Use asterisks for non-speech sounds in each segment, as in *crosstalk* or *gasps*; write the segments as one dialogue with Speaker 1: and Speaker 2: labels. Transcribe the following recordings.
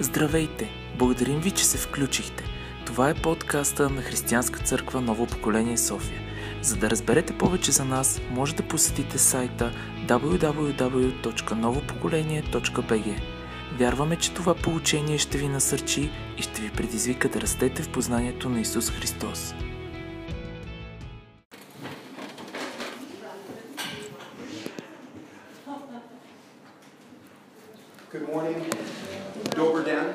Speaker 1: Здравейте! Благодарим ви, че се включихте. Това е подкаста на Християнска църква Ново поколение София. За да разберете повече за нас, може да посетите сайта www.novopokоление.bg. Вярваме, че това получение ще ви насърчи и ще ви предизвика да растете в познанието на Исус Христос.
Speaker 2: Good morning, Doberdan.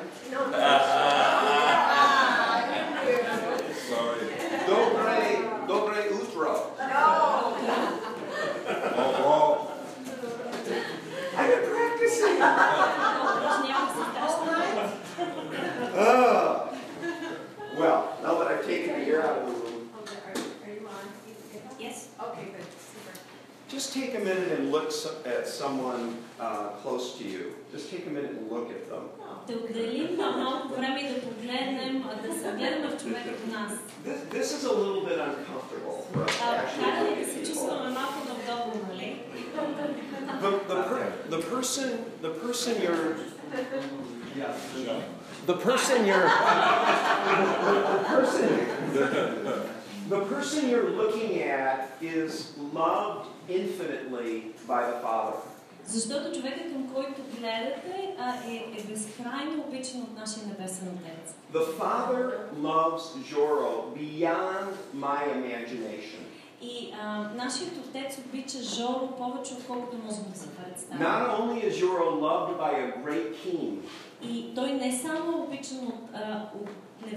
Speaker 2: Sorry. Dobre, dobre utro. No. I've been practicing. Ah. Well, now that I've taken a year out of the room,
Speaker 3: Yes. Okay, good, super.
Speaker 2: just take a minute and look so- at someone uh, close to you. Just take a minute and look at them.
Speaker 3: Да отделим на малко време и да погледнем, а, да се гледаме в човека до нас.
Speaker 2: This, this is a little bit uncomfortable for us to
Speaker 3: А,
Speaker 2: actually
Speaker 3: Трябва
Speaker 2: look
Speaker 3: ли да
Speaker 2: at
Speaker 3: се
Speaker 2: people.
Speaker 3: чувстваме малко неудобно, нали?
Speaker 2: The, the, per, the person, the person you're, yeah, the person you're, the person, the person you're looking at is loved infinitely by the Father.
Speaker 3: Защото човека, към който гледате, а, е, е безкрайно обичан от нашия небесен отец.
Speaker 2: The Father loves Joro beyond my imagination.
Speaker 3: И а, нашият отец обича Жоро повече, отколкото може да се представи.
Speaker 2: Not only is Joro loved by a great king,
Speaker 3: И той не е само е обичан от, а, от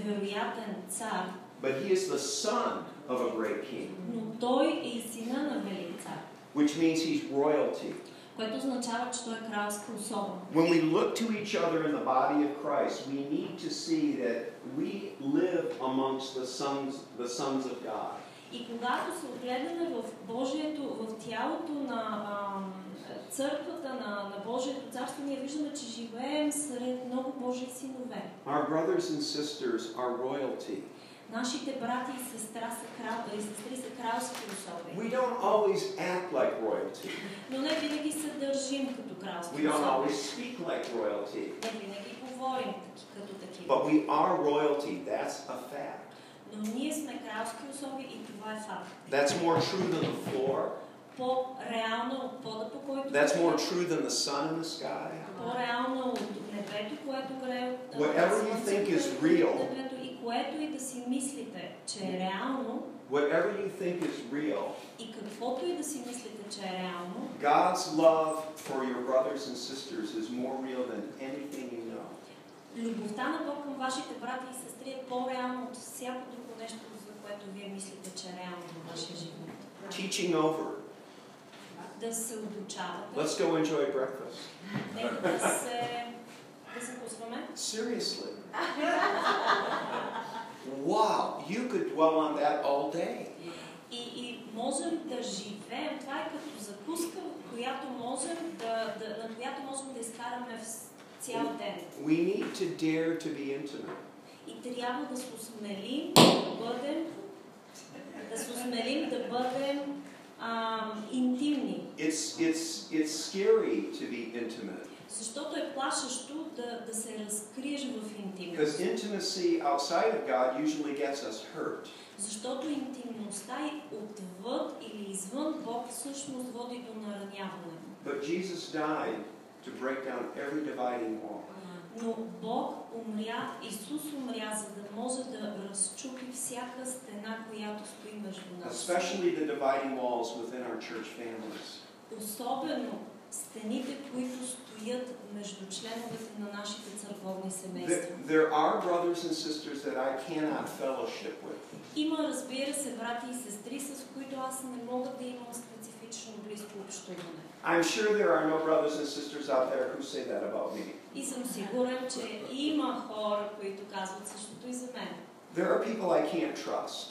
Speaker 3: невероятен цар,
Speaker 2: but he is the son of a great king,
Speaker 3: но той е и сина на велик цар,
Speaker 2: which means he's royalty.
Speaker 3: което означава, че той е кралска особа.
Speaker 2: When we look to each other in the body of Christ, we need to see that we live amongst the sons, the sons of God.
Speaker 3: И когато се огледаме в Божието, в тялото на ам, църквата, на, на Божието царство, ние виждаме, че живеем сред много Божии синове.
Speaker 2: Our brothers and sisters are royalty.
Speaker 3: Нашите брати и сестра са крал, и сестри са кралски особи.
Speaker 2: We don't always act like royalty.
Speaker 3: Но не винаги се държим като кралски
Speaker 2: We don't
Speaker 3: особи.
Speaker 2: always speak like роyalty.
Speaker 3: Не винаги говорим таки- като такива.
Speaker 2: But we are royalty. That's a fact.
Speaker 3: Но ние сме кралски особи и това е факт.
Speaker 2: That's more true than the floor.
Speaker 3: По-реално от пода, по който
Speaker 2: That's more true than the sun in the sky.
Speaker 3: по-реално от небето, което грее от
Speaker 2: Whatever you think is real.
Speaker 3: небето е и което и да си мислите, че е реално
Speaker 2: Whatever you think is real,
Speaker 3: и каквото и да си мислите, че е реално,
Speaker 2: God's love for your brothers and sisters is more real than anything you know.
Speaker 3: любовта на Бог към вашите брати и сестри е по-реално от всяко друго нещо, за което вие мислите, че е реално във вашия живот.
Speaker 2: Teaching over.
Speaker 3: Да се обучавате,
Speaker 2: Let's go enjoy breakfast.
Speaker 3: нека да се да се пусваме.
Speaker 2: Seriously. wow, you could dwell on that all day.
Speaker 3: И, и можем да живеем. Това е като закуска, която можем да, да, на която можем да изкараме в цял ден.
Speaker 2: We need to dare to be intimate.
Speaker 3: И трябва да се осмелим да бъдем, да се осмелим да бъдем ам, интимни.
Speaker 2: It's it's it's scary to be intimate
Speaker 3: Защото е плашещо да, да се разкриеш в интимност.
Speaker 2: because intimacy outside of God usually gets us hurt.
Speaker 3: Защото интимността и отвъд или извън Бог всъщност води до нараняване.
Speaker 2: But Jesus died to break down every dividing wall.
Speaker 3: Но Бог умря, Исус умря, за да може да разчупи всяка стена, която стои между нас.
Speaker 2: Especially the dividing walls within our church families.
Speaker 3: Особено стените, които стоят между членовете на нашите църковни
Speaker 2: There,
Speaker 3: семейства.
Speaker 2: there are brothers and sisters that I cannot fellowship with.
Speaker 3: Има, разбира се, брати и сестри, с които аз не мога да имам специфично близко общуване.
Speaker 2: I'm sure there are no brothers and sisters out there who say that about me.
Speaker 3: И съм сигурен, че има хора, които казват същото и за мен.
Speaker 2: There are people I can't trust.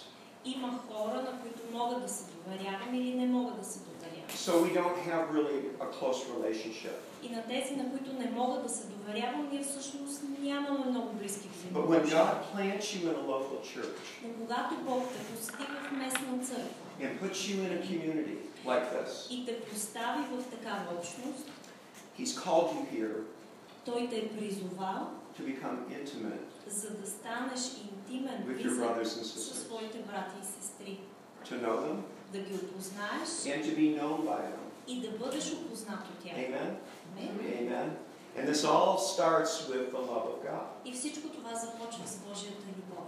Speaker 3: Има хора, на които мога да се доверявам или не мога да се доверявам.
Speaker 2: So we don't have really a close relationship.
Speaker 3: И на тези, на които не мога да се доверявам, ние всъщност нямаме много близки
Speaker 2: But when
Speaker 3: взаимоотношения.
Speaker 2: God plants you in a local church
Speaker 3: Но когато Бог те посети в местна църква
Speaker 2: and puts you in a community like this,
Speaker 3: и те постави в такава общност,
Speaker 2: He's called you here
Speaker 3: Той те е призовал,
Speaker 2: to become intimate
Speaker 3: за да станеш интимен
Speaker 2: with your
Speaker 3: близък
Speaker 2: brothers and
Speaker 3: със
Speaker 2: sisters,
Speaker 3: своите брати и сестри.
Speaker 2: to know them
Speaker 3: Да ги опознаеш
Speaker 2: and to be known by them.
Speaker 3: и да бъдеш опознат от тях.
Speaker 2: Amen?
Speaker 3: Амен.
Speaker 2: Amen. And this all starts with the love of God.
Speaker 3: И всичко това започва с Божията любов.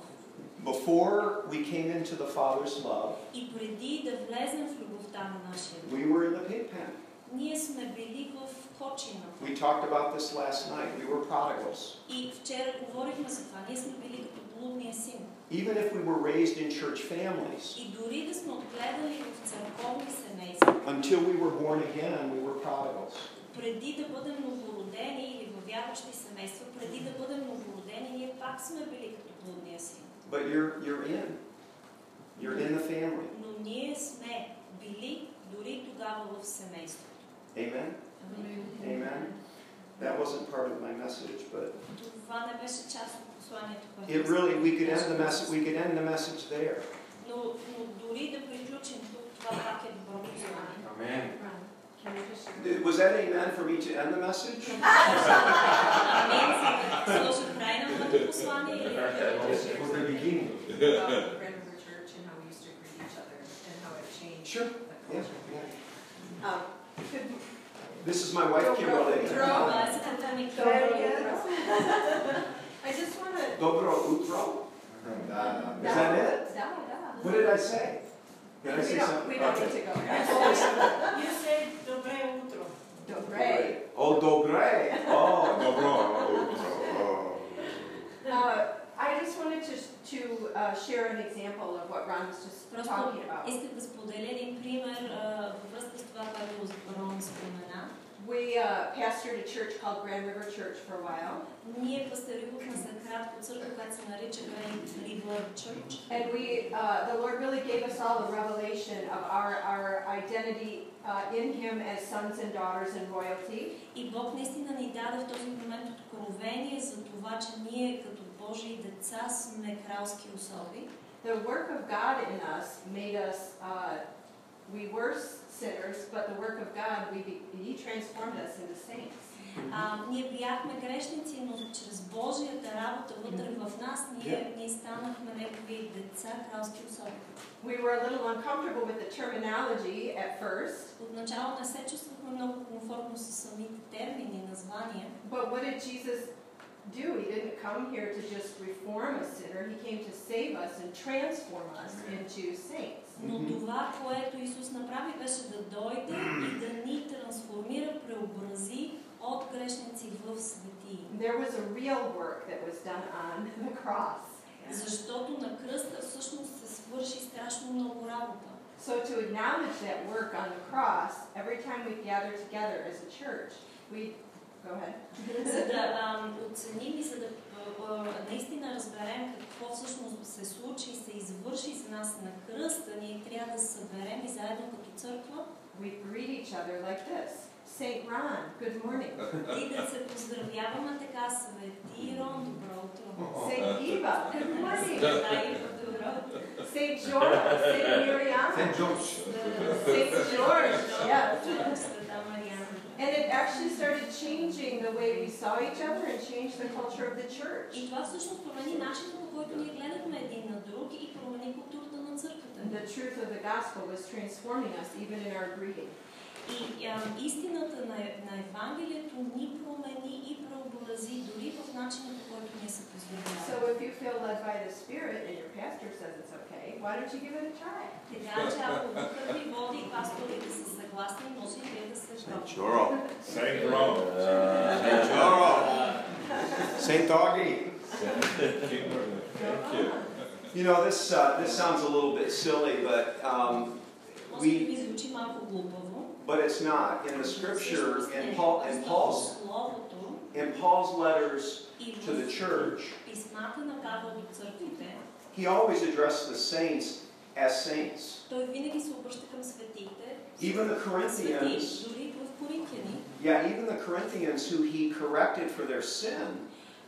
Speaker 2: Before we came into the Father's love,
Speaker 3: И преди да влезем в любовта на нашия Бог,
Speaker 2: we were in the pig pen.
Speaker 3: ние сме били в кочина.
Speaker 2: We talked about this last night. We were prodigals.
Speaker 3: И вчера говорихме за това. Ние сме били като блудния син.
Speaker 2: Even if we were raised in church families,
Speaker 3: И дори да сме отгледали в църковни семейства,
Speaker 2: until we were born again, we were prodigals.
Speaker 3: преди да бъдем новородени или във вярващи семейства, преди да бъдем новородени, ние пак сме били като блудния син.
Speaker 2: But you're, you're in. You're in the family.
Speaker 3: Но ние сме били дори тогава в семейство.
Speaker 2: Amen? Amen? That wasn't part of my message, but
Speaker 3: Това не беше част от посланието, което
Speaker 2: it really, we could end the message, we could end the message there.
Speaker 3: Но, но дори да приключим тук, това пак е добро послание.
Speaker 4: Amen.
Speaker 2: Was that amen for me to end the message?
Speaker 3: Амин. за да Сложи край на моето послание или да приключим.
Speaker 2: Was the beginning?
Speaker 5: about Grand River Church and how we used to greet each other and how it changed
Speaker 2: Sure. Yeah,
Speaker 5: the culture.
Speaker 2: yeah.
Speaker 5: Um, Good
Speaker 2: This is my wife, Kimberly.
Speaker 5: Dobro.
Speaker 3: Това е за това ми
Speaker 5: There he is. I just want to.
Speaker 2: Dobro utro. Uh, Is that it? What did I say? Did I
Speaker 5: We
Speaker 2: say
Speaker 5: don't,
Speaker 2: something?
Speaker 5: we don't need
Speaker 2: Okay.
Speaker 5: to go.
Speaker 6: You said добре утро.
Speaker 5: Dobre.
Speaker 2: Oh, dobre. Oh.
Speaker 5: Uh, I just wanted to, to uh, share an example of what Ron was just
Speaker 3: Просто
Speaker 5: talking about.
Speaker 3: исках да споделя един пример а, във връзка с това, което Рон спомена.
Speaker 5: We uh, pastored a church called Grand River Church for a while,
Speaker 3: Ние пастирихме за кратко църква, която се нарича Grand River Church.
Speaker 5: and we, uh, the Lord really gave us all the revelation of our, our identity uh, in Him as sons and daughters and royalty.
Speaker 3: И Бог наистина ни даде в този момент откровение за това, че ние като Божии деца сме кралски особи.
Speaker 5: The work of God in us made us, uh, we were sinners, but the work of God, we be, He transformed us into saints.
Speaker 3: А, ние бяхме грешници, но чрез Божията работа вътре в нас ние, ние станахме негови деца, кралски особи.
Speaker 5: We were a little uncomfortable with the terminology at first,
Speaker 3: Отначало не се чувствахме много комфортно с самите термини, названия,
Speaker 5: But what did Jesus do? He didn't come here to just reform a sinner. He came to save us and transform us into saints.
Speaker 3: но
Speaker 2: Мгм.
Speaker 3: това, което Исус направи, беше да дойде и да ни трансформира, преобрази от грешници в светии.
Speaker 5: There was a real work that was done on *laughs* the cross.
Speaker 3: Защото на кръста всъщност се свърши страшно много работа.
Speaker 5: So to acknowledge that work on the cross, every time we gather together as a church, we go ahead.
Speaker 3: за да ам, оценим и за да а, а, наистина разберем какво всъщност се случи и се извърши с нас на кръста, ние трябва да се съберем и заедно като църква
Speaker 5: We greet each other like this. Saint Ron, good morning.
Speaker 3: и да се поздравяваме така, свети Рон, добро утро. е
Speaker 5: Saint Eva, good
Speaker 3: *laughs*
Speaker 5: morning.
Speaker 3: Дай, е добро утро.
Speaker 5: Saint George, Saint Miriam,
Speaker 4: St. George.
Speaker 5: Saint George, yes.
Speaker 3: Света Мариана.
Speaker 5: And it actually started changing the way we saw each other and changed the culture of the church.
Speaker 3: И това всъщност промени начина, по който ние гледахме един на друг и промени културата на църквата.
Speaker 5: And the truth of the gospel was transforming us even in our greeting.
Speaker 3: И а, истината на, на Евангелието ни промени и преобрази дори в начина, по който ние се поздравяваме.
Speaker 5: So if you feel led by the Spirit and your pastor says it's okay, why don't you give it a try?
Speaker 3: Така че ако духът ви води и пасторите са съгласни, може и вие да се пробвате.
Speaker 4: Joro.
Speaker 7: Saint Rome.
Speaker 2: St. Augie.
Speaker 7: Thank you.
Speaker 2: You know, this, uh, this sounds a little bit silly, but, um,
Speaker 3: Може би
Speaker 2: we,
Speaker 3: ви звучи малко глупаво.
Speaker 2: but it's not. In the
Speaker 3: Всъщност
Speaker 2: scripture,
Speaker 3: не.
Speaker 2: in Paul, in
Speaker 3: Всъщност
Speaker 2: Paul's,
Speaker 3: Словото
Speaker 2: in Paul's letters
Speaker 3: и
Speaker 2: to the
Speaker 3: в
Speaker 2: church,
Speaker 3: писмата на Павел до църквите,
Speaker 2: he always addressed the saints as saints.
Speaker 3: той винаги се обръща към светите.
Speaker 2: Even the
Speaker 3: Свети,
Speaker 2: Corinthians,
Speaker 3: дори в Коринтияни,
Speaker 2: yeah, even the Corinthians who he corrected for their sin,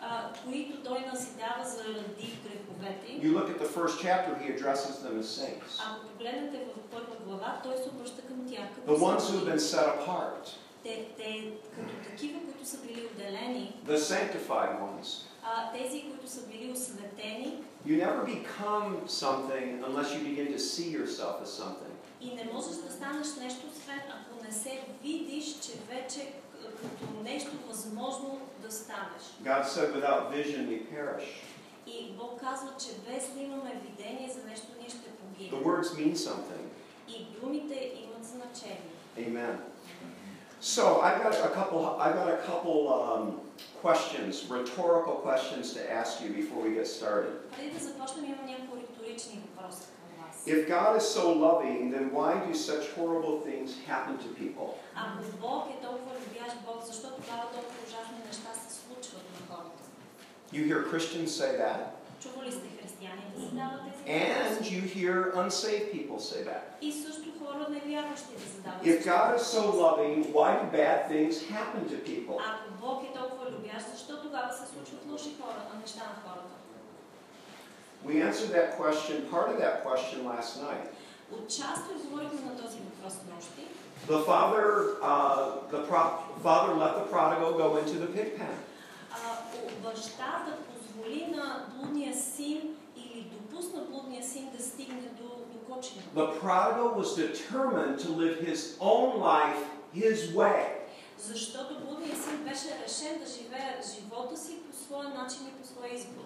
Speaker 3: а, които той насидава заради греховете им.
Speaker 2: you look at the first chapter, he addresses them as saints.
Speaker 3: Ако погледнете в първа глава, той се обръща към тях
Speaker 2: The
Speaker 3: като
Speaker 2: ones
Speaker 3: свети.
Speaker 2: who've been set apart.
Speaker 3: те, те като такива, които са били отделени
Speaker 2: the sanctified ones.
Speaker 3: а, тези, които са били осветени
Speaker 2: You never become something unless you begin to see yourself as something.
Speaker 3: и не можеш да станеш нещо освен, ако не се видиш, че вече е, като нещо възможно да станеш.
Speaker 2: God said, without vision we perish.
Speaker 3: И Бог казва, че без да имаме видение за нещо, ние ще
Speaker 2: The
Speaker 3: погибнем.
Speaker 2: words mean something.
Speaker 3: И думите имат значение.
Speaker 2: Amen. So I've got a couple. I've got a couple um, questions, rhetorical questions to ask you before we get started.
Speaker 3: Преди да започнем, имам някои риторични въпроси към вас.
Speaker 2: If God is so loving, then why do such horrible things happen to people?
Speaker 3: Ако Бог е толкова любящ Бог, защо тогава толкова ужасни неща се случват на хората?
Speaker 2: You hear Christians say that,
Speaker 3: Чували сте християни да задават тези
Speaker 2: and
Speaker 3: въпроси?
Speaker 2: you hear unsaved people say that.
Speaker 3: И също хора невярващи да задават
Speaker 2: If
Speaker 3: тези
Speaker 2: God is so
Speaker 3: въпроси.
Speaker 2: loving, why do bad things happen to people?
Speaker 3: Ако Бог е толкова любящ, защо тогава се случват лоши хора, а неща на хората?
Speaker 2: We answered that question, part of that question last night.
Speaker 3: Отчасти отговорихме на този въпрос нощи.
Speaker 2: The father, uh, the pro- father let the prodigal go into the pig pen.
Speaker 3: А, о- бащата позволи на блудния син или допусна блудния син да стигне до, до кочина.
Speaker 2: The prodigal was determined to live his own life his way.
Speaker 3: Защото блудният син беше решен да живее живота си по своя начин и по своя избор.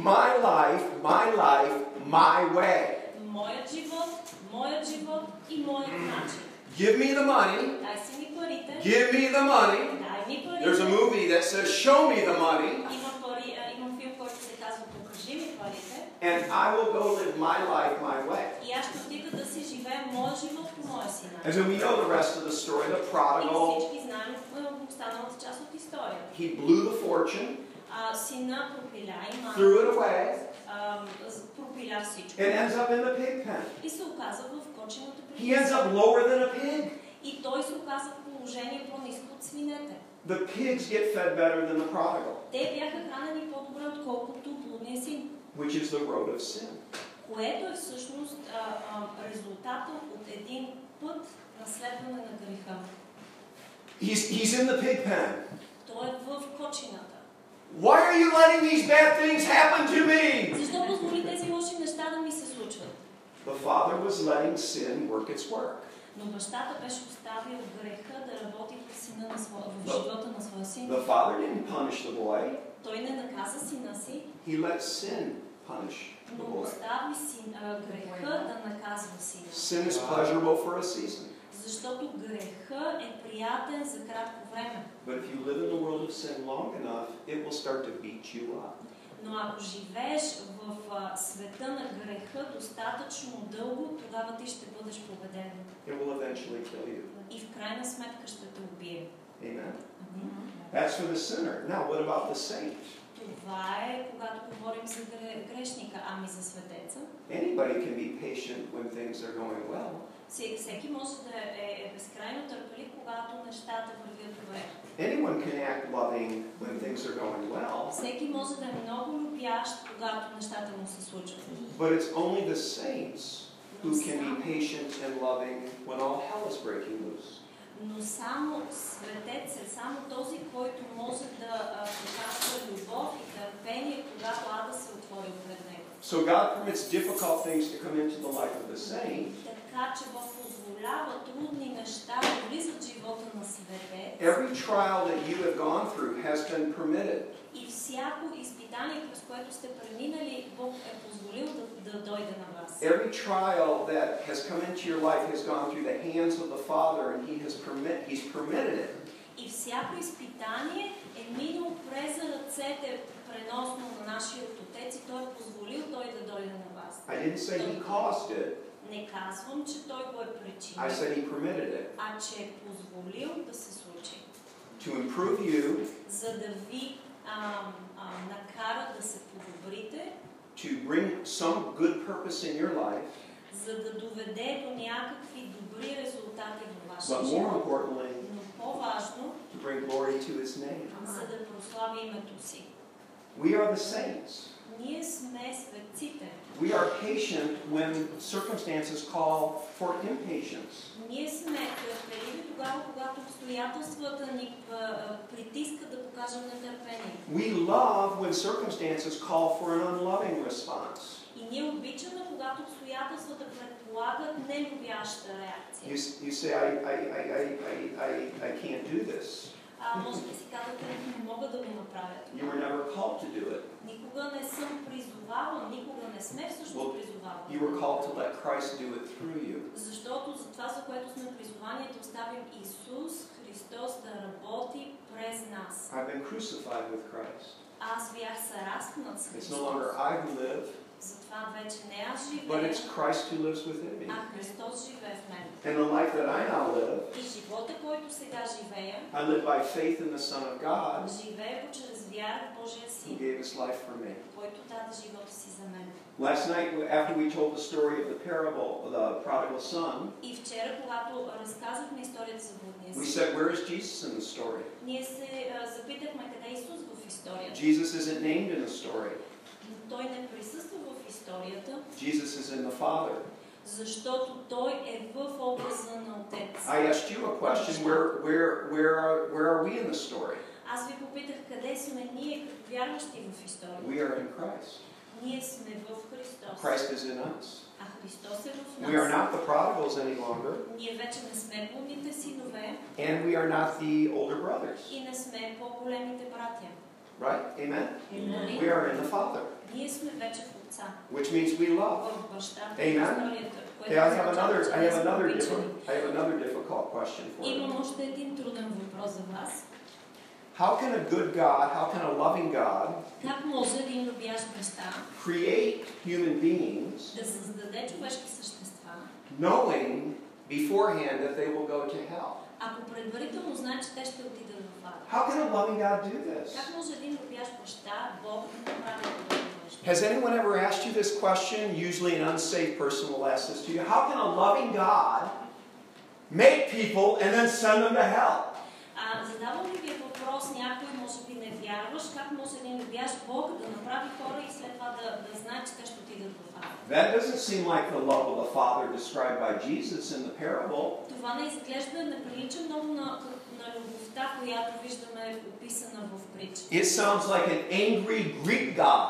Speaker 2: My life, my life, my way.
Speaker 3: Моят живот, моят живот и моят начин.
Speaker 2: Give me the money.
Speaker 3: Дай си ми парите.
Speaker 2: Give me the money.
Speaker 3: Дай ми
Speaker 2: There's a
Speaker 3: парите.
Speaker 2: movie that says, Show me the money,
Speaker 3: Има, пари, а, има филм, който се казва Покажи ми парите.
Speaker 2: and I will go live my life my way.
Speaker 3: И аз ще отида да си живея моя живот по моя си
Speaker 2: And
Speaker 3: начин.
Speaker 2: then we know the rest of the story. The
Speaker 3: И
Speaker 2: prodigal,
Speaker 3: всички знаем а, останалата част от историята.
Speaker 2: he blew the fortune,
Speaker 3: а, сина пропиля и мама
Speaker 2: threw it away,
Speaker 3: а, з- пропиля всичко.
Speaker 2: and ends up in the pig pen.
Speaker 3: И се оказа в коченото
Speaker 2: He ends up
Speaker 3: прилица.
Speaker 2: lower than a pig.
Speaker 3: И той се оказа в положение по-низко от свинете.
Speaker 2: The pigs get fed better than the prodigal,
Speaker 3: Те бяха хранени по-добре, отколкото блудния син,
Speaker 2: which is the road of sin.
Speaker 3: което е всъщност а, а, резултата от един път на следване на греха.
Speaker 2: He's, he's in the pig pen.
Speaker 3: Той е в кочината.
Speaker 2: Why are you letting these bad things happen to me?
Speaker 3: Защо позволи тези лоши неща да ми се случват?
Speaker 2: The father was letting sin work its work.
Speaker 3: Но бащата беше оставил греха да работи в, сина на своя, в
Speaker 2: Да.
Speaker 3: живота на своя син.
Speaker 2: The father didn't punish the boy,
Speaker 3: Той не наказа сина си,
Speaker 2: he let sin punish the
Speaker 3: но
Speaker 2: boy.
Speaker 3: остави си а, греха да наказва сина.
Speaker 2: Sin is pleasurable for a season,
Speaker 3: Защото греха е приятен за кратко време.
Speaker 2: but if you live in the world of sin long enough, it will start to beat you up.
Speaker 3: Но ако живееш в а, света на греха достатъчно дълго, тогава ти ще бъдеш победен.
Speaker 2: It will eventually kill you.
Speaker 3: И в крайна сметка ще те убие.
Speaker 2: Amen. That's for the sinner. Now, what about the saint?
Speaker 3: Това е когато говорим за гре- грешника, ами за светеца.
Speaker 2: Anybody can be patient when things are going well.
Speaker 3: Всеки, всеки може да е, е безкрайно търпелив, когато нещата вървят добре.
Speaker 2: Anyone can act loving when things are going well.
Speaker 3: Всеки може да е много любящ, когато нещата му се случват.
Speaker 2: But it's only the saints who can be
Speaker 3: Само-
Speaker 2: patient and loving when all hell is breaking loose.
Speaker 3: Но само светец е само този, който може да а, показва любов и търпение, когато ада се отвори пред него.
Speaker 2: So God permits difficult things to come into the life of the saint.
Speaker 3: Така че Бог позволява трудни неща да влизат в живота на светец
Speaker 2: Every trial that you have gone through has been permitted.
Speaker 3: и всяко изпитание, през което сте преминали, Бог е позволил да, да дойде на вас.
Speaker 2: Every trial that has come into your life has gone through the hands of the Father, and He has permit He's permitted it.
Speaker 3: И всяко изпитание е минало през ръцете преносно на нашия Отец и Той е позволил Той да дойде на вас.
Speaker 2: I didn't say He caused it.
Speaker 3: Не казвам, че Той го е
Speaker 2: I
Speaker 3: причинил.
Speaker 2: said He permitted it
Speaker 3: а че е позволил да се случи,
Speaker 2: to improve you,
Speaker 3: за да ви ам, ам, накара да се подобрите,
Speaker 2: to bring some good purpose in your life,
Speaker 3: за да доведе до някакви добри резултати във вашия
Speaker 2: but more
Speaker 3: живот.
Speaker 2: importantly,
Speaker 3: Но по-важно,
Speaker 2: to bring glory to His name.
Speaker 3: за да прослави името си.
Speaker 2: We are the saints.
Speaker 3: Ние сме светците.
Speaker 2: We are patient when circumstances call for impatience.
Speaker 3: Ние сме търпеливи тогава, когато обстоятелствата ни а, а, притискат да покажем нетърпение.
Speaker 2: We love when circumstances call for an unloving response.
Speaker 3: И ние обичаме, когато обстоятелствата предполагат нелюбяща
Speaker 2: You,
Speaker 3: реакция.
Speaker 2: s- you say, I, I, I, I, I, I, I can't do this.
Speaker 3: А може би си казвате, "Ами, не мога да го направя
Speaker 2: You were
Speaker 3: това.
Speaker 2: never called to do it.
Speaker 3: Никога не съм призовавал, никога не сме всъщност
Speaker 2: You were
Speaker 3: призовавал.
Speaker 2: called to let Christ do it through you.
Speaker 3: Защото за това, за което сме призовани, да оставим Исус Христос да работи през нас.
Speaker 2: I've been crucified with Christ.
Speaker 3: Аз бях съраснат с
Speaker 2: It's no longer
Speaker 3: Христос.
Speaker 2: I who live,
Speaker 3: Затова вече не аз
Speaker 2: but
Speaker 3: живея,
Speaker 2: it's Christ who lives within me.
Speaker 3: а Христос живее в мен.
Speaker 2: And the life that I now live,
Speaker 3: И живота, който сега живея,
Speaker 2: I live by faith in the Son of God
Speaker 3: живее го чрез вяра в Божия
Speaker 2: who
Speaker 3: Син,
Speaker 2: gave his life for me.
Speaker 3: който даде живота си за мен.
Speaker 2: Last night, after we told the story of the parable of the prodigal son,
Speaker 3: И вчера, когато разказахме историята за блудния
Speaker 2: we
Speaker 3: син,
Speaker 2: said, Where is Jesus in the story?
Speaker 3: ние се а, запитахме къде е Исус в историята.
Speaker 2: Jesus isn't named in the story,
Speaker 3: Но той не присъства в историята,
Speaker 2: Jesus is in the Father.
Speaker 3: защото той е в образа на Отец.
Speaker 2: I asked you a question where, where, where, are, where are we in the story?
Speaker 3: Аз ви попитах къде сме ние като вярващи в историята.
Speaker 2: We are in Christ.
Speaker 3: Ние сме в Христос,
Speaker 2: Christ is in us.
Speaker 3: а Христос е в
Speaker 2: We are
Speaker 3: нас.
Speaker 2: not the prodigals any longer,
Speaker 3: Ние вече не сме блудните синове
Speaker 2: and we are not the older brothers,
Speaker 3: и не сме по-големите братя.
Speaker 2: right? Amen?
Speaker 3: Нали?
Speaker 2: We are in the Father,
Speaker 3: Ние сме вече в Отца,
Speaker 2: which means we love.
Speaker 3: в бащата, в
Speaker 2: Amen.
Speaker 3: историята, което
Speaker 2: Okay, I have
Speaker 3: означава,
Speaker 2: another.
Speaker 3: че
Speaker 2: I
Speaker 3: ние
Speaker 2: have
Speaker 3: сме
Speaker 2: another.
Speaker 3: обичани.
Speaker 2: Difficult, I have another difficult question for you.
Speaker 3: Имам още един труден въпрос за вас.
Speaker 2: How can a good God, how can a loving God,
Speaker 3: Как може един любящ баща
Speaker 2: create human beings
Speaker 3: да създаде човешки същества,
Speaker 2: knowing beforehand that they will go to hell?
Speaker 3: ако предварително знае, че те ще отидат в ада?
Speaker 2: How can a loving God do this?
Speaker 3: Как може един любящ баща, Бог, да направи това нещо?
Speaker 2: Has anyone ever asked you this question? Usually, an unsafe person will ask this to you. How can a loving God make people and then send them to hell?
Speaker 3: А, задавам ли ви въпрос, някой може би не вярваш, как може един любящ Бог да направи хора и след това да, да знае, че те ще отидат в ада?
Speaker 2: That doesn't seem like the love of the Father described by Jesus in the parable.
Speaker 3: Това не изглежда, не прилича много на, на любовта, която виждаме описана в притча.
Speaker 2: It sounds like an angry Greek god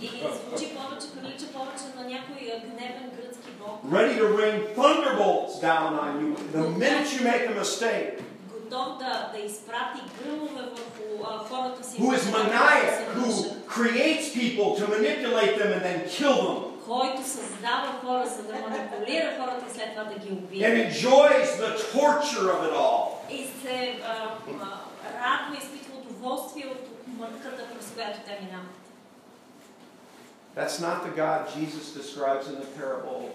Speaker 3: И звучи повече, прилича повече на някой а, гневен гръцки бог,
Speaker 2: ready to rain thunderbolts down on you the minute you make a mistake,
Speaker 3: готов да, да изпрати гръмове върху а, хората си.
Speaker 2: who is
Speaker 3: които
Speaker 2: maniac,
Speaker 3: се
Speaker 2: who
Speaker 3: вършат,
Speaker 2: creates people to manipulate them and then kill
Speaker 3: Който създава хора, за да манипулира хората и след това да ги
Speaker 2: them,
Speaker 3: убие.
Speaker 2: and enjoys the torture of it all.
Speaker 3: И се а, а, радва, изпитва удоволствие от мъката, през която те минават.
Speaker 2: That's not the God Jesus describes in the parable.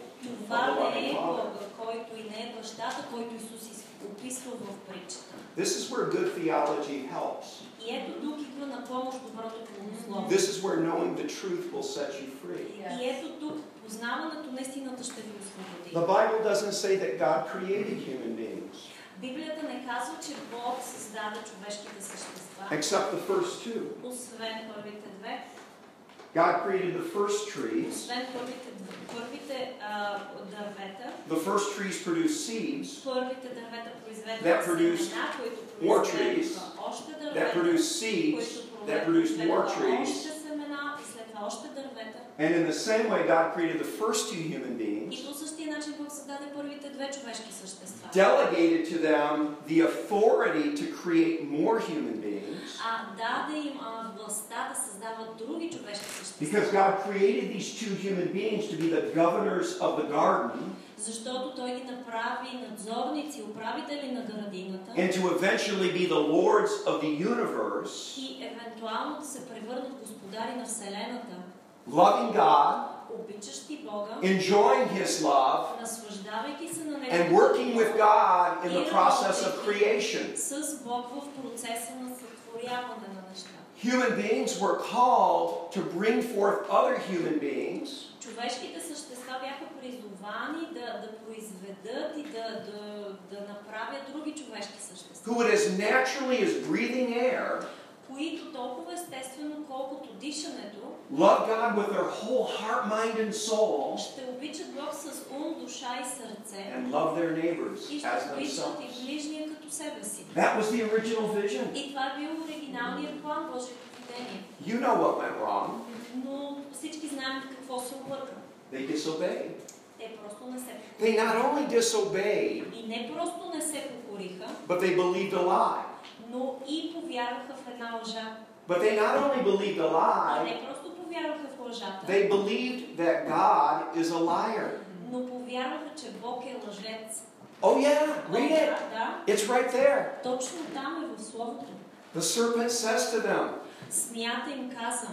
Speaker 3: Това не е Бога, който и не е бащата, който Исус из- описва в притчата.
Speaker 2: This is where good theology helps.
Speaker 3: И ето тук идва на помощ доброто богословие.
Speaker 2: This is where knowing the truth will set you free.
Speaker 3: И ето тук познаването на истината ще ви
Speaker 2: The
Speaker 3: освободи.
Speaker 2: Bible doesn't say that God created human beings,
Speaker 3: Библията не казва, че Бог създаде човешките същества,
Speaker 2: except the first two.
Speaker 3: освен първите две,
Speaker 2: God created the first trees.
Speaker 3: освен първите, дв- първите а, дървета.
Speaker 2: The first trees produce seeds
Speaker 3: Първите дървета произведат
Speaker 2: That produce
Speaker 3: семена, които
Speaker 2: more
Speaker 3: произведат
Speaker 2: trees.
Speaker 3: още
Speaker 2: that
Speaker 3: дървета,
Speaker 2: produce seeds
Speaker 3: които
Speaker 2: that produce more
Speaker 3: произведат
Speaker 2: trees.
Speaker 3: още семена и след това още дървета.
Speaker 2: And in the same way, God created the first two human
Speaker 3: И
Speaker 2: beings,
Speaker 3: по същия начин Бог създаде първите две човешки същества.
Speaker 2: delegated to them the authority to create more human beings.
Speaker 3: А даде им а, властта да създават други човешки същества.
Speaker 2: Because God created these two human beings to be the governors of the garden
Speaker 3: Защото Той ги направи надзорници, управители на градината
Speaker 2: and to eventually be the lords of the universe,
Speaker 3: и евентуално да се превърнат господари на Вселената,
Speaker 2: loving God,
Speaker 3: обичащи Бога,
Speaker 2: enjoying His love,
Speaker 3: наслаждавайки се на
Speaker 2: Е, and
Speaker 3: Него
Speaker 2: working with God in the process of creation.
Speaker 3: с Бог в процеса на сътворяване на неща.
Speaker 2: Human beings were called to bring forth other human beings
Speaker 3: Човешките същества бяха призовани да, да произведат и да, да, да направят други човешки същества.
Speaker 2: who would, as naturally as breathing air,
Speaker 3: които толкова естествено, колкото дишането,
Speaker 2: love God with their whole heart, mind, and soul,
Speaker 3: ще обичат Бог с ум, душа и сърце
Speaker 2: and love their neighbors
Speaker 3: и ще
Speaker 2: as
Speaker 3: обичат и
Speaker 2: themselves.
Speaker 3: ближния като себе си.
Speaker 2: That was the original vision.
Speaker 3: И това е бил оригиналният план, Божието видение.
Speaker 2: You know what went wrong.
Speaker 3: Но всички знаем какво се обърка.
Speaker 2: They disobeyed.
Speaker 3: Те просто не се покориха.
Speaker 2: They not only disobeyed,
Speaker 3: И не просто не се покориха,
Speaker 2: but they believed a lie.
Speaker 3: но и повярваха в една лъжа.
Speaker 2: But they not only believed a
Speaker 3: И
Speaker 2: lie,
Speaker 3: не просто повярваха в лъжата,
Speaker 2: they believed that God is a liar.
Speaker 3: но повярваха, че Бог е лъжец. е
Speaker 2: Oh, yeah, read it.
Speaker 3: Да,
Speaker 2: It's right there.
Speaker 3: точно там е в Словото.
Speaker 2: The serpent says to them,
Speaker 3: Смята им каза,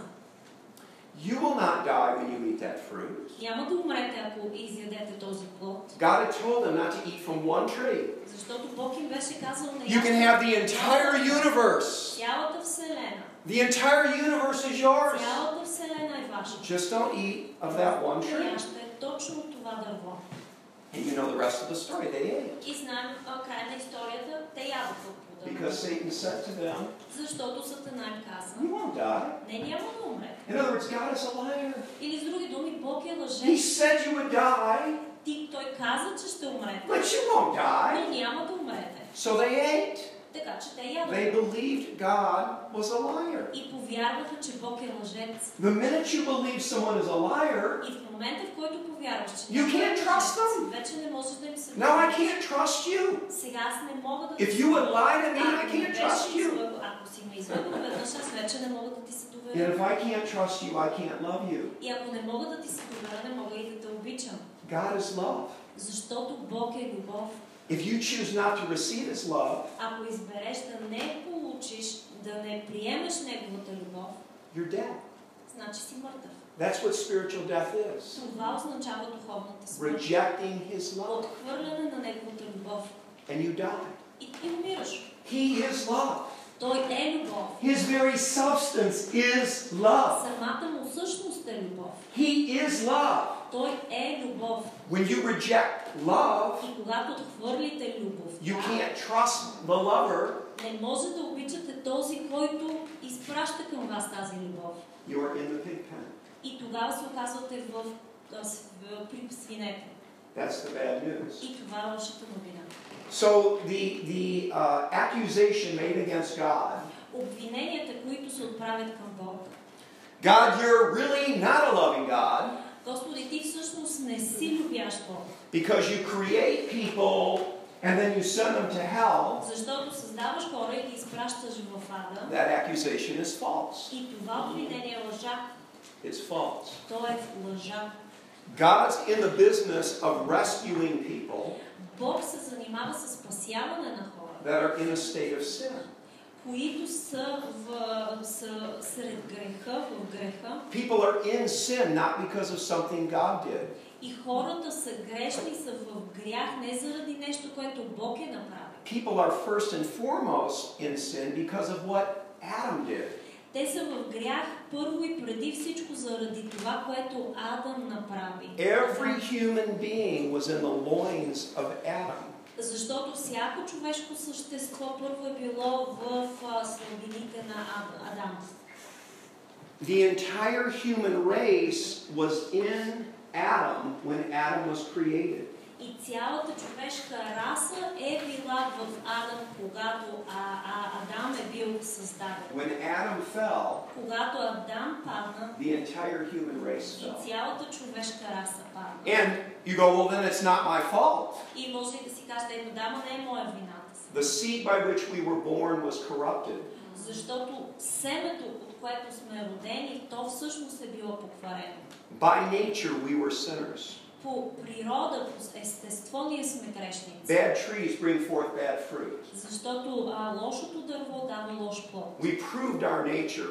Speaker 2: You will not die when you eat that fruit.
Speaker 3: няма да умрете, ако изядете този плод,
Speaker 2: God had told them not to eat from one tree.
Speaker 3: защото Бог им беше казал не
Speaker 2: You can
Speaker 3: яжте
Speaker 2: have the entire universe.
Speaker 3: Цялата Вселена,
Speaker 2: The entire universe is yours.
Speaker 3: цялата Вселена е ваша.
Speaker 2: Just don't eat of that one tree.
Speaker 3: Яжте е точно от това дърво.
Speaker 2: And you know the rest of the story. They ate it.
Speaker 3: И знаем а, края на историята, те ядоха от плода.
Speaker 2: Because Satan said to them,
Speaker 3: Защото Сатана им каза,
Speaker 2: You won't die.
Speaker 3: не няма да умре.
Speaker 2: In other words, God is a liar.
Speaker 3: Или с други думи, Бог е
Speaker 2: He
Speaker 3: лъжец.
Speaker 2: said you would die,
Speaker 3: Ти, той каза, че ще умрете,
Speaker 2: but you won't die.
Speaker 3: но няма да умрете.
Speaker 2: So they ate.
Speaker 3: Така че те
Speaker 2: They
Speaker 3: ядоха.
Speaker 2: believed God was a liar.
Speaker 3: И повярваха, че Бог е лъжец.
Speaker 2: The minute you believe someone is a liar,
Speaker 3: И в момента, в който повярваш, че
Speaker 2: You
Speaker 3: Бог е
Speaker 2: can't trust them.
Speaker 3: вече не можеш да им се
Speaker 2: now I can't trust you.
Speaker 3: Сега аз не мога да...
Speaker 2: If you would lie to me, I
Speaker 3: Ако, ми
Speaker 2: can't trust
Speaker 3: беше
Speaker 2: you.
Speaker 3: излъгал- ако си ме излъгал веднъж, аз вече не мога да ти се
Speaker 2: And
Speaker 3: доверя.
Speaker 2: if I can't trust you, I can't love you.
Speaker 3: И ако не мога да ти се доверя, не мога и да те обичам.
Speaker 2: God is love.
Speaker 3: Защото Бог е любов.
Speaker 2: If you choose not to receive His love,
Speaker 3: Ако избереш да не получиш, да не приемеш Неговата любов,
Speaker 2: you're dead.
Speaker 3: значи си мъртъв.
Speaker 2: That's what spiritual death is
Speaker 3: Това означава духовната смърт.
Speaker 2: rejecting His love,
Speaker 3: Отхвърляне на Неговата любов.
Speaker 2: and you die.
Speaker 3: И ти умираш.
Speaker 2: He is love.
Speaker 3: Той е любов.
Speaker 2: His very substance is love.
Speaker 3: Самата му същност е любов.
Speaker 2: He is love.
Speaker 3: Той е любов.
Speaker 2: When you reject love,
Speaker 3: И когато отхвърлите любов,
Speaker 2: you can't trust the lover.
Speaker 3: не може да обичате този, който изпраща към вас тази любов.
Speaker 2: You are in the pig pen.
Speaker 3: И тогава се оказвате в, а, с- в, при свинете.
Speaker 2: That's the bad news.
Speaker 3: И това е лошата новина.
Speaker 2: So the the uh, accusation made against God.
Speaker 3: Обвиненията, които се отправят към Бог.
Speaker 2: God, you're really not a loving God
Speaker 3: Господи, ти всъщност не си любящ Бог,
Speaker 2: because you create people and then you send them to hell.
Speaker 3: защото създаваш хора и ги изпращаш в ада.
Speaker 2: That accusation is false.
Speaker 3: И това обвинение е лъжа.
Speaker 2: It's false.
Speaker 3: То е лъжа.
Speaker 2: God's in the business of rescuing people
Speaker 3: Бог се занимава с спасяване на хора,
Speaker 2: that are in a state of sin.
Speaker 3: които са, в, са сред греха, в греха.
Speaker 2: People are in sin not because of something God did.
Speaker 3: И хората са грешни, са в грях не заради нещо, което Бог е направил.
Speaker 2: People are first and foremost in sin because of what Adam did.
Speaker 3: Те са в грях първо и преди всичко заради това, което Адам направи.
Speaker 2: Every human being was in the loins of Adam.
Speaker 3: Защото всяко човешко същество първо е било в а, слабините на Ад- Адам.
Speaker 2: The entire human race was in Adam when Adam was created.
Speaker 3: И цялата човешка раса е била в Адам, когато а, а, Адам е бил създаден.
Speaker 2: When Adam fell,
Speaker 3: Когато Адам падна,
Speaker 2: the entire human race
Speaker 3: и
Speaker 2: fell.
Speaker 3: цялата човешка раса падна.
Speaker 2: And you go, well, then it's not my fault.
Speaker 3: И може и да си кажете, ето да, ма не е моя вината.
Speaker 2: The seed by which we were born was corrupted.
Speaker 3: Защото семето, от което сме родени, то всъщност е било покварено.
Speaker 2: By nature, we were sinners.
Speaker 3: По природа, по естество ние сме грешници.
Speaker 2: Bad trees bring forth bad fruit.
Speaker 3: Защото а, лошото дърво дава лош плод.
Speaker 2: We proved our nature.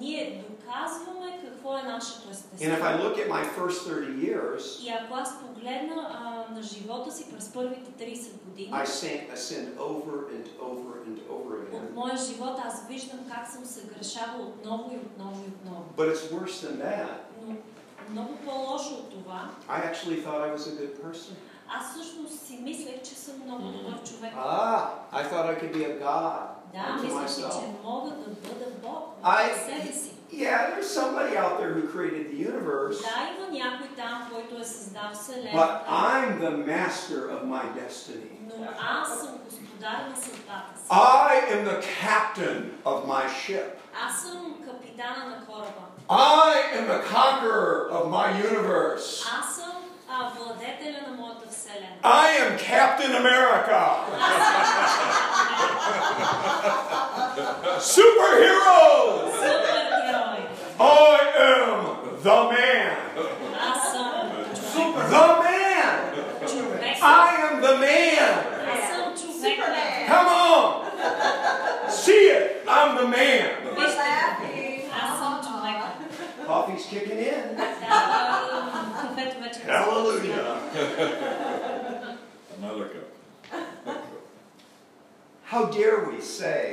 Speaker 3: Ние доказваме какво е нашето
Speaker 2: And if
Speaker 3: естество.
Speaker 2: I look at my first 30 years,
Speaker 3: И ако аз погледна а, на живота си през първите 30 години,
Speaker 2: I sin- I sinned over and over and over
Speaker 3: от
Speaker 2: again.
Speaker 3: моя живот аз виждам как съм съгрешавал отново и отново и отново.
Speaker 2: But it's worse than that.
Speaker 3: Но много по-лошо от това,
Speaker 2: I actually thought I was a good person.
Speaker 3: аз всъщност си мислех, че съм много добър човек.
Speaker 2: Ah, I thought I could be a God
Speaker 3: Да,
Speaker 2: unto
Speaker 3: мислех, си,
Speaker 2: myself.
Speaker 3: че мога да бъда Бог
Speaker 2: I-
Speaker 3: себе си.
Speaker 2: Yeah, there's somebody out there who created the universe,
Speaker 3: Да, има някой там, който е създал Вселената,
Speaker 2: but I'm the master of my destiny.
Speaker 3: но аз съм господар на съдбата си.
Speaker 2: I am the captain of my ship.
Speaker 3: Аз съм капитана на кораба.
Speaker 2: I am the conqueror of my universe.
Speaker 3: Аз съм а, владетеля на моята Вселена.
Speaker 2: I am Captain America. Superhero!
Speaker 3: Супер герой!
Speaker 2: I am the man.
Speaker 3: Аз съм човек.
Speaker 2: The man!
Speaker 3: човек.
Speaker 2: I am the man!
Speaker 3: Аз съм човек.
Speaker 5: Superman.
Speaker 2: Come on! See it! I'm the man!
Speaker 5: We're laughing.
Speaker 3: Аз съм човек.
Speaker 2: Coffee's kicking in.
Speaker 3: Да, а, кафето вече.
Speaker 2: Hallelujah.
Speaker 7: Another cup.
Speaker 2: How dare we say,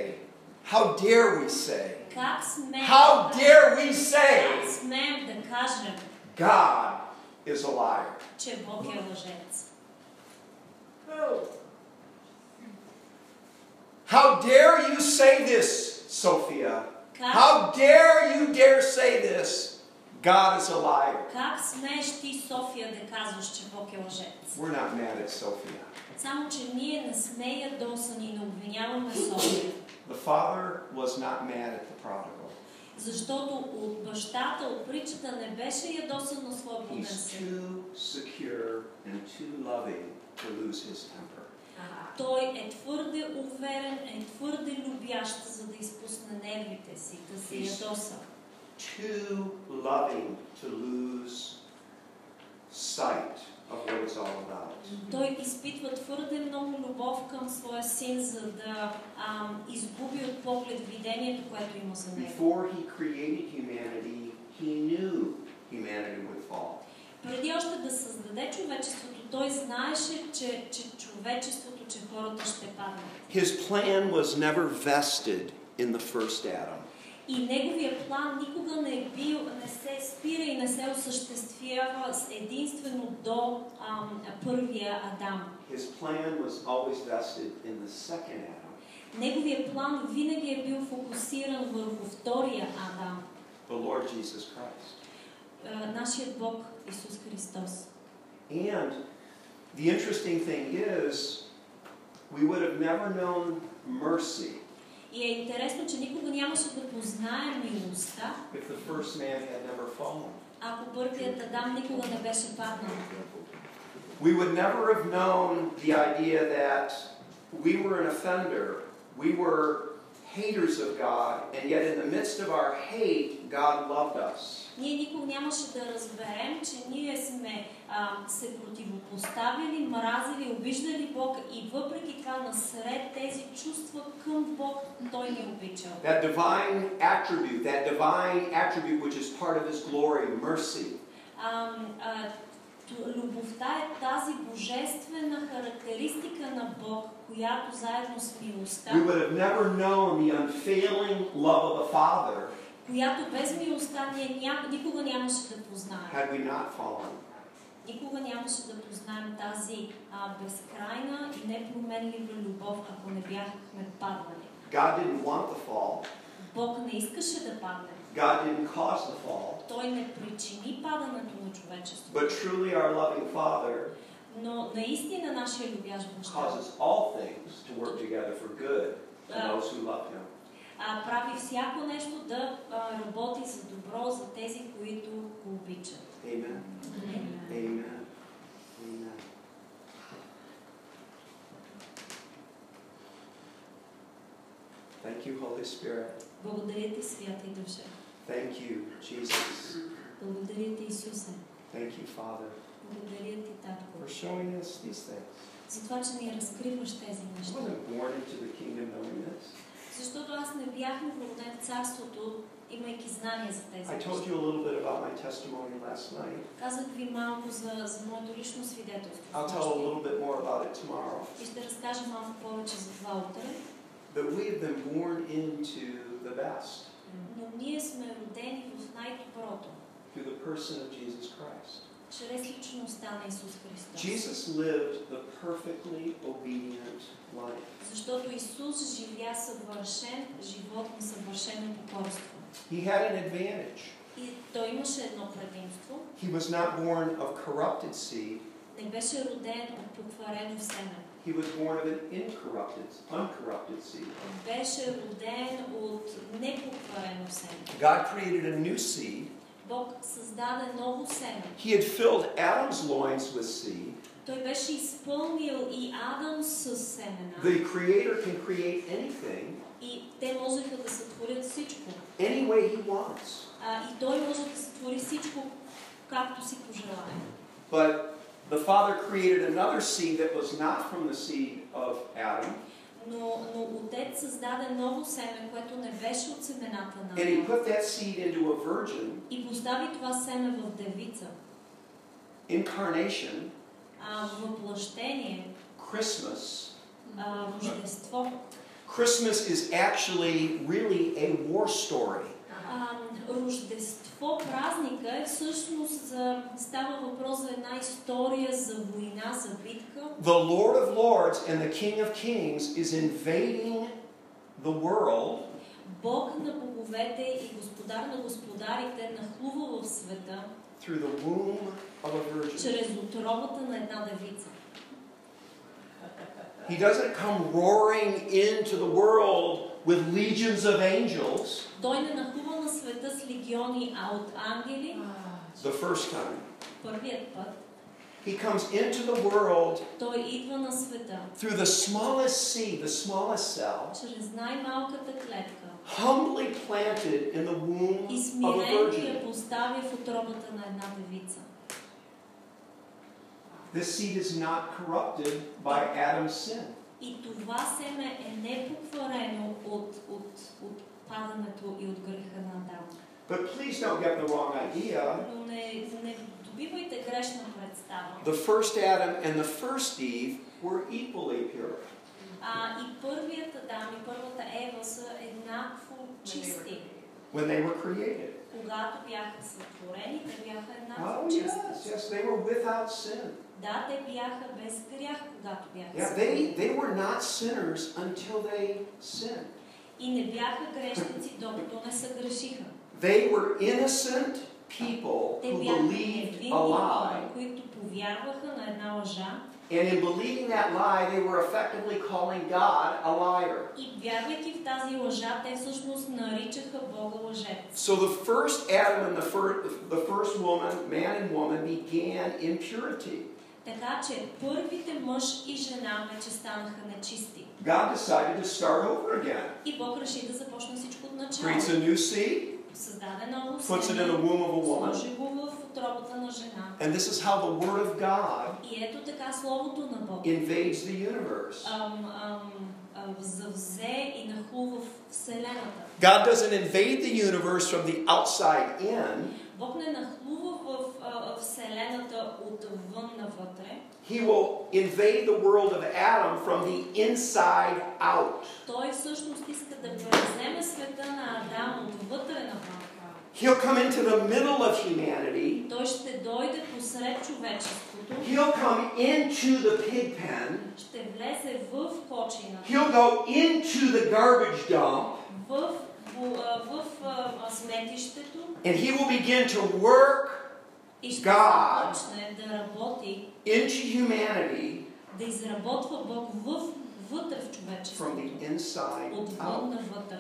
Speaker 2: how dare we say,
Speaker 3: Как смеем?
Speaker 2: how dare we
Speaker 3: Как
Speaker 2: say,
Speaker 3: смеем да кажем,
Speaker 2: God is a liar?
Speaker 3: че Бог е лъжец?
Speaker 2: How dare you say this, Sophia?
Speaker 3: Как,
Speaker 2: How dare you dare say this? God is a liar.
Speaker 3: как смееш ти, София, да казваш, че Бог е лъжец?
Speaker 2: We're not mad at Sophia.
Speaker 3: Само, че ние не сме ядосани и не обвиняваме София.
Speaker 2: The father was not mad at the prodigal.
Speaker 3: Защото от бащата, от притчата не беше ядосан на своя
Speaker 2: He's
Speaker 3: плоден син.
Speaker 2: too secure and too loving to lose his temper.
Speaker 3: Той е твърде уверен, е твърде любящ, за да изпусне нервите си, да се ядоса.
Speaker 2: too loving to lose sight of what it's all about.
Speaker 3: Той изпитва твърде много любов към своя син, за да ам, изгуби от поглед видението, което има за него.
Speaker 2: Before he created humanity, he knew humanity would fall.
Speaker 3: Преди още да създаде човечеството, той знаеше, че, че човечеството, че хората ще паднат.
Speaker 2: His plan was never vested in the first Adam.
Speaker 3: И неговия план никога не е бил, не се спира и не се осъществява с- единствено до ам, първия Адам.
Speaker 2: His plan was always vested in the second Adam.
Speaker 3: Неговия план винаги е бил фокусиран върху втория Адам,
Speaker 2: The Lord Jesus Christ.
Speaker 3: е, нашият Бог Исус Христос.
Speaker 2: And the interesting thing is, we would have never known mercy
Speaker 3: И е интересно, че никога нямаше да познае милостта,
Speaker 2: if the first man had never fallen.
Speaker 3: ако първият Адам никога не беше паднал.
Speaker 2: We would never have known the idea that we were an offender, we were haters of God, and yet in the midst of our hate, God loved us.
Speaker 3: Ние никога нямаше да разберем, че ние сме а, се противопоставили, мразили, обиждали Бог и въпреки това насред тези чувства към Бог Той ни е обича.
Speaker 2: That divine attribute, that divine attribute which is part of His glory, mercy,
Speaker 3: А, а, т- любовта е тази божествена характеристика на Бог, която заедно с милостта,
Speaker 2: we would have never known the unfailing love of the Father
Speaker 3: която без милостта ние ня... никога нямаше да познаем.
Speaker 2: had we not fallen.
Speaker 3: Никога нямаше да познаем тази а, безкрайна и непроменлива любов, ако не бяхме паднали.
Speaker 2: God didn't want the fall,
Speaker 3: Бог не искаше да падне.
Speaker 2: God didn't cause the fall,
Speaker 3: Той не причини падането на човечеството.
Speaker 2: but truly our loving Father
Speaker 3: Но наистина нашия любящ баща
Speaker 2: causes all things to work together for good to those who love him.
Speaker 3: а, прави всяко нещо да а, работи за добро за тези, които го обичат.
Speaker 2: Amen. Amen. Amen. Thank you, Holy Spirit.
Speaker 3: Благодаря ти, Свята и Душа.
Speaker 2: Thank you, Jesus.
Speaker 3: Благодаря ти, Исусе.
Speaker 2: Thank you, Father,
Speaker 3: Благодаря ти, Татко.
Speaker 2: for showing us these things.
Speaker 3: За това, че ни разкриваш тези
Speaker 2: I
Speaker 3: неща.
Speaker 2: wasn't born into the kingdom knowing this.
Speaker 3: Защото аз не бях роден в царството, имайки знания за тези
Speaker 2: I told
Speaker 3: неща.
Speaker 2: you a little bit about my testimony last night.
Speaker 3: Казах ви малко за, за моето лично свидетелство. значи.
Speaker 2: I'll tell a little bit more about it tomorrow.
Speaker 3: И ще разкажа малко повече за това утре.
Speaker 2: But we have been born into the best
Speaker 3: Но ние сме родени в най-доброто,
Speaker 2: through the person of Jesus Christ.
Speaker 3: чрез личността на Исус Христос.
Speaker 2: Jesus lived the perfectly obedient life.
Speaker 3: Защото Исус живя съвършен живот на съвършено покорство.
Speaker 2: He had an advantage.
Speaker 3: И той имаше едно предимство.
Speaker 2: He was not born of corrupted seed,
Speaker 3: Не беше роден от покварено семе.
Speaker 2: he was born of an incorrupted, uncorrupted seed.
Speaker 3: Беше роден от непокварено семе.
Speaker 2: God created a new seed.
Speaker 3: Бог създаде ново семе.
Speaker 2: He had filled Adam's loins with seed.
Speaker 3: Той беше изпълнил и Адам с семена.
Speaker 2: The Creator can create anything,
Speaker 3: И те можеха да сътворят всичко.
Speaker 2: any way He wants.
Speaker 3: А, и той може да сътвори всичко, както си пожелае.
Speaker 2: But the Father created another seed that was not from the seed of Adam,
Speaker 3: Но, но отец създаде ново семе, което не беше от семената на
Speaker 2: and He
Speaker 3: Адам.
Speaker 2: put that seed into a virgin
Speaker 3: И постави това семе в девица.
Speaker 2: incarnation,
Speaker 3: А, въплъщение,
Speaker 2: Christmas.
Speaker 3: а, рождество.
Speaker 2: Christmas is actually really a war story.
Speaker 3: А, рождество празника е всъщност за, става въпрос за една история за война, за битка.
Speaker 2: The Lord of Lords and the King of Kings is invading the world
Speaker 3: Бог на боговете и господар на господарите нахлува в света
Speaker 2: through the womb of a virgin.
Speaker 3: чрез отробата на една девица.
Speaker 2: He doesn't come roaring into the world with legions of angels
Speaker 3: Той не нахлува на света с легиони, а от ангели
Speaker 2: the first time.
Speaker 3: първият път.
Speaker 2: He comes into the world
Speaker 3: Той идва на света
Speaker 2: through the smallest seed, the smallest cell,
Speaker 3: чрез най-малката клетка.
Speaker 2: humbly planted in the womb
Speaker 3: И
Speaker 2: of a
Speaker 3: смирено я
Speaker 2: virgin.
Speaker 3: поставя в отробата на една девица.
Speaker 2: This seed is not corrupted by Adam's sin.
Speaker 3: И това семе е непокварено от, от, от падането и от греха на Адам.
Speaker 2: But please don't get the wrong idea.
Speaker 3: Но не, не добивайте грешна представа.
Speaker 2: The first Adam and the first Eve were equally pure.
Speaker 3: А, и първият Адам и първата Ева са еднакво чисти.
Speaker 2: when they were created.
Speaker 3: Когато бяха сътворени, те бяха еднакво
Speaker 2: Oh,
Speaker 3: чисти.
Speaker 2: yes, yes, they were without sin.
Speaker 3: Да, те бяха без грях, когато бяха
Speaker 2: Yeah,
Speaker 3: сътворени.
Speaker 2: they, they were not sinners until they sinned.
Speaker 3: И не бяха грешници, докато не съгрешиха.
Speaker 2: They were innocent people
Speaker 3: Те
Speaker 2: who
Speaker 3: бяха
Speaker 2: believed
Speaker 3: невинни
Speaker 2: a lie.
Speaker 3: хора, които повярваха на една лъжа
Speaker 2: And in believing that lie, they were effectively calling God a liar.
Speaker 3: и вярвайки в тази лъжа, те всъщност наричаха Бога лъжец.
Speaker 2: So the first Adam and the, fir- the first woman, man and woman, began in purity.
Speaker 3: Така че първите мъж и жена вече станаха нечисти.
Speaker 2: God decided to start over again.
Speaker 3: И Бог реши да започне всичко от начало.
Speaker 2: Creates a new seed,
Speaker 3: Създаде ново
Speaker 2: puts it in the
Speaker 3: семе,
Speaker 2: womb of a woman.
Speaker 3: сложи го в отробата на жена.
Speaker 2: And this is how the Word of God
Speaker 3: И ето така Словото на Бог
Speaker 2: Е. invades the universe.
Speaker 3: ам, ам, ам, завзе и нахлува в Вселената.
Speaker 2: God doesn't invade the universe from the outside in.
Speaker 3: Бог не нахлува в а, Вселената отвън навътре.
Speaker 2: He will invade the world of Adam from the inside out.
Speaker 3: Той всъщност иска да превземе света на Адам отвътре навън.
Speaker 2: He'll come into the middle of humanity.
Speaker 3: Той ще дойде посред човечеството,
Speaker 2: He'll come into the pig pen.
Speaker 3: ще влезе в кочината,
Speaker 2: He'll go into the garbage dump.
Speaker 3: в, бу- а, в, а, а, сметището
Speaker 2: And he will begin to work
Speaker 3: и ще
Speaker 2: God.
Speaker 3: започне да работи,
Speaker 2: into humanity
Speaker 3: да изработва Бог в, вътре в
Speaker 2: from the
Speaker 3: човечеството.
Speaker 2: inside
Speaker 3: Отвън
Speaker 2: out.
Speaker 3: навътре.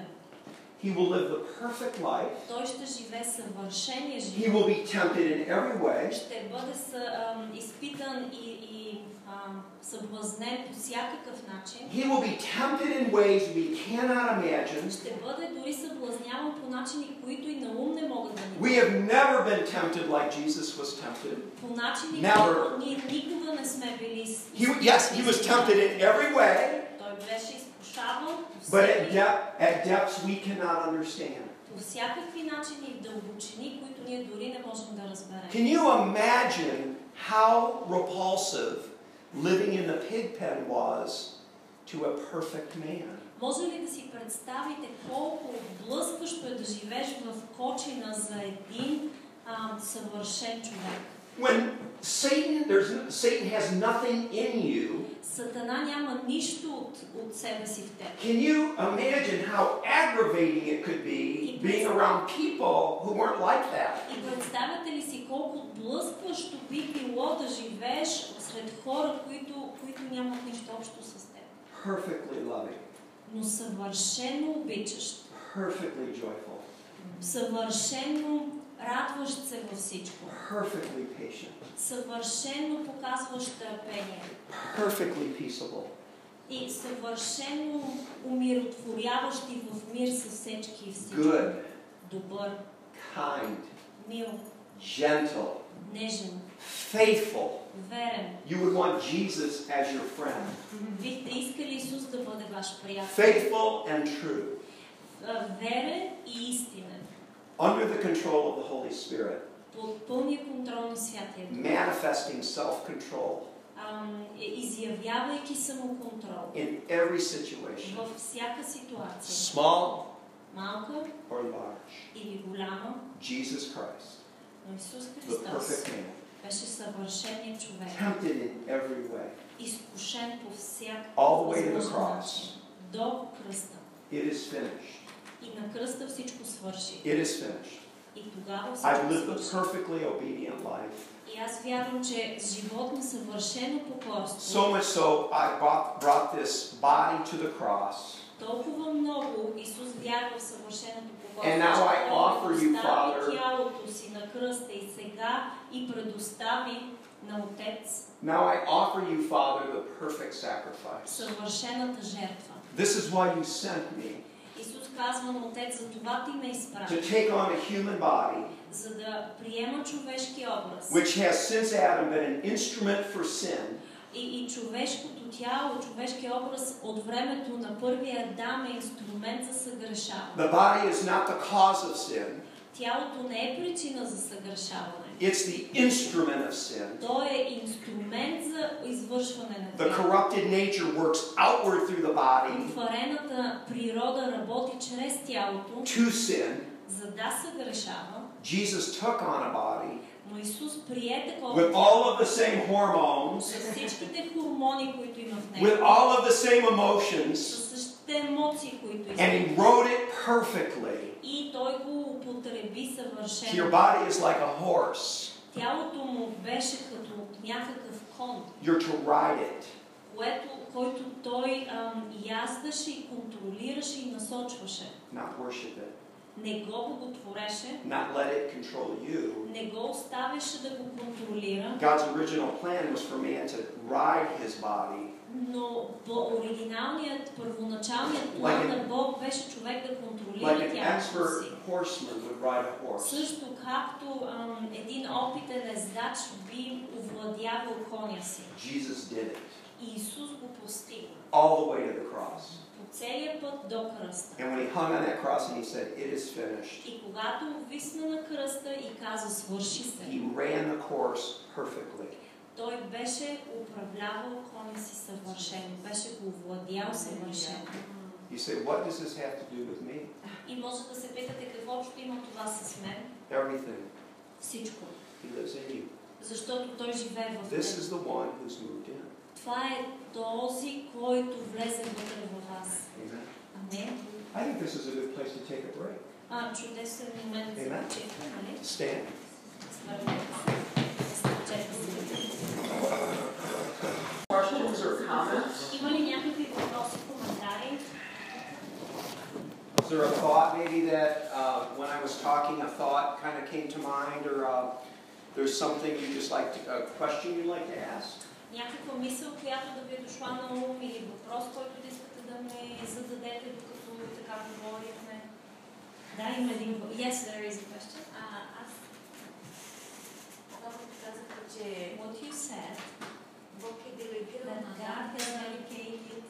Speaker 2: He will live the perfect life.
Speaker 3: Той ще живее съвършения
Speaker 2: He
Speaker 3: живот.
Speaker 2: will be tempted in every way.
Speaker 3: ще бъде съ, ам, изпитан и, и ам, съблазнен по всякакъв начин.
Speaker 2: He will be tempted in ways we cannot imagine.
Speaker 3: Ще бъде дори съблазняван по начини, които и на ум не могат да ни
Speaker 2: We have never been tempted like Jesus was tempted.
Speaker 3: по начини,
Speaker 2: Never.
Speaker 3: които ние никога не сме били из-
Speaker 2: He, yes, he was tempted in every way,
Speaker 3: Той беше изкушаван по
Speaker 2: but at,
Speaker 3: всякакви,
Speaker 2: dep- at depths we cannot understand.
Speaker 3: по всякакви начини и дълбочини, които ние дори не можем да разберем.
Speaker 2: Can you imagine how repulsive living in the pig pen was to a perfect man?
Speaker 3: Може ли да си представите колко блъскващо е да живееш в кочина за един ам, съвършен човек?
Speaker 2: When Satan, there's no- Satan has nothing in you.
Speaker 3: Сатана няма нищо от, от себе си в теб.
Speaker 2: Can you imagine how aggravating it could be being around people who weren't like that?
Speaker 3: И представяте ли си колко отблъскващо би било да живееш сред хора, които, които нямат нищо общо с теб,
Speaker 2: Perfectly loving,
Speaker 3: но съвършено обичащ,
Speaker 2: perfectly joyful,
Speaker 3: съвършено радващ се във всичко,
Speaker 2: perfectly patient,
Speaker 3: съвършено показващ търпение
Speaker 2: perfectly peaceable.
Speaker 3: и съвършено умиротворяващ и в мир с всички и всички.
Speaker 2: good,
Speaker 3: Добър,
Speaker 2: kind,
Speaker 3: мил,
Speaker 2: gentle,
Speaker 3: нежен,
Speaker 2: faithful.
Speaker 3: верен.
Speaker 2: You would want Jesus as your friend.
Speaker 3: Бихте искали Исус да бъде ваш приятел.
Speaker 2: Faithful and true,
Speaker 3: А, Верен и истинен.
Speaker 2: under the control of the Holy Spirit,
Speaker 3: под пълния контрол на Святия Дух,
Speaker 2: manifesting self control
Speaker 3: ам, е- изявявайки самоконтрол
Speaker 2: in every situation,
Speaker 3: във всяка ситуация,
Speaker 2: small
Speaker 3: малка
Speaker 2: or large.
Speaker 3: или голяма,
Speaker 2: Jesus Christ,
Speaker 3: но Исус
Speaker 2: the
Speaker 3: Христос
Speaker 2: perfect man,
Speaker 3: беше съвършеният човек,
Speaker 2: tempted in every way,
Speaker 3: изкушен по всяка
Speaker 2: all the way to the
Speaker 3: възможна
Speaker 2: cross.
Speaker 3: начин, до кръста.
Speaker 2: It is finished.
Speaker 3: И на кръста всичко свърши.
Speaker 2: It is finished.
Speaker 3: И тогава
Speaker 2: I've lived
Speaker 3: всичко
Speaker 2: a
Speaker 3: свърши.
Speaker 2: perfectly obedient life.
Speaker 3: И аз вярвам, че с живот на съвършено
Speaker 2: So
Speaker 3: покорство,
Speaker 2: much so, I brought, brought this body to the cross.
Speaker 3: толкова много Исус вярва в съвършеното покорство,
Speaker 2: And now I
Speaker 3: че Той
Speaker 2: offer you,
Speaker 3: постави
Speaker 2: Father-
Speaker 3: тялото си на кръста и сега и предостави на Отец
Speaker 2: Now I offer you, Father, the perfect sacrifice.
Speaker 3: съвършената жертва.
Speaker 2: This is why you sent me
Speaker 3: Исус казва на Отец, за това ти ме
Speaker 2: to
Speaker 3: изпрати,
Speaker 2: take on a human body,
Speaker 3: за да приема човешки образ.
Speaker 2: which has since Adam been an instrument for sin,
Speaker 3: И, и човешкото тяло, човешкия образ от времето на първия Адам е инструмент за съгрешаване.
Speaker 2: the body is not the cause of sin,
Speaker 3: Тялото не е причина за съгрешаване.
Speaker 2: it's the instrument of sin.
Speaker 3: То е инструмент за извършване на
Speaker 2: The
Speaker 3: грех.
Speaker 2: corrupted nature works outward through the body
Speaker 3: Отварената природа работи чрез тялото,
Speaker 2: to sin.
Speaker 3: за да се грешава,
Speaker 2: Jesus took on a body
Speaker 3: но Исус прие такова
Speaker 2: with all of the same hormones,
Speaker 3: с всичките хормони, които има в него,
Speaker 2: with all of the same emotions,
Speaker 3: с същите емоции, които
Speaker 2: and he
Speaker 3: има.
Speaker 2: wrote it perfectly.
Speaker 3: И той го употреби
Speaker 2: Your
Speaker 3: съвършено.
Speaker 2: body is like a horse.
Speaker 3: Тялото му беше като някакъв кон,
Speaker 2: You're to ride it.
Speaker 3: което, който той ам, яздаше и контролираше и насочваше.
Speaker 2: not worship it,
Speaker 3: Не го боготвореше,
Speaker 2: not let it control you.
Speaker 3: не го оставяше да го контролира,
Speaker 2: God's original plan was for man to ride his body
Speaker 3: Но по оригиналният, първоначалният
Speaker 2: Like
Speaker 3: план
Speaker 2: an-
Speaker 3: на Бог беше човек да контролира
Speaker 2: like an
Speaker 3: тялото
Speaker 2: expert
Speaker 3: си.
Speaker 2: horseman would ride a horse.
Speaker 3: Също както ам, един опитен ездач би овладявал коня си.
Speaker 2: Jesus did it
Speaker 3: И Исус го постигна
Speaker 2: all the way to the cross.
Speaker 3: по целия път до кръста.
Speaker 2: And when he hung on that cross and he said, It is finished,
Speaker 3: И когато висна на кръста и каза свърши
Speaker 2: he
Speaker 3: се,
Speaker 2: ran the course perfectly.
Speaker 3: той беше управлявал коня си съвършено, беше го овладял съвършено.
Speaker 2: You say, What does this have to do with me?
Speaker 3: И може да се питате какво общо има това с мен?
Speaker 2: Everything.
Speaker 3: Всичко.
Speaker 2: He lives in you.
Speaker 3: Защото той живее в
Speaker 2: This
Speaker 3: теб.
Speaker 2: is the one who's moved in.
Speaker 3: Това е този, който влезе вътре във вас.
Speaker 2: Amen.
Speaker 3: Амен.
Speaker 2: I think this is a good place to take a break.
Speaker 3: А, чудесен момент за
Speaker 2: Amen.
Speaker 3: почивка, нали?
Speaker 2: Stand.
Speaker 3: Свърнете се. Разтъчете се.
Speaker 8: Questions or comments?
Speaker 3: Има ли някакви въпроси, коментари?
Speaker 2: Is there a thought maybe that uh, when I was talking, a thought kind of came to mind, or uh, there's something you just like to, a question you'd like to ask?
Speaker 3: Някаква мисъл, която да ви е дошла на ум или въпрос, който да искате да ми зададете, докато така говорихме? Да, има един въпрос. Yes, there is a question.
Speaker 8: А, аз, когато казахте, че
Speaker 3: What you said,
Speaker 8: Бог е делегирал
Speaker 3: that
Speaker 8: на
Speaker 3: God has
Speaker 8: нас
Speaker 3: dedicated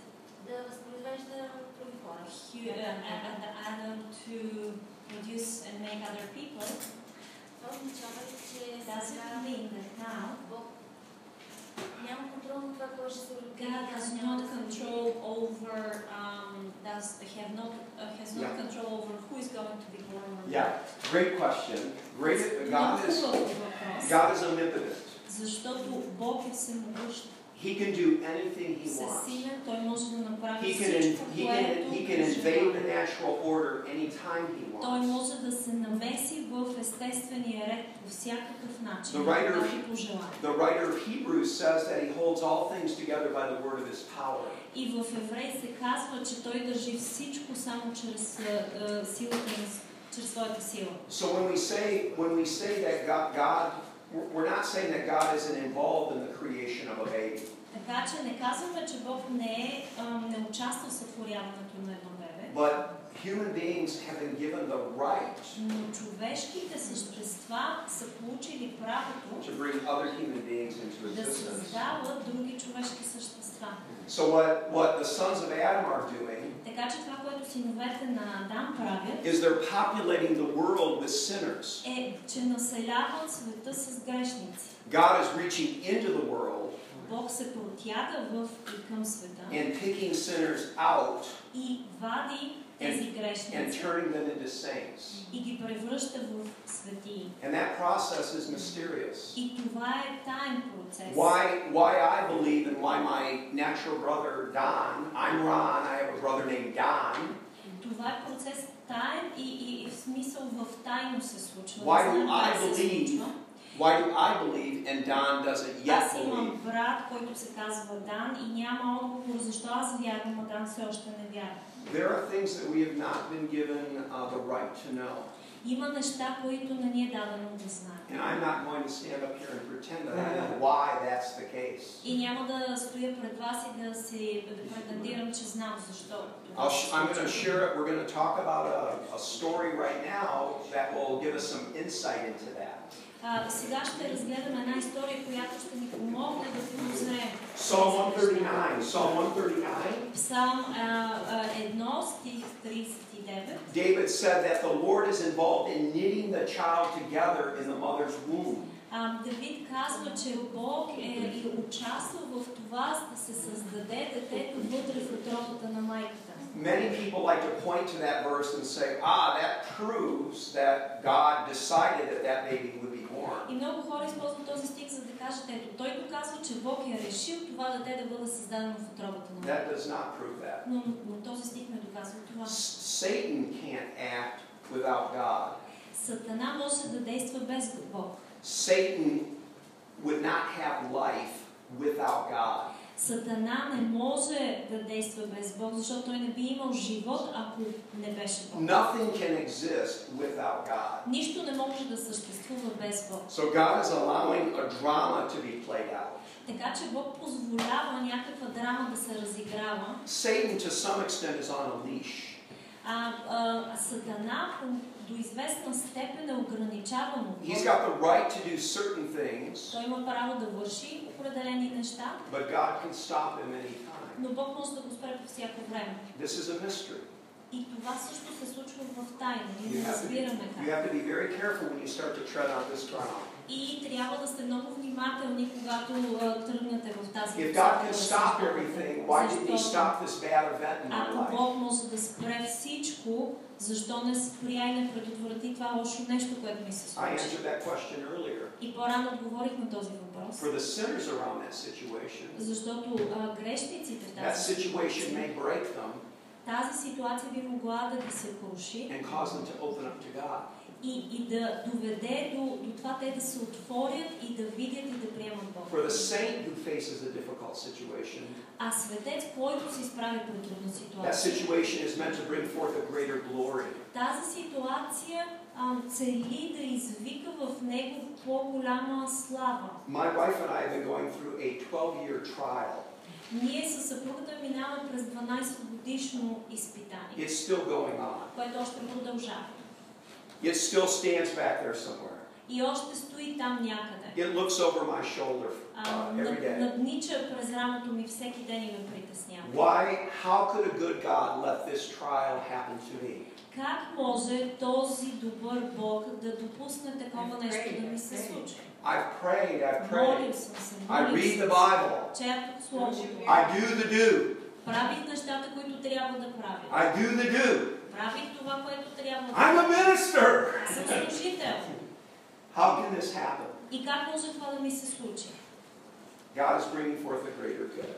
Speaker 8: да възпроизвежда други хора.
Speaker 3: hu- uh, and Adam to produce and make other people,
Speaker 8: Това означава ли, че
Speaker 3: it doesn't
Speaker 8: сега
Speaker 3: mean that now
Speaker 8: Бог няма контрол на това, кой ще се роди.
Speaker 3: God has
Speaker 8: няма
Speaker 3: not
Speaker 8: да се роди.
Speaker 3: control over um, does have not uh, has not
Speaker 2: Yeah.
Speaker 3: control over who is going to be born. or not.
Speaker 2: Yeah, Great question. Great,
Speaker 3: Много
Speaker 2: God is,
Speaker 3: хубав въпрос.
Speaker 2: God is omnipotent.
Speaker 3: Защото Бог е всемогъщ,
Speaker 2: He can do anything he wants.
Speaker 3: всесилен, Той може да
Speaker 2: He
Speaker 3: направи
Speaker 2: can, in-
Speaker 3: всичко,
Speaker 2: he can,
Speaker 3: което
Speaker 2: he can invade the
Speaker 3: желае.
Speaker 2: natural order anytime he
Speaker 3: Той
Speaker 2: wants.
Speaker 3: може да се навеси в естествения ред по всякакъв начин, е
Speaker 2: The writer-
Speaker 3: когато пожелае.
Speaker 2: The writer of Hebrews says that he holds all things together by the word of his power.
Speaker 3: И в Еврей се казва, че той държи всичко само чрез е, е, силата на с- чрез своята сила.
Speaker 2: So when we say, when we say that God, God, we're we're not saying that God isn't involved in the creation of a baby.
Speaker 3: Така че не казваме, че Бог не е ам, не участва в сътворяването на едно бебе,
Speaker 2: But human beings have been given the right
Speaker 3: но човешките същества са получили
Speaker 2: to
Speaker 3: правото
Speaker 2: bring other human beings into
Speaker 3: да
Speaker 2: existence.
Speaker 3: създават други човешки същества.
Speaker 2: So what, what the sons of Adam are doing
Speaker 3: Така че това, което синовете на Адам правят,
Speaker 2: is they're populating the world with sinners.
Speaker 3: е, че населяват света с грешници.
Speaker 2: God is reaching into the world
Speaker 3: Бог се протяга в и към света
Speaker 2: and picking sinners out
Speaker 3: и вади тези
Speaker 2: and
Speaker 3: грешници
Speaker 2: turning them into saints.
Speaker 3: и ги превръща в светии.
Speaker 2: And that process is mysterious.
Speaker 3: И това е таен процес.
Speaker 2: Why, why I believe and why my natural brother Don, I'm Ron, I have a brother named Don.
Speaker 3: Това е процес таен и, и, и в смисъл в тайно се случва.
Speaker 2: Why
Speaker 3: Не знам
Speaker 2: do I
Speaker 3: как се
Speaker 2: believe?
Speaker 3: случва.
Speaker 2: Why do I believe and Don doesn't yet
Speaker 3: Аз
Speaker 2: believe?
Speaker 3: имам брат, който се казва Дан и няма отговор защо аз вярвам, а Дан все още не вярва.
Speaker 2: There are things that we have not been given uh, the right to know.
Speaker 3: Има неща, които не ни е дадено да знаем.
Speaker 2: And I'm not going to stand up here and pretend that I know why that's the case.
Speaker 3: И няма да стоя пред вас и да си да претендирам, че знам защо. това
Speaker 2: I'll
Speaker 3: се
Speaker 2: sh- I'm going
Speaker 3: случва.
Speaker 2: to share it. We're going to talk about a, a story right now that will give us some insight into that.
Speaker 3: А, сега ще разгледаме една история, която ще ни помогне да познаем.
Speaker 2: Psalm 139. Psalm 139.
Speaker 3: Псалм а, а, 1, стих 39.
Speaker 2: David said that the Lord is involved in knitting the child together in the mother's womb.
Speaker 3: А, Давид казва, че Бог е и участва в това, за да се създаде детето вътре в отробата на майката.
Speaker 2: Many people like to point to that verse and say, ah, that proves that God decided that that baby would be born.
Speaker 3: И много хора използват този стих, за да кажат, ето, той доказва, че Бог е решил това дете да бъде създадено в отробата на майката.
Speaker 2: That does not prove that.
Speaker 3: Но, но този стих не доказва това.
Speaker 2: S- Satan can't act without God.
Speaker 3: Сатана може да действа без Бог.
Speaker 2: Satan would not have life without God.
Speaker 3: Сатана не може да действа без Бог, защото той не би имал живот, ако не беше Бог.
Speaker 2: Nothing can exist without God.
Speaker 3: Нищо не може да съществува без Бог.
Speaker 2: So God is allowing a drama to be played out.
Speaker 3: Така че Бог позволява някаква драма да се разиграва.
Speaker 2: Satan, to some extent, is on a leash.
Speaker 3: А, а, а Сатана по- до известна степен е ограничаван от
Speaker 2: He's
Speaker 3: Бог.
Speaker 2: got the right to do certain things,
Speaker 3: Той има право да върши определени неща,
Speaker 2: but God can stop him anytime.
Speaker 3: но Бог може да го спре по всяко време.
Speaker 2: This is a mystery.
Speaker 3: И това също се случва в тайна. Ние
Speaker 2: You
Speaker 3: не
Speaker 2: have to,
Speaker 3: разбираме
Speaker 2: you
Speaker 3: как.
Speaker 2: have to be very careful when you start to tread on this ground.
Speaker 3: И трябва да сте много внимателни, когато а, тръгнете в тази
Speaker 2: If
Speaker 3: посока
Speaker 2: God can stop
Speaker 3: да разсъждавате.
Speaker 2: everything, why didn't He
Speaker 3: Защото
Speaker 2: stop this bad event in your
Speaker 3: Ако
Speaker 2: life?
Speaker 3: Бог може да спре всичко, защо не спря и не предотврати това лошо нещо, което ми се
Speaker 2: I
Speaker 3: случи?
Speaker 2: answered that question earlier.
Speaker 3: И по-рано отговорих на този въпрос,
Speaker 2: For the sinners around that situation,
Speaker 3: защото а, грешниците в
Speaker 2: that
Speaker 3: тази,
Speaker 2: situation may break them
Speaker 3: тази ситуация би могла да ги се круши
Speaker 2: and cause them to open up to God.
Speaker 3: и, и да доведе до, до това те да се отворят и да видят и да приемат Бог.
Speaker 2: For the saint who faces a difficult situation,
Speaker 3: А светец, който се изправи пред трудна
Speaker 2: that
Speaker 3: ситуация,
Speaker 2: situation is meant to bring forth a greater glory.
Speaker 3: тази ситуация а, цели да извика в него по-голяма слава.
Speaker 2: My wife and I have been going through a 12 year trial.
Speaker 3: Ние със съпругата минаваме през 12 годишно изпитание,
Speaker 2: It's still going on.
Speaker 3: което още продължава.
Speaker 2: It still stands back there somewhere.
Speaker 3: И още стои там някъде.
Speaker 2: It looks over my shoulder
Speaker 3: А,
Speaker 2: uh, every
Speaker 3: над-
Speaker 2: day.
Speaker 3: наднича през рамото ми всеки ден и ме притеснява.
Speaker 2: Why, how could a good God let this trial happen to me?
Speaker 3: Как може този добър Бог да допусне такова нещо да ми се случи?
Speaker 2: I've prayed, I've prayed.
Speaker 3: Молил съм се,
Speaker 2: I
Speaker 3: молил
Speaker 2: read the
Speaker 3: съм
Speaker 2: Bible.
Speaker 3: се, четох Словото,
Speaker 2: I do the do.
Speaker 3: правих нещата, които трябва да правя,
Speaker 2: I do the do.
Speaker 3: правих това, което трябва да правя.
Speaker 2: I'm a minister.
Speaker 3: Аз съм
Speaker 2: this happen?
Speaker 3: И как може това да ми се случи?
Speaker 2: God is bringing forth a greater good.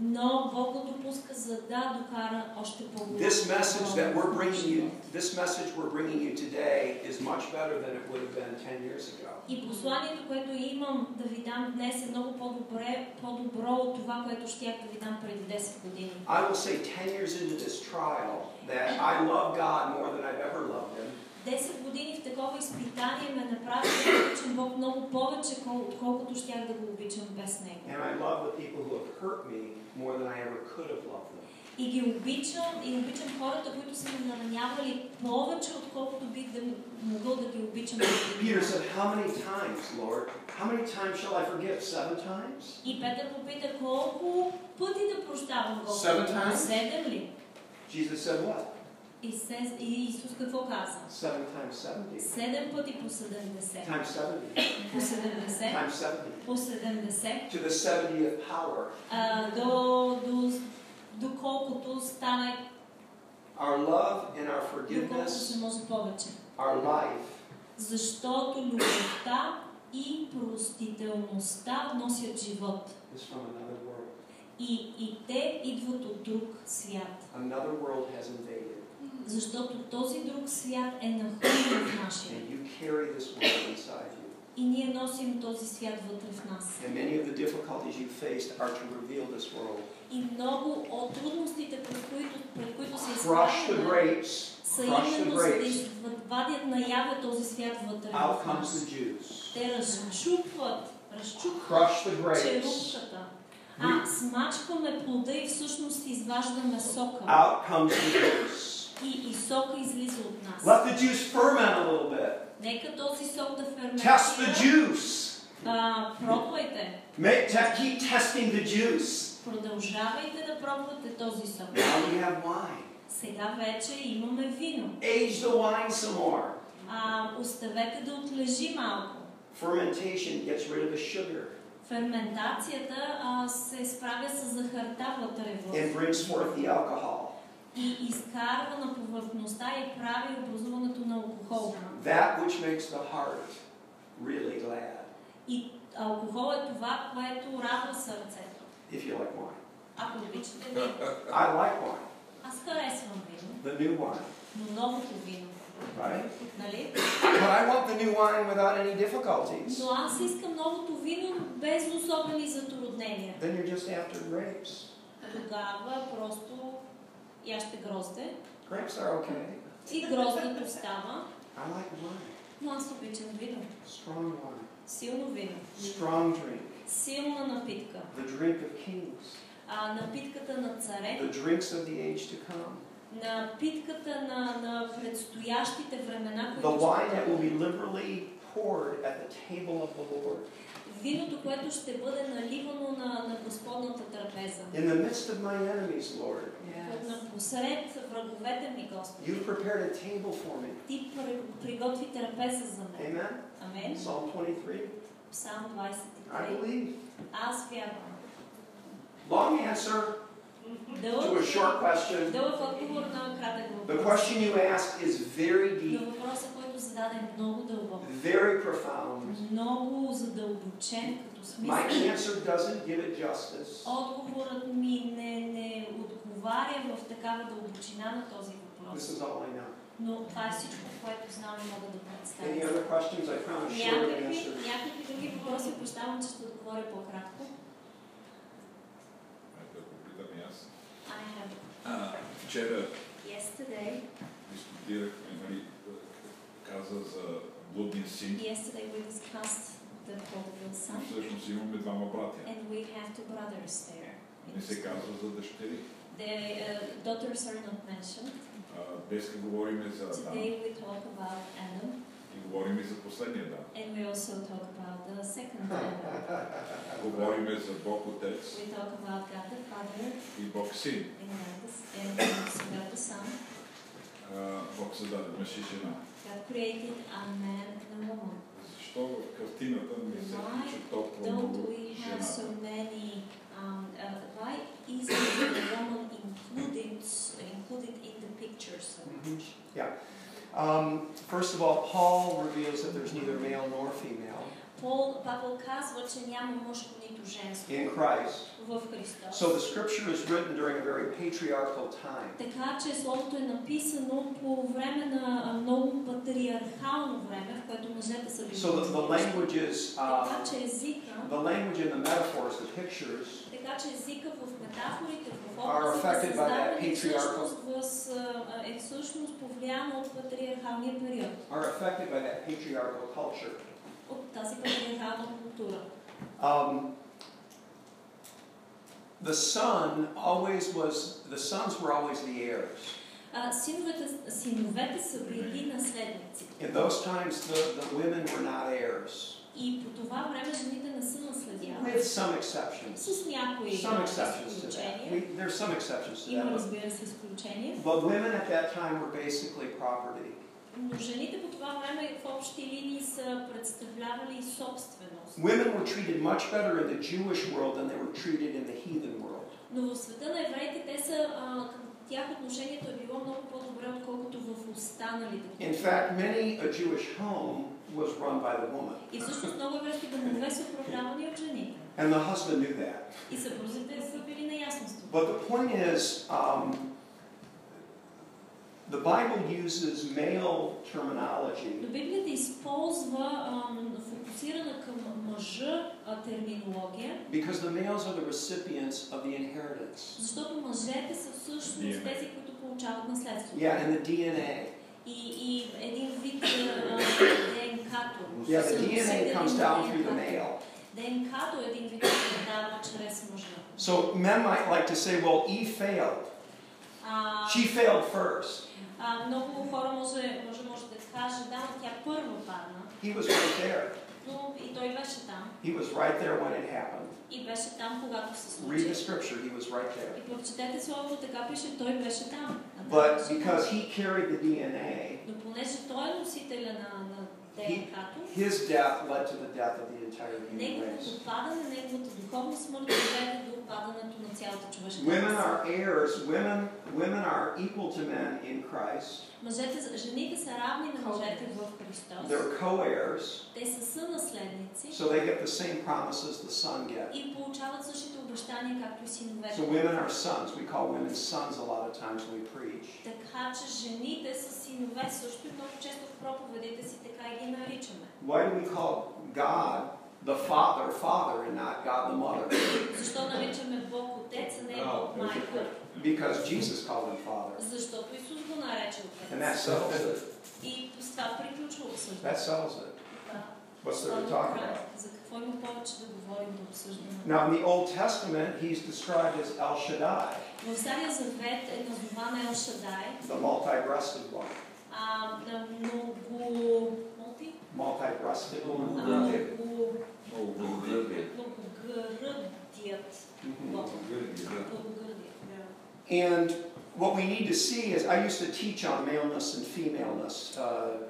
Speaker 3: Но Бог го допуска, за да докара още по-голямо.
Speaker 2: This message that we're bringing you, this message we're bringing you today is much better than it would have been 10 years ago.
Speaker 3: И посланието, което имам да ви дам днес е много по-добре, по-добро от това, което щях да ви дам преди 10 години.
Speaker 2: I will say 10 years into this trial that I love God more than I've ever loved him.
Speaker 3: 10 години в такова изпитание ме направи да обичам Бог много повече, кол- отколкото щях да го обичам без Него.
Speaker 2: And I love the people who have hurt me more than I ever could have loved them.
Speaker 3: И ги обичам, и обичам хората, които са ме наранявали повече, отколкото бих да м- могъл да ги обичам.
Speaker 2: Peter said, How many times, Lord? How many times shall I forgive? Seven times?
Speaker 3: И Петър попита колко пъти да прощавам
Speaker 2: Seven times?
Speaker 3: Господи. Седем ли?
Speaker 2: Jesus said, What?
Speaker 3: И, се, и Исус какво каза?
Speaker 2: Seven times 70.
Speaker 3: Седем пъти по 70.
Speaker 2: Times 70.
Speaker 3: По 70.
Speaker 2: Times 70.
Speaker 3: По 70.
Speaker 2: To the 70th power.
Speaker 3: А, до, до, доколкото стане
Speaker 2: Our love and our
Speaker 3: доколкото се
Speaker 2: forgiveness,
Speaker 3: може повече.
Speaker 2: our life,
Speaker 3: Защото любовта и простителността носят живот.
Speaker 2: is from another world.
Speaker 3: И, и те идват от друг свят.
Speaker 2: Another world has invaded.
Speaker 3: Защото този друг свят е нахлуен в нашия.
Speaker 2: And you carry this world inside you.
Speaker 3: И ние носим този свят вътре в нас.
Speaker 2: And many of the difficulties you faced are to reveal this world.
Speaker 3: И много от трудностите, пред които, пред които се
Speaker 2: Crush the
Speaker 3: изправяме,
Speaker 2: grapes.
Speaker 3: са
Speaker 2: Crush the
Speaker 3: именно за да
Speaker 2: grapes.
Speaker 3: извадят наяве този свят вътре
Speaker 2: Out
Speaker 3: в
Speaker 2: comes
Speaker 3: нас.
Speaker 2: the Jews.
Speaker 3: Те разчупват, разчупват
Speaker 2: Crush the grapes.
Speaker 3: черупката. А смачкваме плода и всъщност изваждаме сока.
Speaker 2: Out comes the juice.
Speaker 3: И, и сока излиза от нас.
Speaker 2: Let the juice ferment a little bit.
Speaker 3: Нека този сок да
Speaker 2: Test the
Speaker 3: ферментира.
Speaker 2: juice.
Speaker 3: А, пробвайте.
Speaker 2: Make, te- keep testing the juice.
Speaker 3: Продължавайте да пробвате този сок.
Speaker 2: Now we have wine.
Speaker 3: Сега вече имаме вино.
Speaker 2: Age the wine some more.
Speaker 3: А, оставете да отлежи малко.
Speaker 2: Fermentation gets rid of the sugar
Speaker 3: Ферментацията а, се справя с захарта вътре
Speaker 2: and
Speaker 3: в
Speaker 2: brings forth the alcohol.
Speaker 3: и изкарва на повърхността и прави образуването на алкохол.
Speaker 2: That which makes the heart really glad,
Speaker 3: И алкохол е това, което радва сърцето.
Speaker 2: if you like wine.
Speaker 3: Ако обичате вино,
Speaker 2: I like wine,
Speaker 3: аз харесвам вино,
Speaker 2: the new wine,
Speaker 3: но новото вино,
Speaker 2: right?
Speaker 3: нали?
Speaker 2: But I want the new wine without any difficulties.
Speaker 3: Но аз искам новото вино без особени затруднения.
Speaker 2: Then you're just after grapes.
Speaker 3: Тогава просто яще грозде
Speaker 2: Grapes are okay.
Speaker 3: и гроздето става,
Speaker 2: I like wine,
Speaker 3: но аз обичам вино.
Speaker 2: strong wine,
Speaker 3: Силно вино.
Speaker 2: strong drink,
Speaker 3: Силна напитка.
Speaker 2: the drink of kings,
Speaker 3: а, напитката на царе,
Speaker 2: the drinks of the age to come,
Speaker 3: напитката на, на предстоящите времена,
Speaker 2: the
Speaker 3: които
Speaker 2: wine
Speaker 3: ще
Speaker 2: that will be liberally poured at the table of the Lord.
Speaker 3: виното, което ще бъде наливано на, на Господната трапеза.
Speaker 2: In the midst of my enemies, Lord,
Speaker 5: Yes.
Speaker 3: На посред враговете ми, Господи,
Speaker 2: you've prepared a table for me.
Speaker 3: Ти при- приготви трапеза за мен.
Speaker 2: Amen.
Speaker 3: Амен.
Speaker 2: Psalm 23.
Speaker 3: Псалм
Speaker 2: I
Speaker 3: 23.
Speaker 2: believe.
Speaker 3: Аз вярвам.
Speaker 2: Long answer to a
Speaker 3: Дълъг,
Speaker 2: short question.
Speaker 3: дълъг отговор на кратък
Speaker 2: The
Speaker 3: въпрос.
Speaker 2: question you ask is very
Speaker 3: На
Speaker 2: deep,
Speaker 3: въпроса, който зададе много дълбоко,
Speaker 2: very проfound.
Speaker 3: много задълбочен като
Speaker 2: My
Speaker 3: смисъл.
Speaker 2: answer doesn't give it justice.
Speaker 3: Отговорът ми не, не отговаря в такава дълбочина на този
Speaker 2: This
Speaker 3: въпрос.
Speaker 2: is all I know.
Speaker 3: Но това е всичко, което знам и мога да
Speaker 2: Any
Speaker 3: представя.
Speaker 2: other questions? I found a short
Speaker 3: Някакви,
Speaker 2: answer.
Speaker 3: някакви други въпроси, прощавам, че ще отговоря по-кратко.
Speaker 7: Питам и аз.
Speaker 3: I have
Speaker 7: А, Вчера
Speaker 3: yesterday,
Speaker 7: дискутирахме, нали, каза за блудния син.
Speaker 3: yesterday we discussed the prodigal
Speaker 7: но
Speaker 3: son
Speaker 7: Всъщност имаме двама братя.
Speaker 3: and we have two brothers there.
Speaker 7: Не се казва за дъщери.
Speaker 3: The uh, daughters are not mentioned.
Speaker 7: А, Днес говорим за Адам
Speaker 3: Today we talk about Adam
Speaker 7: и говорим и за последния Адам.
Speaker 3: and we also talk about the second Adam.
Speaker 7: Говорим за Бог Отец
Speaker 3: We talk about God the Father
Speaker 7: и Бог Син.
Speaker 3: and God the- and God the Son.
Speaker 7: А, Бог създаде мъж и жена.
Speaker 3: God created a man and a woman.
Speaker 7: Защо в картината не се
Speaker 3: Why
Speaker 7: включва толкова
Speaker 3: Don't
Speaker 7: много
Speaker 3: we have
Speaker 7: жената?
Speaker 3: so many? Um, uh, why isn't the woman included included in the picture so
Speaker 2: Mhm.
Speaker 3: much?
Speaker 2: Yeah. Um, first of all, Paul reveals that there's neither male nor female
Speaker 3: Пол, Павел казва, че няма мъжко нито женско
Speaker 2: in Christ.
Speaker 3: в Христос.
Speaker 2: So the scripture is written during a very patriarchal time.
Speaker 3: Така че Словото е написано по време на а, много патриархално време, в което мъжете са били.
Speaker 2: So the, the language is
Speaker 3: Така
Speaker 2: uh,
Speaker 3: че езика,
Speaker 2: the language and the metaphors, the pictures,
Speaker 3: така че езика в метафорите, в
Speaker 2: Are affected
Speaker 3: образите,
Speaker 2: by that
Speaker 3: създавани
Speaker 2: patriarchal-
Speaker 3: всъщност въз, а, а, е всъщност повлияно от патриархалния период,
Speaker 2: are affected by that patriarchal culture.
Speaker 3: от тази патриархална култура.
Speaker 2: Um, the son always was the sons were always the heirs.
Speaker 3: А, синовете, синовете са били наследници.
Speaker 2: In those times, the, the women were not heirs,
Speaker 3: И по това време жените не са наследявани.
Speaker 2: with some exceptions.
Speaker 3: С някои
Speaker 2: Some exceptions to that. We,
Speaker 3: изключения.
Speaker 2: there's some exceptions to
Speaker 3: Има,
Speaker 2: that.
Speaker 3: разбира се, изключения.
Speaker 2: But women at that time were basically property.
Speaker 3: Но жените по това време в общи линии са представлявали собственост.
Speaker 2: Women were treated much better in the Jewish world than they were treated in the heathen world.
Speaker 3: Но в света на евреите те са, а, към тях отношението е било много по-добре, отколкото в останалите.
Speaker 2: In fact, many a Jewish home was run by the woman,
Speaker 3: И всъщност много еврейски домове са управлявани от жените.
Speaker 2: and the husband knew that.
Speaker 3: И съпрузите са били наясно с това.
Speaker 2: But the point is, um, the Bible uses male terminology
Speaker 3: Но Библията използва ам, фокусирана към мъжа а, терминология,
Speaker 2: because the males are the recipients of the inheritance.
Speaker 3: защото мъжете са всъщност
Speaker 7: Вие.
Speaker 3: тези, които получават наследство.
Speaker 2: Yeah, and the DNA.
Speaker 3: И, и един вид ДНК-то.
Speaker 2: Yeah, the DNA comes down through the male.
Speaker 3: ДНК-то е един вид се дава чрез мъжа.
Speaker 2: So men might like to say, well, Eve failed.
Speaker 3: А,
Speaker 2: She failed first.
Speaker 3: а, много хора може, може, може да каже, да, но тя първа падна,
Speaker 2: He was right there.
Speaker 3: но и той беше там.
Speaker 2: He was right there when it happened.
Speaker 3: И беше там, когато се
Speaker 2: Read
Speaker 3: случи.
Speaker 2: the scripture, he was right there.
Speaker 3: И прочетете словото, така пише, той беше там. А той
Speaker 2: But
Speaker 3: беше
Speaker 2: because
Speaker 3: там.
Speaker 2: he carried the DNA,
Speaker 3: Но понеже той е носителя на, на ДНК-то,
Speaker 2: his death led to the death of the entire human race.
Speaker 3: неговото падане, неговата духовна смърт доведе до падането на цялата човешка
Speaker 2: Women
Speaker 3: раса.
Speaker 2: are heirs. Women, women are equal to men in Christ.
Speaker 3: Мъжете, жените са равни на мъжете в Христос.
Speaker 2: They're co-heirs,
Speaker 3: Те са сънаследници
Speaker 2: so they get the same promises the son gets.
Speaker 3: и получават същите обещания, както и синовете.
Speaker 2: So women are sons. We call women sons a lot of times when we preach.
Speaker 3: Така че жените са синове също и много често в проповедите си така и ги наричаме.
Speaker 2: Why do we call God the Father, Father, and not God the Mother?
Speaker 3: Защо наричаме Бог Отец, а не Бог е Майка?
Speaker 2: Because Jesus called him Father.
Speaker 3: Защото Исус го нарече
Speaker 2: And
Speaker 3: Отец.
Speaker 2: that settles it.
Speaker 3: И с това приключва обсъждането.
Speaker 2: That settles it.
Speaker 3: Да.
Speaker 2: What's there
Speaker 3: Това
Speaker 2: to
Speaker 3: е
Speaker 2: talk
Speaker 3: край.
Speaker 2: about?
Speaker 3: За какво има повече да говорим, да обсъждаме?
Speaker 2: Now, in the Old Testament, he's described as El Shaddai,
Speaker 3: В Стария Завет е назован Ел Шадай,
Speaker 2: the multi-breasted one.
Speaker 3: а на много... Моти?
Speaker 2: Multi-breasted
Speaker 3: А,
Speaker 2: one.
Speaker 3: Много...
Speaker 7: Много благодаря.
Speaker 3: Многогръдият
Speaker 2: Mm-hmm.
Speaker 3: Бог. Многогръдият.
Speaker 9: Да.
Speaker 2: And what we need to see is, I used to teach on maleness and femaleness uh,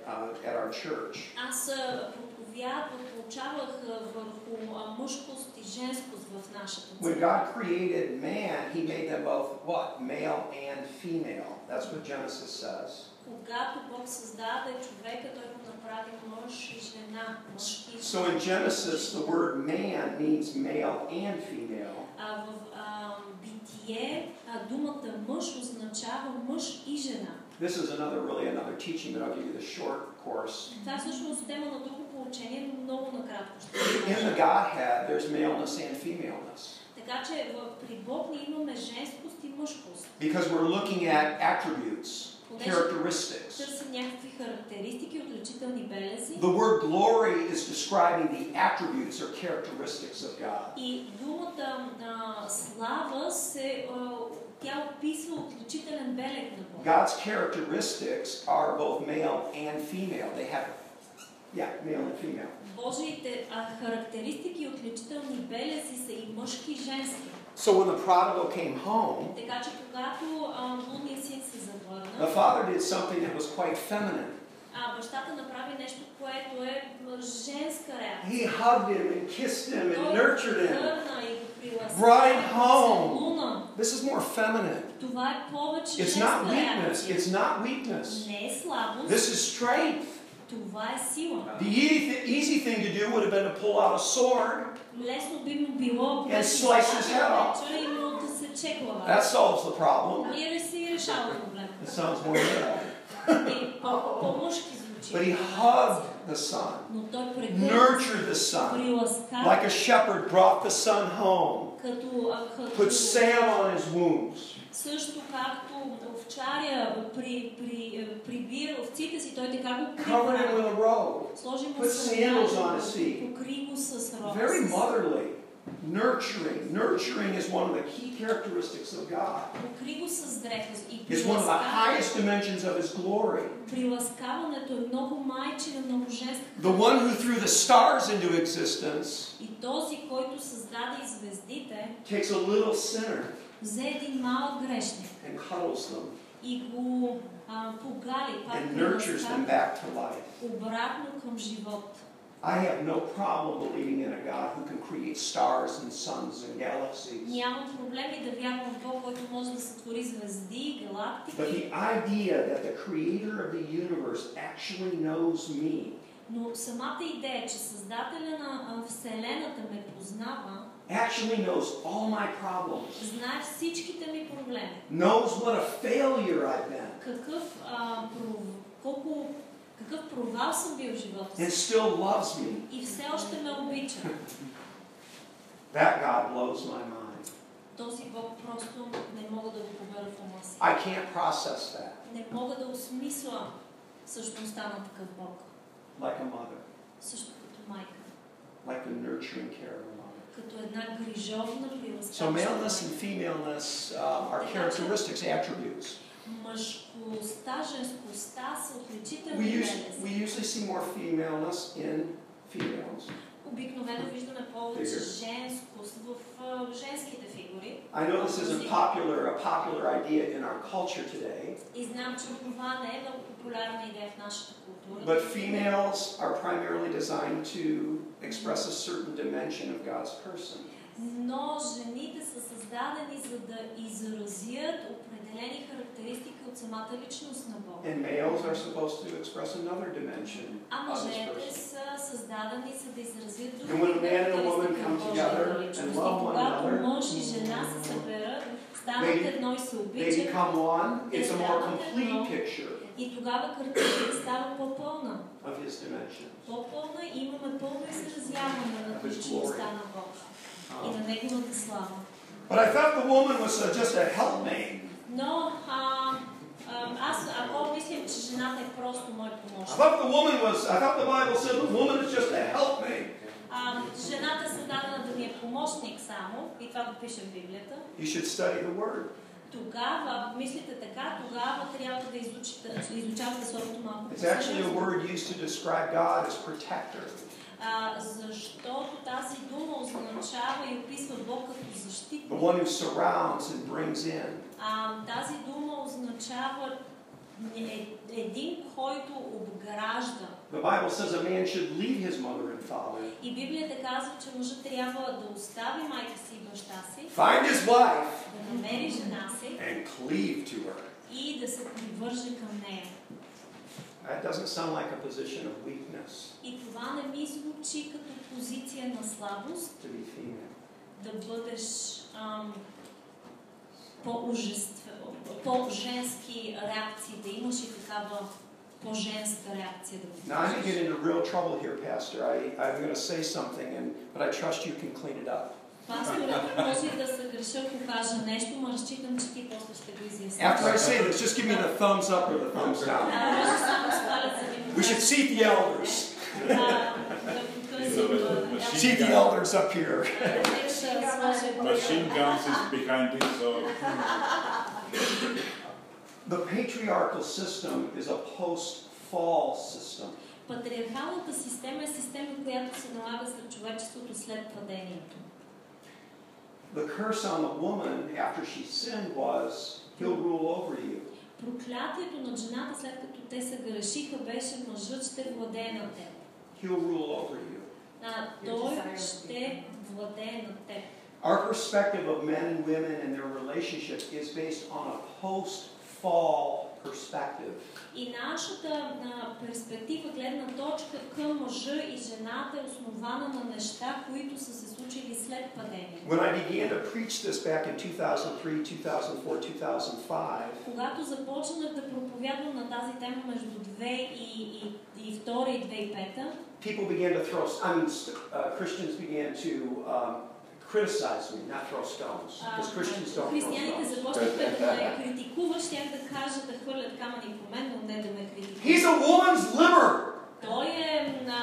Speaker 2: uh, at our church.
Speaker 3: Аз а, проповядвах, получавах а, върху а, мъжкост и женскост в нашата
Speaker 2: When
Speaker 3: църква.
Speaker 2: God created man, he made them both what? Male and female. That's what Genesis says.
Speaker 3: Когато Бог създаде човека, той го направи мъж и жена, мъжки. и
Speaker 2: So in
Speaker 3: жена.
Speaker 2: Genesis, the word man means male and female.
Speaker 3: А, в а, битие а, думата мъж означава мъж и жена.
Speaker 2: This is another, really another teaching, but I'll give you the short course.
Speaker 3: Това е всъщност тема на друго поучение, но много накратко ще
Speaker 2: In the
Speaker 3: кажа.
Speaker 2: Godhead, there's maleness and femaleness.
Speaker 3: Така че в, при Бог ние имаме женскост и мъжкост.
Speaker 2: Because we're looking at attributes,
Speaker 3: Понеже
Speaker 2: characteristics.
Speaker 3: търсим някакви характеристики, отличителни белези.
Speaker 2: The word glory is describing the attributes or characteristics of God.
Speaker 3: И думата а, слава се, а, тя описва отличителен белег на Бога.
Speaker 2: God's characteristics are both male and female. They have, yeah, male and female.
Speaker 3: Божиите а, характеристики и отличителни белези са и мъжки и женски.
Speaker 2: So when the prodigal came home,
Speaker 3: Така че когато а, блудният син се
Speaker 2: the
Speaker 3: завърна,
Speaker 2: father did something that was quite feminine.
Speaker 3: а бащата направи нещо, което е м, женска реакция.
Speaker 2: He hugged him and kissed him and
Speaker 3: Той
Speaker 2: nurtured him.
Speaker 3: гърна и го приласка.
Speaker 2: Brought him home.
Speaker 3: Целуна.
Speaker 2: This is more feminine.
Speaker 3: Това е повече
Speaker 2: It's not
Speaker 3: женска
Speaker 2: weakness.
Speaker 3: реакция.
Speaker 2: It's not weakness.
Speaker 3: Не е слабост,
Speaker 2: This is strength.
Speaker 3: това е сила.
Speaker 2: The easy, easy thing to do would have been to pull out a sword.
Speaker 3: Лесно би му било,
Speaker 2: And
Speaker 3: ако беше
Speaker 2: slice his head off.
Speaker 3: вечер и му е да се чекла.
Speaker 2: That solves the problem.
Speaker 3: И да си решава
Speaker 2: *laughs*
Speaker 3: проблема.
Speaker 2: It sounds more male.
Speaker 3: И по- по-мъжки звучи.
Speaker 2: But he hugged the son,
Speaker 3: Но той прегърна,
Speaker 2: nurtured the son,
Speaker 3: приласка,
Speaker 2: like a shepherd brought the son home,
Speaker 3: като, а, като
Speaker 2: put salve on his wounds.
Speaker 3: също както овчаря при, при, прибира овците си, той така го
Speaker 2: covered him
Speaker 3: прибира.
Speaker 2: with a robe.
Speaker 3: Сложи му
Speaker 2: Put sandals on his
Speaker 3: сандали,
Speaker 2: feet.
Speaker 3: покри го с рок.
Speaker 2: Very motherly, nurturing. Nurturing is one of the key characteristics of God.
Speaker 3: Покри го с дрехост и
Speaker 2: It's one of the
Speaker 3: приласкава-
Speaker 2: highest dimensions of His glory.
Speaker 3: приласкаването е много майчина, много женска.
Speaker 2: The one who threw the stars into existence
Speaker 3: И този, който създаде и звездите,
Speaker 2: takes a little sinner
Speaker 3: взе един малък грешник
Speaker 2: and cuddles them
Speaker 3: и го а, погали, пак
Speaker 2: and nurtures them
Speaker 3: приласка
Speaker 2: back to life.
Speaker 3: обратно към живот.
Speaker 2: I have no problem believing in a God who can create stars and suns and galaxies.
Speaker 3: Няма проблеми да вярвам в Бог, който може да сътвори звезди,
Speaker 2: But
Speaker 3: галактики,
Speaker 2: the idea that the creator of the universe actually knows me
Speaker 3: но самата идея, че Създателя на а, Вселената ме познава,
Speaker 2: actually knows all my problems,
Speaker 3: знае всичките ми проблеми.
Speaker 2: knows what a failure I've been,
Speaker 3: Какъв, а, пров- колко, какъв провал съм бил в живота
Speaker 2: and
Speaker 3: си
Speaker 2: still loves me.
Speaker 3: и все още ме обича.
Speaker 2: That God blows my mind.
Speaker 3: Този Бог просто не мога да го побера в ума си.
Speaker 2: I can't process that
Speaker 3: Не мога да осмисля същността на такъв Бог.
Speaker 2: like a мother,
Speaker 3: Също като майка,
Speaker 2: like the nurturing care of a mother.
Speaker 3: като една грижовна
Speaker 2: So
Speaker 3: приласкаваща
Speaker 2: maleness
Speaker 3: майка.
Speaker 2: and femaleness uh, are characteristics, attributes.
Speaker 3: Мъжкостта, женскостта са
Speaker 2: We,
Speaker 3: отличителни
Speaker 2: us- we
Speaker 3: белези.
Speaker 2: usually see more femaleness in females.
Speaker 3: Обикновено виждаме повече
Speaker 2: Figure.
Speaker 3: женскост в а, женските фигури.
Speaker 2: I know this isn't popular, a popular idea in our culture today,
Speaker 3: И знам, че това не е много популярна идея в нашата култура.
Speaker 2: but females are primarily designed to express a certain dimension of God's person.
Speaker 3: Но жените са създадени за да изразят определени характеристики от самата личност на Бога.
Speaker 2: And males are supposed to express another dimension
Speaker 3: А
Speaker 2: of his
Speaker 3: мъжете
Speaker 2: person.
Speaker 3: са създадени за да изразят други
Speaker 2: And when a man and a woman
Speaker 3: характеристики
Speaker 2: come
Speaker 3: на
Speaker 2: together
Speaker 3: Божията
Speaker 2: and
Speaker 3: личност. И
Speaker 2: love one
Speaker 3: когато
Speaker 2: another,
Speaker 3: мъж и жена се съберат, станат
Speaker 2: They-
Speaker 3: едно и се
Speaker 2: They
Speaker 3: обичат,
Speaker 2: become one, it's a more complete picture
Speaker 3: и тогава картината става по-пълна.
Speaker 2: of his dimension.
Speaker 3: По-пълна и имаме пълно изразяване на
Speaker 2: Of his
Speaker 3: личността на Бога и
Speaker 2: Um,
Speaker 3: на Неговата слава.
Speaker 2: But I thought the woman was uh, just a helpmate.
Speaker 3: Но а, а, аз ако мислим, че жената е просто мой
Speaker 2: I
Speaker 3: помощник.
Speaker 2: thought the woman was, I thought the Bible said the woman is just a helpmate.
Speaker 3: А, жената е създадена да ми е помощник само, и това го пише в Библията.
Speaker 2: You should study the word.
Speaker 3: Тогава, ако мислите така, тогава трябва да изучите, изучавате Словото малко
Speaker 2: It's actually a
Speaker 3: по-сериозно.
Speaker 2: word used to describe God as protector.
Speaker 3: А, защото тази дума означава и описва Бог като
Speaker 2: The
Speaker 3: защитник.
Speaker 2: one who surrounds and brings in.
Speaker 3: А, тази дума означава е- един, който обгражда.
Speaker 2: The Bible says a man should lead his mother and father.
Speaker 3: И Библията казва, че мъжът трябва да остави майка си и баща си,
Speaker 2: Find his wife
Speaker 3: да намери жена си
Speaker 2: and cleave to her.
Speaker 3: и да се привърже към нея.
Speaker 2: That doesn't sound like a position of weakness
Speaker 3: И това не ми звучи като позиция на слабост,
Speaker 2: to be female.
Speaker 3: да бъдеш ам, по-ужество- по-женски реакции, да имаш и такава по-женска реакция да
Speaker 2: Now I'm going to
Speaker 3: покажеш.
Speaker 2: get into real trouble here, Pastor. I, I'm going to say something, and but I trust you can clean it up.
Speaker 3: Пасторе, може и да се греша, ако кажа нещо, но разчитам, че ти после ще го
Speaker 2: After I
Speaker 3: изясниш.
Speaker 2: say this, just give me the thumbs up or the thumbs down.
Speaker 3: А, Може само с палеца да ми
Speaker 2: We should seat the elders.
Speaker 3: А, да потърсим, а, да.
Speaker 2: Seat the elders up here.
Speaker 7: Machine guns is behind it, so *laughs*
Speaker 2: The patriarchal system is a post-fall system.
Speaker 3: Патриархалната система е система, която се налага за човечеството след падението.
Speaker 2: The curse on the woman after she sinned was, "He'll rule over you."
Speaker 3: Проклятието на жената, след като те се грешиха, беше мъжът ще владее на теб.
Speaker 2: He'll rule over you.
Speaker 3: А, той ще владее на теб.
Speaker 2: Our perspective of men and women and their relationship is based on a post-fall perspective.
Speaker 3: И нашата а, перспектива, гледна точка към мъжа и жената е основана на неща, които са се случили след падението.
Speaker 2: When I began to preach this back in 2003, 2004, 2005,
Speaker 3: Когато започнах да проповядвам на тази тема между 2002 и, и, и 2002 и 2005,
Speaker 2: people began to throw, I mean, st- uh, Christians began to um, criticize me, not throw stones. Because
Speaker 3: а,
Speaker 2: Christians don't throw
Speaker 3: християните
Speaker 2: stones.
Speaker 3: започнаха да *laughs* ме критикуват, щях да кажа да хвърлят камъни по мен, но не да ме критикуват.
Speaker 2: He's a woman's liver.
Speaker 3: Той е на...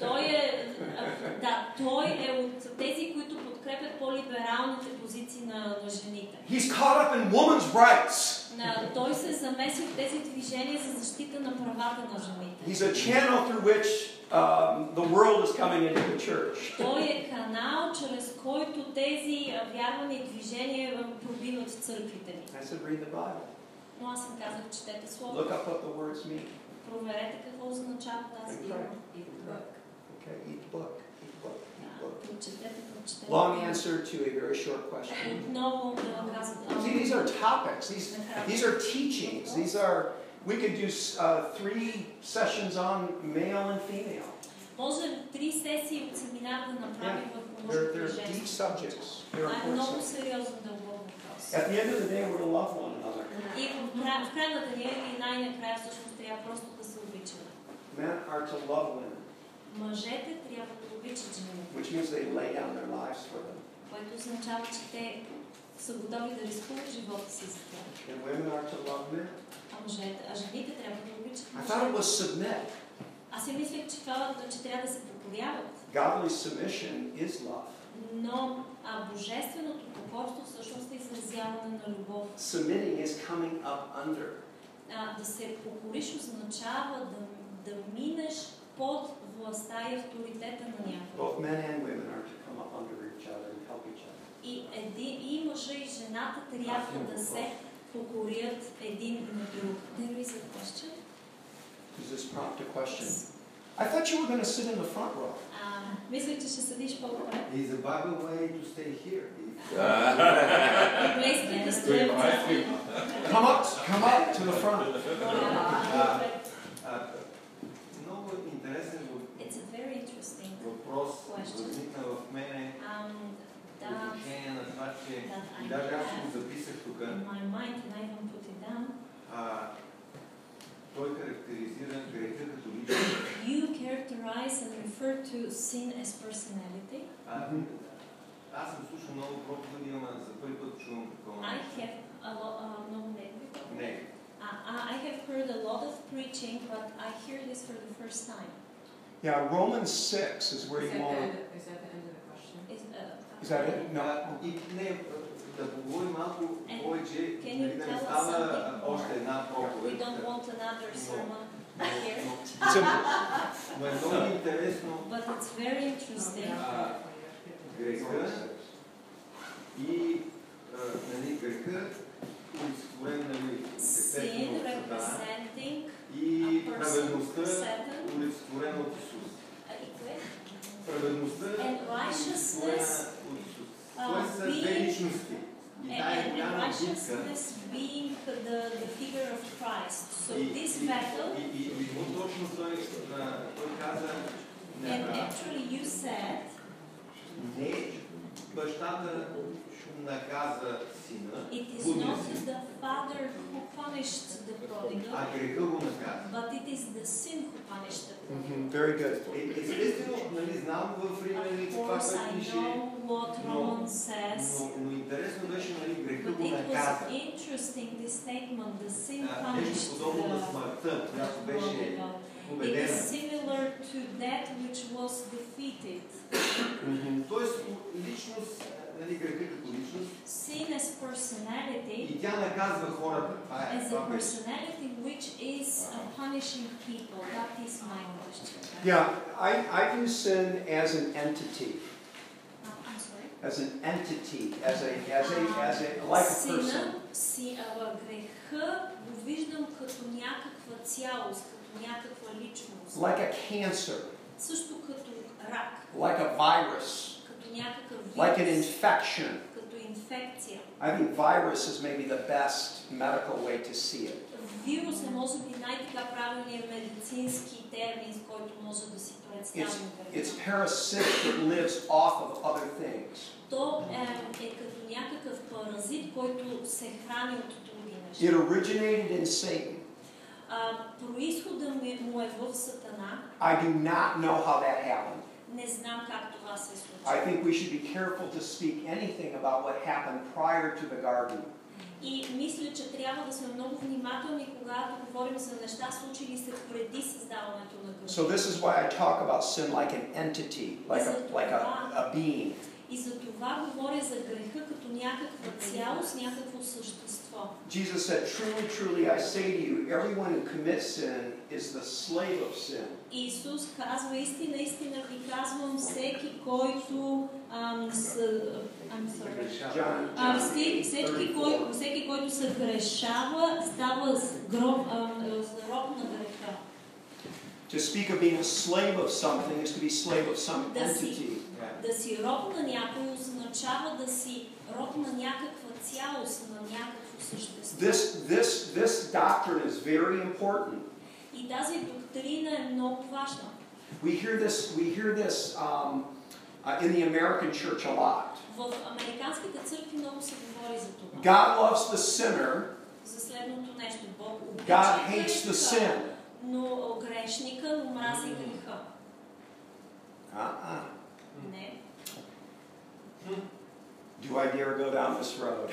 Speaker 3: Той е... а, Да, той е от тези, които подкрепят по-либералните позиции на, на жените.
Speaker 2: He's caught up in woman's rights.
Speaker 3: На, той се замеси в тези движения за защита на правата на жените.
Speaker 2: He's a channel through which um, the world is coming into the church.
Speaker 3: Той е канал, чрез който тези а, вярвани движения а, пробиват в църквите ни.
Speaker 2: I said, read the Bible.
Speaker 3: Но аз им казах, четете
Speaker 2: Look
Speaker 3: словото.
Speaker 2: up what the words mean.
Speaker 3: Проверете какво означава тази
Speaker 2: Okay.
Speaker 3: дума.
Speaker 2: Okay, eat the book. Eat the book. Eat the book.
Speaker 3: Да, Прочетете, прочетете.
Speaker 2: Long answer to a very short question.
Speaker 3: Отново да казват. а,
Speaker 2: See, these are topics. These these are teachings. These are we could do uh, three sessions on male and female.
Speaker 3: Може три сесии от семинар да направим върху
Speaker 2: They're,
Speaker 3: мъжкото и
Speaker 2: they're deep
Speaker 3: женското.
Speaker 2: subjects. They're
Speaker 3: Това е
Speaker 2: important.
Speaker 3: много
Speaker 2: subjects.
Speaker 3: сериозен дълбок въпрос.
Speaker 2: At the end of the day, we're to love one another.
Speaker 3: И в кра- в крайната ни и най-накрая всъщност трябва просто да се обичаме.
Speaker 2: Men are to love women.
Speaker 3: Мъжете трябва да обичат жените,
Speaker 2: which means they lay down their lives for them.
Speaker 3: което означава, че те са готови да рискуват живота си за тях.
Speaker 2: And women are to love men.
Speaker 3: А, мъжете, а жените трябва да обичат
Speaker 2: I thought it
Speaker 3: мъжете.
Speaker 2: was submit.
Speaker 3: Аз си мислех, че, това, че трябва да се покоряват,
Speaker 2: Godly submission is love.
Speaker 3: но а божественото покорство всъщност е изразяване на любов.
Speaker 2: Submitting is coming up under.
Speaker 3: А, да се покориш означава да, да минеш под властта и авторитета на някого.
Speaker 2: Both men and women are to come up under each other and help each other.
Speaker 3: И, еди, и мъжа и жената трябва да се покорят един на друг. There is a question.
Speaker 2: Does this prompt a question? I thought you were going to sit in the front row.
Speaker 3: А, мисля, че ще седиш по-добре.
Speaker 7: Is the Bible way to stay here?
Speaker 3: Английският да стои в
Speaker 2: Come up, come up to the front.
Speaker 7: Uh, Много интересен въп-
Speaker 3: It's a very interesting
Speaker 7: въпрос
Speaker 3: Question.
Speaker 7: възникна в мене
Speaker 3: um,
Speaker 7: по
Speaker 3: that
Speaker 7: отношение на това, че
Speaker 3: that I
Speaker 7: и даже аз
Speaker 3: have.
Speaker 7: го записах тук.
Speaker 3: in my mind and I don't put it down.
Speaker 7: А,
Speaker 3: Uh,
Speaker 7: той характеризира греха като личност.
Speaker 3: You characterize and refer to sin as personality.
Speaker 7: А,
Speaker 2: Мгм.
Speaker 7: Аз съм слушал много проповеди, ама за първи път чувам такова.
Speaker 3: I have a lot, uh, no name.
Speaker 7: Не.
Speaker 3: Uh, I I have heard a lot of preaching, but I hear this for the first time.
Speaker 2: Yeah, Romans 6 is where you
Speaker 5: Is that the
Speaker 2: want
Speaker 5: end,
Speaker 2: to.
Speaker 5: is that the end of the question?
Speaker 3: Is, uh,
Speaker 2: Is that it? No.
Speaker 7: А, И не, да поговорим малко
Speaker 3: And
Speaker 7: повече,
Speaker 3: can you
Speaker 7: нали да
Speaker 3: tell us
Speaker 7: не става
Speaker 3: something more?
Speaker 7: още една проповед.
Speaker 3: We
Speaker 2: *laughs*
Speaker 3: don't want another sermon
Speaker 7: Но-
Speaker 3: here,
Speaker 7: но-
Speaker 2: It's a-
Speaker 7: Но е
Speaker 3: *laughs*
Speaker 7: много интересно
Speaker 3: but it's very interesting.
Speaker 7: а, греха и а, нали, греха, олицетворен нали,
Speaker 3: Sin
Speaker 7: естествено от Сатана
Speaker 3: representing
Speaker 7: и
Speaker 3: a person,
Speaker 7: праведността,
Speaker 3: Satan,
Speaker 7: олицетворена от Исус.
Speaker 3: uh, equate.
Speaker 7: Праведността
Speaker 3: And
Speaker 7: олицетворена
Speaker 3: Е, righteousness,
Speaker 7: от Исус.
Speaker 3: uh,
Speaker 7: Това са две
Speaker 3: being-
Speaker 7: личности. И
Speaker 3: And,
Speaker 7: тая
Speaker 3: and, and
Speaker 7: голяма битка.
Speaker 3: е, righteousness being the, the figure of Christ. So
Speaker 7: И,
Speaker 3: this
Speaker 7: и,
Speaker 3: battle,
Speaker 7: и, и, и вот точно той, а, той каза, не,
Speaker 3: and actually you said,
Speaker 7: не бащата наказа сина,
Speaker 3: it is
Speaker 7: Goodness.
Speaker 3: not the father who punished the prodigal,
Speaker 7: а греха го наказа.
Speaker 3: but it is the sin who punished the prodigal.
Speaker 2: Mhm, Very good.
Speaker 7: Mm-hmm, Е, Естествено, нали, знам в
Speaker 2: Mm-hmm.
Speaker 7: Римляни
Speaker 3: Of
Speaker 7: това,
Speaker 3: course,
Speaker 7: което
Speaker 3: I
Speaker 7: пише,
Speaker 3: know what
Speaker 7: No.
Speaker 3: Roman says,
Speaker 7: но, но интересно беше, нали, греха
Speaker 3: But
Speaker 7: го
Speaker 3: it was
Speaker 7: наказа.
Speaker 3: interesting this statement,
Speaker 2: Uh,
Speaker 3: the sin
Speaker 7: А, Нещо
Speaker 3: punished the
Speaker 7: подобно на смъртта, която беше
Speaker 3: prodigal. It is
Speaker 7: победена.
Speaker 3: similar to that which was defeated.
Speaker 7: Тоест, личност, нали, греха като личност,
Speaker 3: Sin as personality,
Speaker 7: и тя наказва хората. Това е
Speaker 3: as a
Speaker 7: това беше.
Speaker 3: personality which is uh, punishing people. That is my question.
Speaker 2: Uh-huh. Yeah, I, I view sin as an entity,
Speaker 3: Uh, I'm sorry.
Speaker 2: as an entity, as a as a as a like a person.
Speaker 3: Сина, си, а, греха го виждам като някаква цялост, като някаква личност.
Speaker 2: like a cancer,
Speaker 3: Също като рак,
Speaker 2: like a virus.
Speaker 3: като някакъв вирус,
Speaker 2: like an infection.
Speaker 3: като инфекция.
Speaker 2: I think virus is maybe the best medical way to see it.
Speaker 3: Вирус е може би най-така правилният медицински термин, с който може да си представим.
Speaker 2: It's parasitic that lives off of other things.
Speaker 3: То е, е като някакъв паразит, който се храни от други неща.
Speaker 2: It originated in Satan.
Speaker 3: А, происхода му е- му е в Сатана.
Speaker 2: I do not know how that happened.
Speaker 3: Не знам как това се
Speaker 2: I
Speaker 3: случи.
Speaker 2: think we should be careful to speak anything about what happened prior to the garden.
Speaker 3: И мисля, че трябва да сме много внимателни, когато говорим за неща, случили се преди създаването на града.
Speaker 2: So this is why I talk about sin like an entity, like a like a, a being.
Speaker 3: И за това говоря за греха като някаква цялост, някакво същество.
Speaker 2: Jesus said, Truly, truly I say to you, everyone who commits sin is the slave of sin.
Speaker 3: Исус казва, истина, истина ви казвам, всеки, който... Ам, с, I'm sorry.
Speaker 2: John,
Speaker 3: А,
Speaker 2: John
Speaker 3: все,
Speaker 2: 8,
Speaker 3: всеки,
Speaker 2: 34.
Speaker 3: кой, всеки, който се грешава, става с гроб, а, с роб на греха.
Speaker 2: To speak of being a slave of something is to be slave of some
Speaker 3: Does he-
Speaker 2: entity.
Speaker 3: Да си роб на някой означава да си роб на някаква цялост, на някакво същество.
Speaker 2: This this this doctrine is very important.
Speaker 3: И тази доктрина е много важна.
Speaker 2: We hear this we hear this um, uh, in the American church a lot.
Speaker 3: В американските църкви много се говори за това.
Speaker 2: God loves the sinner.
Speaker 3: За следното нещо. Бог
Speaker 2: God
Speaker 3: обича е
Speaker 2: hates the
Speaker 3: греха,
Speaker 2: sin.
Speaker 3: но грешника мрази греха.
Speaker 2: Uh-uh.
Speaker 3: Не.
Speaker 2: Do I dare go down this road?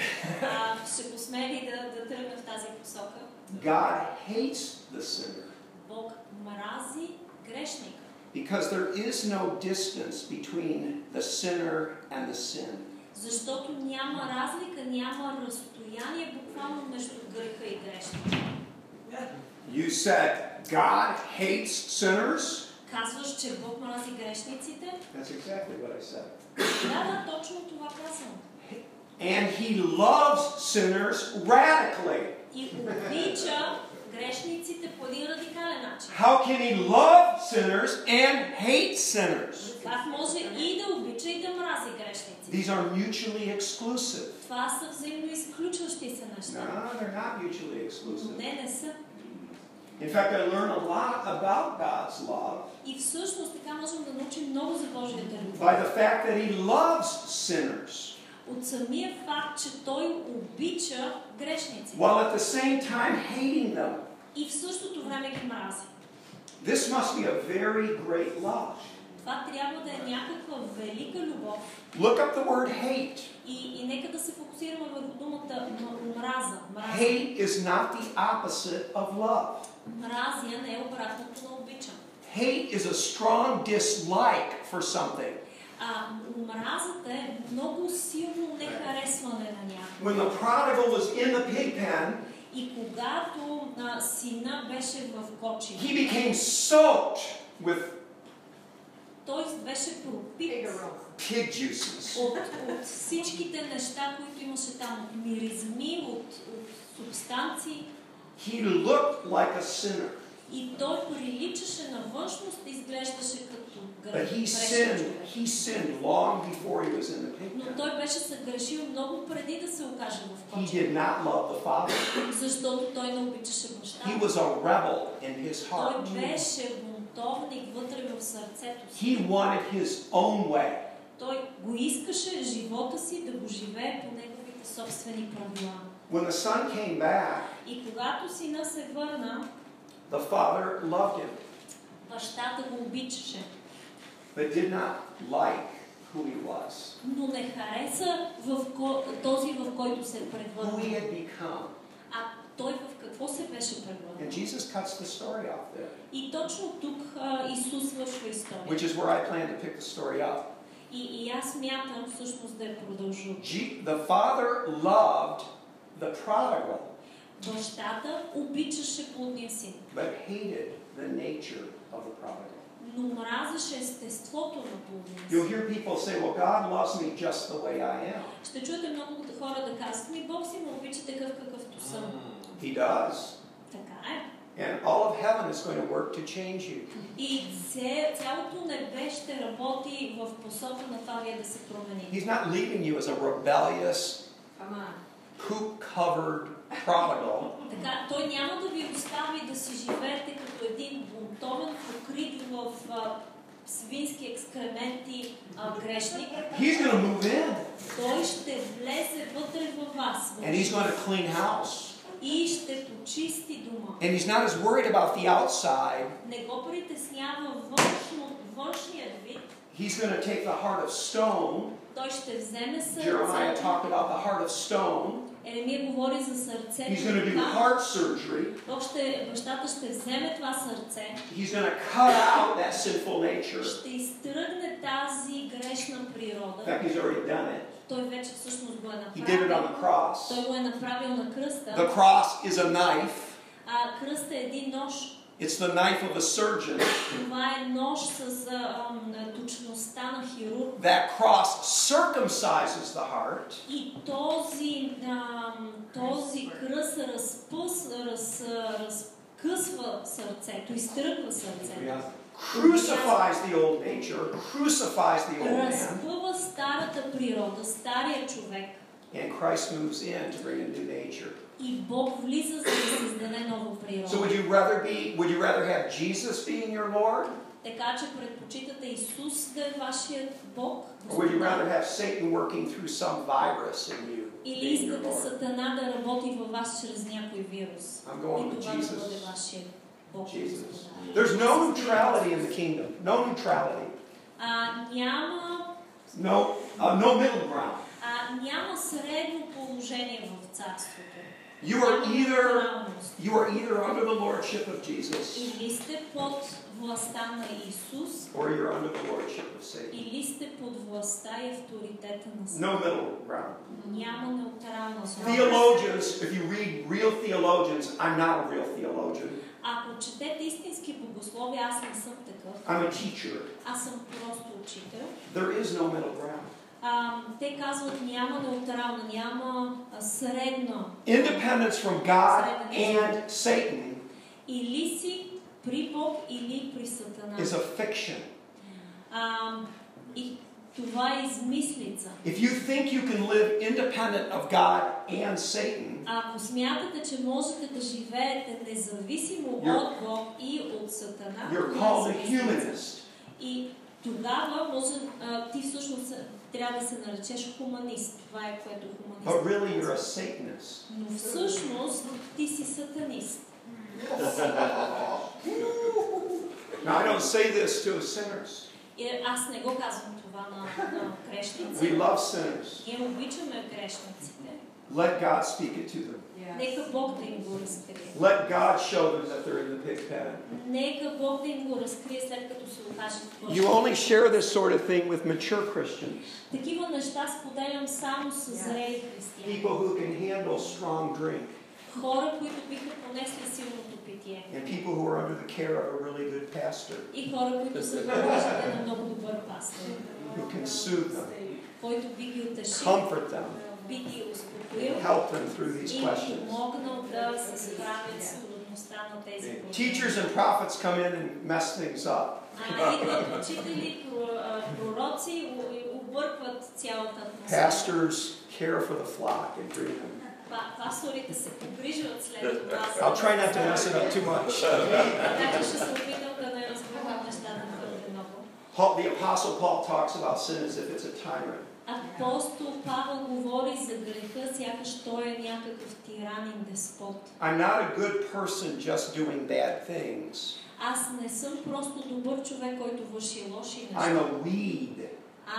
Speaker 3: А, ще посмели да, да тръгна в тази посока.
Speaker 2: God hates the sinner
Speaker 3: Бог мрази грешника.
Speaker 2: because there is no distance between the sinner and the sin.
Speaker 3: Защото няма разлика, няма разстояние буквално между греха и грешника.
Speaker 2: You said God hates sinners?
Speaker 3: Казваш, че Бог мрази грешниците?
Speaker 2: That's exactly what I said.
Speaker 3: Да, да, точно това казвам.
Speaker 2: And he loves sinners radically.
Speaker 3: И обича грешниците по един радикален начин.
Speaker 2: How can he love sinners and hate sinners?
Speaker 3: Как може и да обича и да мрази грешниците?
Speaker 2: These are mutually exclusive.
Speaker 3: Това са взаимно изключващи се неща.
Speaker 2: No, they're not mutually
Speaker 3: Но
Speaker 2: exclusive.
Speaker 3: не, не са.
Speaker 2: In fact, I learn a lot about God's love
Speaker 3: И всъщност така можем да научим много за Божията любов.
Speaker 2: by the fact that he loves sinners,
Speaker 3: От самия факт, че Той обича грешниците.
Speaker 2: while at the same time hating them.
Speaker 3: И в същото време ги мрази.
Speaker 2: This must be a very great love.
Speaker 3: Това трябва да е някаква велика любов.
Speaker 2: Look up the word hate.
Speaker 3: И, и нека да се фокусираме върху думата м- мраза. Мразя.
Speaker 2: Hate is not the opposite of love.
Speaker 3: Мразя не е обратното на обичам.
Speaker 2: Hate is a strong dislike for something.
Speaker 3: А мразата е много силно нехаресване на някого.
Speaker 2: When the prodigal was in the pig pen,
Speaker 3: И когато а, сина беше в кочи,
Speaker 2: he became soaked with
Speaker 3: той беше пропит
Speaker 5: Take a roll.
Speaker 2: pig juices.
Speaker 3: от, от всичките неща, които имаше там, от миризми, от, от субстанции.
Speaker 2: He looked like a sinner,
Speaker 3: И той приличаше на външност, изглеждаше като гръб.
Speaker 2: but he sinned. He sinned long before he was in the pig
Speaker 3: Но
Speaker 2: pen.
Speaker 3: той беше съгрешил много преди да се окаже в
Speaker 2: He
Speaker 3: коча,
Speaker 2: did not love the Father.
Speaker 3: защото той не обичаше баща.
Speaker 2: He was a rebel in his
Speaker 3: Той
Speaker 2: heart.
Speaker 3: беше бунтовник вътре в сърцето си.
Speaker 2: He wanted his own way.
Speaker 3: Той го искаше живота си да го живее по неговите собствени правила.
Speaker 2: When the son came back,
Speaker 3: И когато сина се върна,
Speaker 2: the father loved him,
Speaker 3: бащата го обичаше,
Speaker 2: but did not like who he was,
Speaker 3: но не хареса в ко... този, в който се
Speaker 2: who he
Speaker 3: превърна.
Speaker 2: had become.
Speaker 3: А той в какво се беше
Speaker 2: And
Speaker 3: превърнал?
Speaker 2: Jesus cuts the story off there,
Speaker 3: И точно тук а, Исус свършва история.
Speaker 2: which is where I plan to pick the story up.
Speaker 3: И, и аз мятам всъщност да я продължа.
Speaker 2: Je- the father loved the prodigal,
Speaker 3: Бащата обичаше плодния син,
Speaker 2: but hated the nature of the prodigal.
Speaker 3: но мразеше естеството на плодния
Speaker 2: You'll
Speaker 3: син.
Speaker 2: hear people say, Well, God loves me just the way I am.
Speaker 3: Ще чуете много хора да казват ми, Бог си ме обича такъв какъвто съм.
Speaker 2: He does.
Speaker 3: Така е.
Speaker 2: And all of heaven is going to work to change you.
Speaker 3: И це, цялото небе ще работи в посока на това вие да се промените.
Speaker 2: He's not leaving you as a rebellious,
Speaker 5: Come on.
Speaker 2: poop covered prodigal.
Speaker 3: Така, той няма да ви остави да си живеете като един бунтовен, покрит в а, свински екскременти а, грешник.
Speaker 2: He's going to move in
Speaker 3: Той ще влезе вътре във вас
Speaker 2: and he's going to clean house.
Speaker 3: и ще почисти дома.
Speaker 2: And he's not as worried about the outside.
Speaker 3: Не го притеснява външно, външният вид.
Speaker 2: He's going to take the heart of stone.
Speaker 3: Той ще вземе
Speaker 2: Jeremiah
Speaker 3: сърцето.
Speaker 2: talked about the heart of stone.
Speaker 3: Еремия говори за сърцето.
Speaker 2: He's going to do
Speaker 3: Така,
Speaker 2: heart surgery.
Speaker 3: Бог ще, бащата ще вземе това сърце,
Speaker 2: He's going to cut out that sinful nature.
Speaker 3: ще изтръгне тази грешна
Speaker 2: In
Speaker 3: природа.
Speaker 2: fact, he's already done it.
Speaker 3: Той вече всъщност го е
Speaker 2: He did it on
Speaker 3: направил.
Speaker 2: the cross.
Speaker 3: Той го е направил на
Speaker 2: The
Speaker 3: кръста,
Speaker 2: cross is a knife.
Speaker 3: а кръста е един нож.
Speaker 2: It's the knife of a surgeon.
Speaker 3: Това е нож с а, ам, точността на хирург.
Speaker 2: That cross circumcises the heart.
Speaker 3: И този, ам, този кръст разпъс, раз, разкъсва сърцето, изтръгва сърцето.
Speaker 2: crucifies the old nature, crucifies the old man,
Speaker 3: Разпъва старата природа, стария човек.
Speaker 2: and Christ moves in to bring a new nature.
Speaker 3: И Бог влиза за да създаде нова
Speaker 2: So
Speaker 3: природа.
Speaker 2: would you rather be would you rather have Jesus being your Lord?
Speaker 3: Така че предпочитате Исус да е вашият Бог.
Speaker 2: Or would you
Speaker 3: Господар.
Speaker 2: rather have Satan working through some virus in you?
Speaker 3: Или
Speaker 2: Being your
Speaker 3: искате
Speaker 2: Lord?
Speaker 3: Сатана да работи във вас чрез някой вирус.
Speaker 2: I'm
Speaker 3: И
Speaker 2: going with
Speaker 3: това да бъде
Speaker 2: Jesus.
Speaker 3: вашия Бог. и
Speaker 2: Jesus.
Speaker 3: Господар.
Speaker 2: There's no neutrality in the kingdom. No neutrality.
Speaker 3: А, няма,
Speaker 2: No uh, no middle ground.
Speaker 3: а, няма средно положение в царството.
Speaker 2: You are
Speaker 3: Няма
Speaker 2: either
Speaker 3: неутралност.
Speaker 2: you are either under the lordship of Jesus
Speaker 3: Или сте под властта на Исус,
Speaker 2: or you're under the lordship of Satan.
Speaker 3: или сте под властта и авторитета на Сатана.
Speaker 2: No middle ground.
Speaker 3: Няма неутралност.
Speaker 2: Theologians, if you read real theologians, I'm not a real theologian.
Speaker 3: Ако четете истински богослови, аз не съм такъв.
Speaker 2: I'm a teacher.
Speaker 3: Аз съм просто учител.
Speaker 2: There is no middle ground.
Speaker 3: А, те казват няма неутрална, няма а, средна.
Speaker 2: Independence from God and Satan
Speaker 3: Или си при Бог, или при Сатана.
Speaker 2: is a fiction.
Speaker 3: А, и това е измислица.
Speaker 2: If you think you can live independent of God and Satan,
Speaker 3: Ако смятате, че можете да живеете независимо
Speaker 2: You're-
Speaker 3: от Бог и от Сатана,
Speaker 2: you're
Speaker 3: това е
Speaker 2: called a
Speaker 3: измислица.
Speaker 2: humanist.
Speaker 3: И тогава може, а, ти всъщност трябва да се наречеш хуманист. Това е което хуманист.
Speaker 2: But really, you're a Satanist.
Speaker 3: Но всъщност ти си сатанист.
Speaker 2: Now, I don't say this to sinners.
Speaker 3: И аз не го казвам това на, на
Speaker 2: We
Speaker 3: грешници.
Speaker 2: love sinners.
Speaker 3: Ние обичаме грешниците.
Speaker 2: Let God speak it to them.
Speaker 3: Нека Бог да им го разкрие.
Speaker 2: Let God show them that they're in the pig pen.
Speaker 3: Нека Бог да им го разкрие след като се окаже в
Speaker 2: You
Speaker 3: Божия.
Speaker 2: only share this sort of thing with mature Christians.
Speaker 3: Такива неща споделям само с зрели християни.
Speaker 2: People who can handle strong drink
Speaker 3: Хора, които биха понесли силното питие.
Speaker 2: and people who are under the care of a really good pastor
Speaker 3: И хора, които са подложени на много добър пастор,
Speaker 2: who can soothe them,
Speaker 3: който би ги утешил,
Speaker 2: comfort them,
Speaker 3: би ги успокоил
Speaker 2: help them through
Speaker 3: и
Speaker 2: these
Speaker 3: ги
Speaker 2: questions.
Speaker 3: помогнал да се справят с трудността на тези проблеми.
Speaker 2: Teachers and prophets come in and mess things up.
Speaker 3: А идват учители, про- а, пророци и объркват цялата атмосфера.
Speaker 2: Pastors care for the flock and bring them.
Speaker 3: Па- Пасторите се погрижват след това.
Speaker 2: I'll try not to mess it up too much.
Speaker 3: Така че ще се опитам да не разпъвам нещата твърде много.
Speaker 2: Paul, the Apostle Paul talks about sin as if it's a tyrant.
Speaker 3: Апостол Павел говори за греха, сякаш той е някакъв тиранин деспот.
Speaker 2: I'm not a good person just doing bad things.
Speaker 3: Аз не съм просто добър човек, който върши лоши
Speaker 2: I'm
Speaker 3: неща.
Speaker 2: a weed.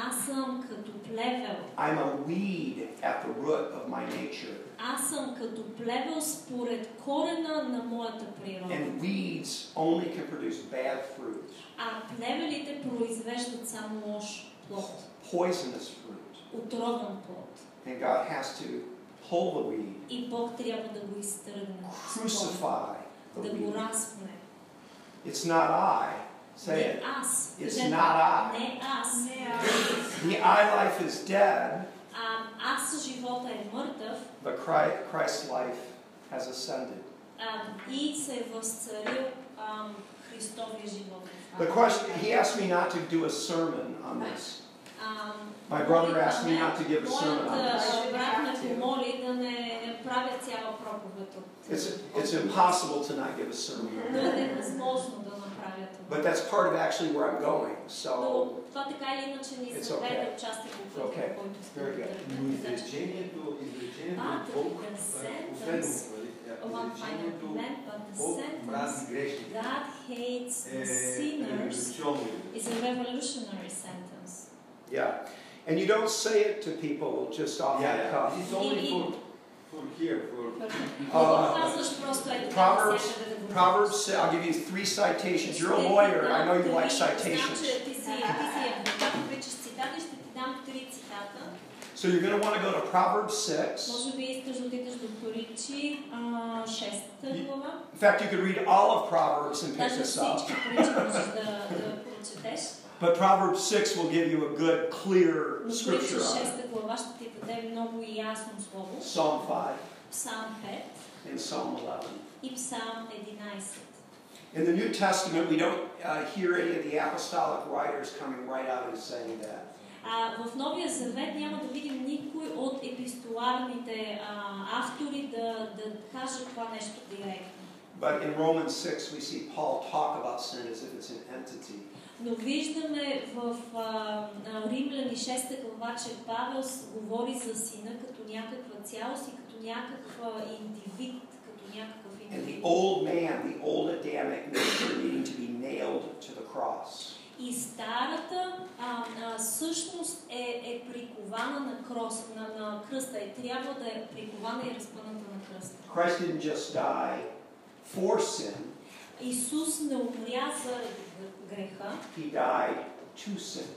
Speaker 3: Аз съм като плевел.
Speaker 2: I'm a weed at the root of my nature.
Speaker 3: Аз съм като плевел според корена на моята природа.
Speaker 2: And weeds only can produce bad fruit,
Speaker 3: А плевелите произвеждат само лош плод,
Speaker 2: poisonous fruit.
Speaker 3: отровен плод.
Speaker 2: And God has to pull the weed,
Speaker 3: И Бог трябва да го изтръгне, с корен,
Speaker 2: crucify the
Speaker 3: да го
Speaker 2: weed.
Speaker 3: разпне.
Speaker 2: It's not I. Say
Speaker 3: Не
Speaker 2: it.
Speaker 3: аз.
Speaker 2: It's
Speaker 3: Кажете,
Speaker 2: not I.
Speaker 3: Не аз.
Speaker 8: Не, а...
Speaker 2: The I life is dead,
Speaker 3: А, аз живота е мъртъв,
Speaker 2: but Christ- Christ's life has ascended.
Speaker 3: а а, и се е възцарил ам, Христовия живот. в
Speaker 2: The
Speaker 3: нас.
Speaker 2: question, he asked me not to do a sermon on this.
Speaker 3: Ам,
Speaker 2: My brother asked me not to give a sermon on
Speaker 3: Моят
Speaker 2: this.
Speaker 3: а, брат ме помоли да не правя цяла проповед от...
Speaker 2: It's, it's impossible to not give a
Speaker 3: Но е *laughs*
Speaker 2: sermon.
Speaker 3: невъзможно да направя това.
Speaker 2: But that's part of actually where I'm going,
Speaker 3: Но
Speaker 2: so,
Speaker 3: това така или иначе ни
Speaker 2: It's
Speaker 3: заведе
Speaker 2: okay.
Speaker 3: участие
Speaker 2: It's
Speaker 3: в който
Speaker 2: okay.
Speaker 3: сме
Speaker 2: Very good.
Speaker 10: Но
Speaker 3: тръгнали. Така че
Speaker 10: изречението, изречението
Speaker 3: А,
Speaker 10: от Бог,
Speaker 3: the
Speaker 10: а,
Speaker 3: sentence.
Speaker 10: последно, нали? А,
Speaker 3: One final
Speaker 10: изречението
Speaker 3: comment, but the
Speaker 10: Бог
Speaker 3: sentence
Speaker 10: мрази грешните.
Speaker 3: God hates
Speaker 10: Е
Speaker 3: the
Speaker 2: Uh,
Speaker 3: sinners
Speaker 10: революционно.
Speaker 3: is a revolutionary sentence.
Speaker 2: yeah. And you don't say it to people just off the
Speaker 10: Yeah,
Speaker 2: cuff.
Speaker 10: it's only for, for here, for
Speaker 3: Не го
Speaker 2: Uh,
Speaker 3: казваш просто ето така
Speaker 2: Proverbs-
Speaker 3: навсякъде да го казваш.
Speaker 2: Proverbs, say- I'll give you three citations. You're a lawyer, I know you like
Speaker 3: Знам,
Speaker 2: citations.
Speaker 3: че ти си, ти си адвокат, обичаш цитати, ще ти дам три цитата.
Speaker 2: So you're going to want to go to Proverbs 6.
Speaker 3: Може би искаш да отидеш до Коринчи, а, шеста
Speaker 2: И-
Speaker 3: глава.
Speaker 2: In fact, you could read all of Proverbs and pick
Speaker 3: Даже
Speaker 2: this up.
Speaker 3: всички Коринчи можеш да, да прочетеш.
Speaker 2: But Proverbs 6 will give you a good, clear
Speaker 3: Но Коринчи
Speaker 2: scripture on it.
Speaker 3: шеста глава ще ти даде много ясно слово.
Speaker 2: Psalm 5
Speaker 3: Псалм 5
Speaker 2: and Psalm 11.
Speaker 3: и Псалм 11.
Speaker 2: In the New Testament, we don't uh, hear any of the apostolic writers coming right out and saying that.
Speaker 3: А, в Новия Завет няма да видим никой от епистоларните а, автори да, да каже това нещо директно.
Speaker 2: But in Romans 6, we see Paul talk about sin as if it's an entity.
Speaker 3: Но виждаме в а, а, Римляни 6 глава, че Павел с- говори за сина като някаква цялост и като някаква индивид, като някакъв
Speaker 2: And the
Speaker 3: индивид.
Speaker 2: old man, the old Adamic nature needing to be nailed to the cross.
Speaker 3: И старата а, а, същност е, е прикована на, крос, на, на кръста и трябва да е прикована и разпъната на кръста.
Speaker 2: Christ didn't just die for sin,
Speaker 3: Исус не умря заради гр- греха,
Speaker 2: he died to sin.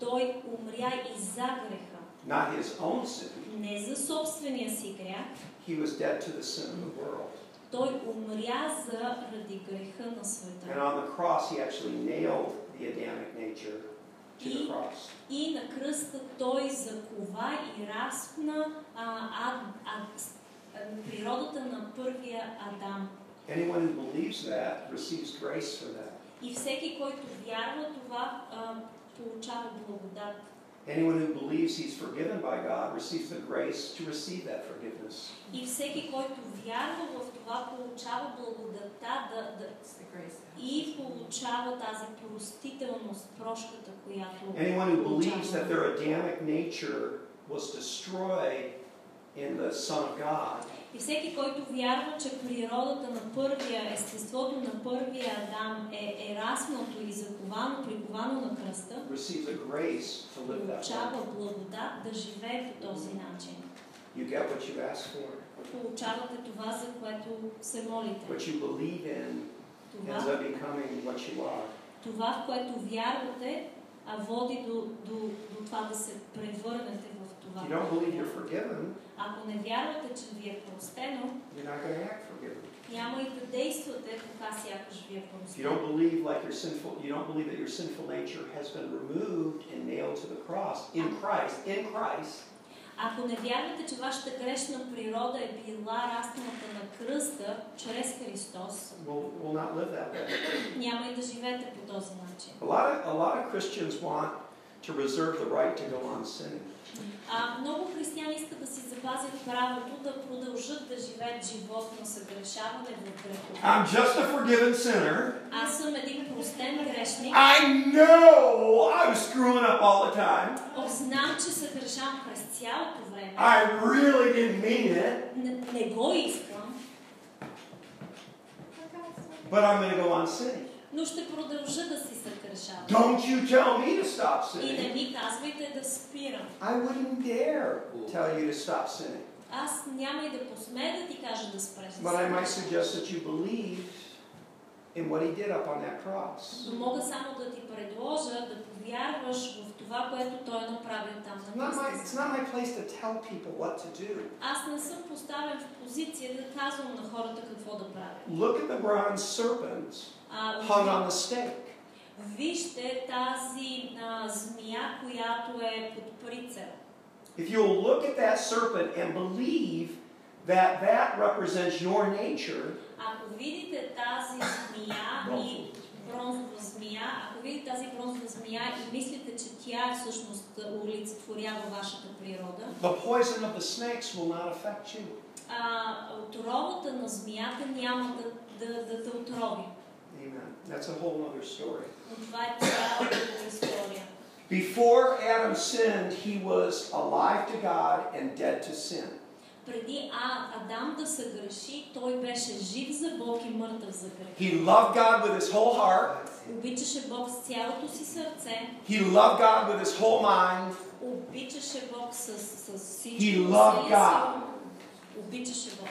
Speaker 3: той умря и за греха.
Speaker 2: Not his own sin.
Speaker 3: Не за собствения си грях,
Speaker 2: He was dead to the sin of the world.
Speaker 3: той умря заради греха на света.
Speaker 2: And on the cross, he actually nailed the Adamic nature to the cross.
Speaker 3: И на кръста той закова и разпна а, а, а, а, природата на първия Адам.
Speaker 2: Anyone who believes that receives grace for that.
Speaker 3: И всеки, който вярва това, а, получава благодат.
Speaker 2: Anyone who believes he's forgiven by God receives the grace to receive that forgiveness.
Speaker 3: И всеки, който вярва в това, получава благодатта да, да,
Speaker 5: It's the grace.
Speaker 3: и получава тази простителност, прошката, която е.
Speaker 2: Anyone who believes that their Adamic nature was destroyed in the Son of God
Speaker 3: И всеки, който вярва, че природата на първия, естеството на първия Адам е, е раснато и заковано, приковано на кръста,
Speaker 2: receives the grace to live that way.
Speaker 3: получава благодат да живее по този начин.
Speaker 2: You get what you ask for,
Speaker 3: Получавате това, за което се молите.
Speaker 2: what you believe in ends
Speaker 3: Това,
Speaker 2: up becoming what you are.
Speaker 3: това в което вярвате, а води до, до, до това да се превърнете в
Speaker 2: If you
Speaker 3: това.
Speaker 2: don't believe you're forgiven,
Speaker 3: Ако не вярвате, че ви е простено,
Speaker 2: you're not going to act forgiven.
Speaker 3: няма и да действате така, сякаш ви е
Speaker 2: If you
Speaker 3: простено.
Speaker 2: don't believe like your sinful, you don't believe that your sinful nature has been removed and nailed to the cross in Christ, in Christ,
Speaker 3: Ако не вярвате, че вашата грешна природа е била разпната на кръста чрез Христос,
Speaker 2: we'll, we'll not live that way.
Speaker 3: няма и да живеете по този начин.
Speaker 2: A lot of a lot of Christians want to reserve the right to go on sinning.
Speaker 3: А много християни искат да си запазят правото да продължат да живеят живот на съгрешаване в грехове.
Speaker 2: I'm just a forgiven sinner.
Speaker 3: Аз съм един простен грешник.
Speaker 2: I know I was screwing up all the time.
Speaker 3: О, знам, че съгрешавам през цялото време.
Speaker 2: I really didn't mean it,
Speaker 3: Не, не го искам,
Speaker 2: but I'm going to go on sinning.
Speaker 3: но ще продължа да си съгрешавам.
Speaker 2: Don't you tell me to stop
Speaker 3: И не
Speaker 2: sinning.
Speaker 3: ми казвайте да спирам.
Speaker 2: I wouldn't dare tell you to stop sinning.
Speaker 3: Аз няма и да посмея да ти кажа да спреш. да
Speaker 2: But I might
Speaker 3: спираш.
Speaker 2: suggest that you believe in what he did up on that cross.
Speaker 3: Но мога само да ти предложа да повярваш в това, което той е направил там
Speaker 2: It's
Speaker 3: на
Speaker 2: not my, it's
Speaker 3: кръста.
Speaker 2: not my place to tell people what to do.
Speaker 3: Аз не съм поставен в позиция да казвам на хората какво да правят.
Speaker 2: Look at the bronze serpent hung
Speaker 3: А,
Speaker 2: on the stake.
Speaker 3: вижте тази а, змия, която е под прицел.
Speaker 2: If you'll look at that serpent and believe that that represents your nature,
Speaker 3: Ако видите тази змия и бронзова змия, ако видите тази бронзова змия и мислите, че тя е всъщност олицетворява вашата природа,
Speaker 2: the poison of the snakes will not affect you.
Speaker 3: а, отровата на змията няма да, да, да те отрови.
Speaker 2: Amen. That's a whole other story.
Speaker 3: Но това е цяла друга история.
Speaker 2: Before Adam sinned, he was alive to God and dead to sin.
Speaker 3: Преди а, Адам да се греши, той беше жив за Бог и мъртъв за грех.
Speaker 2: He loved God with his whole heart.
Speaker 3: Обичаше Бог с цялото си сърце,
Speaker 2: He loved God with his whole mind.
Speaker 3: обичаше Бог с, с всичко.
Speaker 2: He
Speaker 3: усилие
Speaker 2: loved
Speaker 3: си.
Speaker 2: God.
Speaker 3: Обичаше Бог.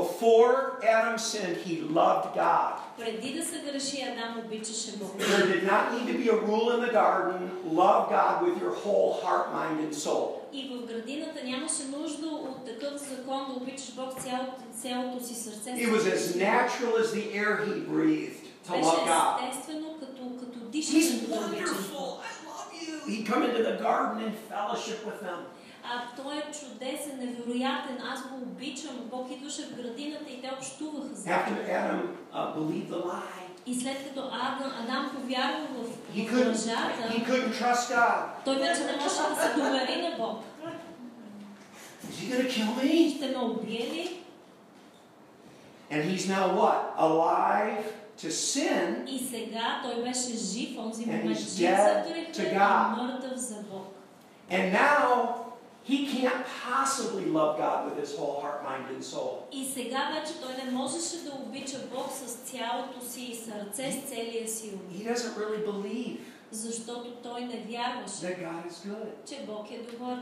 Speaker 2: Before Adam sinned, he loved God.
Speaker 3: Преди да се греши, Адам обичаше Бог.
Speaker 2: There did not need to be a rule in the garden. Love God with your whole heart, mind, and soul.
Speaker 3: И в градината нямаше нужда от такъв закон да обичаш Бог с цялото, цялото си сърце.
Speaker 2: It was as natural as the air he breathed to love God.
Speaker 3: Беше естествено, като, като дишаш,
Speaker 2: He's
Speaker 3: като да обичаш Бог.
Speaker 2: wonderful. I love you. He'd come into the garden and fellowship with them.
Speaker 3: А той е чудесен, невероятен. Аз го обичам. Бог идваше в градината и те общуваха с него.
Speaker 2: After Adam uh, believed the lie,
Speaker 3: И след като Адам, Адам повярва в
Speaker 2: he
Speaker 3: в
Speaker 2: couldn't,
Speaker 3: лъжата,
Speaker 2: he couldn't trust God.
Speaker 3: той вече не можеше да се довери на Бог.
Speaker 2: Is he going to kill me?
Speaker 3: Ще ме убие ли?
Speaker 2: And he's now what? Alive to sin.
Speaker 3: И сега той беше жив, онзи
Speaker 2: And he's
Speaker 3: момент жив за
Speaker 2: dead to
Speaker 3: греха
Speaker 2: God.
Speaker 3: и е мъртъв за Бог.
Speaker 2: And now he can't possibly love God with his whole heart, mind, and soul.
Speaker 3: И сега вече той не можеше да обича Бог с цялото си сърце, с целия си ум,
Speaker 2: He doesn't really believe
Speaker 3: защото той не вярваше,
Speaker 2: that God is good.
Speaker 3: че Бог е добър.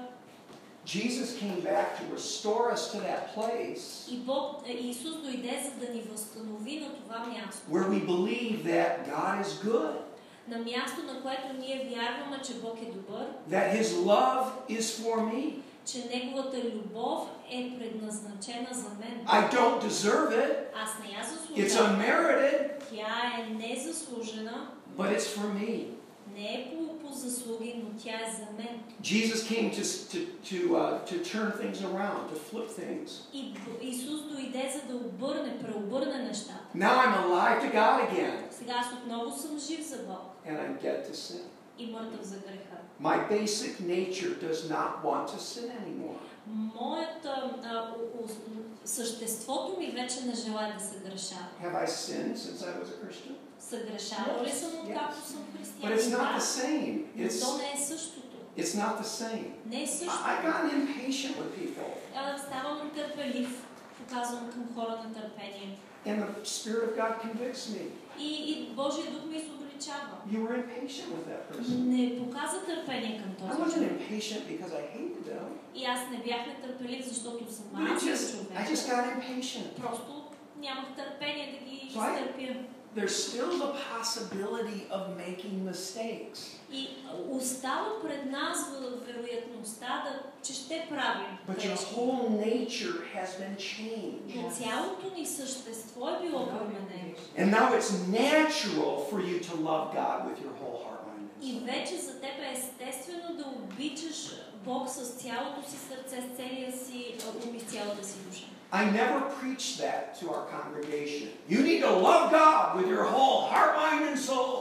Speaker 2: Jesus came back to restore us to that place
Speaker 3: И Бог, е, Исус дойде, за да ни възстанови на това място.
Speaker 2: where we believe that God is good,
Speaker 3: На място, на което ние вярваме, че Бог е добър,
Speaker 2: that his love is for me.
Speaker 3: че Неговата любов е предназначена за мен.
Speaker 2: I don't deserve it,
Speaker 3: Аз не я
Speaker 2: it's
Speaker 3: заслужавам.
Speaker 2: unmerited,
Speaker 3: Тя е незаслужена,
Speaker 2: but it's for me.
Speaker 3: не е по, по заслуги, но тя е за мен.
Speaker 2: Jesus came to, to, to, uh, to turn things around, to flip things.
Speaker 3: И Б- Исус дойде, за да обърне, преобърне нещата.
Speaker 2: Now I'm alive to God again,
Speaker 3: Сега аз отново съм жив за Бог
Speaker 2: and I'm dead to sin.
Speaker 3: и мъртъв за греха.
Speaker 2: My basic nature does not want to sin anymore.
Speaker 3: Моята, а, у- у- съществото ми вече не желая да се грешава.
Speaker 2: Have I sinned since I was a Christian?
Speaker 3: Съгрешава ли съм, откакто съм
Speaker 2: But it's
Speaker 3: християнин?
Speaker 2: not the
Speaker 3: Да,
Speaker 2: same.
Speaker 3: но
Speaker 2: It's,
Speaker 3: то не е същото.
Speaker 2: it's not the same.
Speaker 3: Не
Speaker 2: I-
Speaker 3: е
Speaker 2: I've
Speaker 3: същото.
Speaker 2: gotten impatient with people,
Speaker 3: А, ставам нетърпелив, показвам към хора нетърпение.
Speaker 2: and the Spirit of God convicts me.
Speaker 3: И, и Божия дух ме изобличава.
Speaker 2: You were impatient with that person.
Speaker 3: Не показа търпение към
Speaker 2: I
Speaker 3: този
Speaker 2: wasn't
Speaker 3: човек.
Speaker 2: impatient because I hated them.
Speaker 3: И аз не бях нетърпелив, защото съм
Speaker 2: But I
Speaker 3: аз
Speaker 2: just, I
Speaker 3: човек.
Speaker 2: just got impatient.
Speaker 3: Просто нямах търпение да ги
Speaker 2: Това е-
Speaker 3: изтърпя.
Speaker 2: There's still the possibility of making mistakes,
Speaker 3: И остава пред нас в- вероятността, да, че ще правим.
Speaker 2: but your
Speaker 3: грешки.
Speaker 2: whole nature has been changed.
Speaker 3: Но цялото ни същество е било променено.
Speaker 2: And now it's natural for you to love God with your whole heart, mind, and
Speaker 3: И
Speaker 2: soul.
Speaker 3: вече за теб е естествено да обичаш Бог с цялото си сърце, с целия си а, ум и с цялата си душа.
Speaker 2: I never preach that to our congregation. You need to love God with your whole heart, mind, and soul.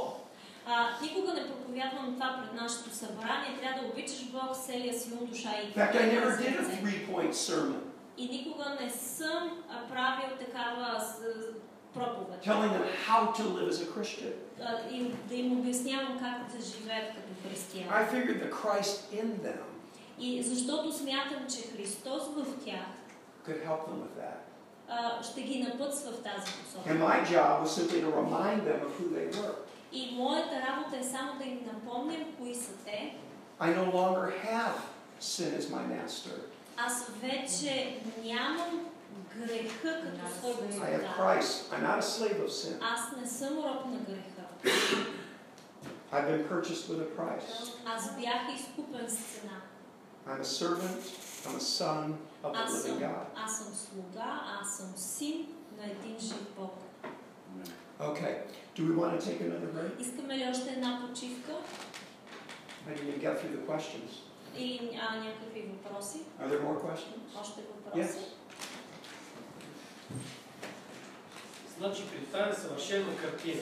Speaker 3: А, никога не проповядвам това пред нашето събрание. Трябва да обичаш Бог с целия си ум, душа и
Speaker 2: In fact, I never
Speaker 3: сърце.
Speaker 2: did a three point sermon
Speaker 3: И никога не съм а, правил такава с- проповед.
Speaker 2: telling them how to live as a Christian.
Speaker 3: а, им, да им обяснявам как да живеят като християни.
Speaker 2: I figured the Christ in them
Speaker 3: И защото смятам, че Христос в тях
Speaker 2: could help them with that.
Speaker 3: а, ще ги напътства в тази
Speaker 2: And
Speaker 3: посока.
Speaker 2: my job was simply to remind them of who they were.
Speaker 3: И моята работа е само да им напомням кои са те.
Speaker 2: I no longer have sin as my master,
Speaker 3: Аз вече нямам греха като свой
Speaker 2: I have
Speaker 3: господар.
Speaker 2: Christ. I'm not a slave of sin.
Speaker 3: Аз не съм роб на греха.
Speaker 2: I've been purchased with a price.
Speaker 3: Аз бях изкупен с цена.
Speaker 2: I'm a servant, I'm a son of the
Speaker 3: Аз
Speaker 2: living
Speaker 3: съм,
Speaker 2: God.
Speaker 3: аз съм слуга, аз съм син на един жив Бог.
Speaker 2: Okay. Do we want to take another break?
Speaker 3: Искаме ли още една почивка
Speaker 2: I didn't even get through the questions.
Speaker 3: и а, някакви въпроси?
Speaker 2: Are there more questions?
Speaker 3: Още въпроси?
Speaker 2: Yes.
Speaker 8: Значи при това е съвършена картина.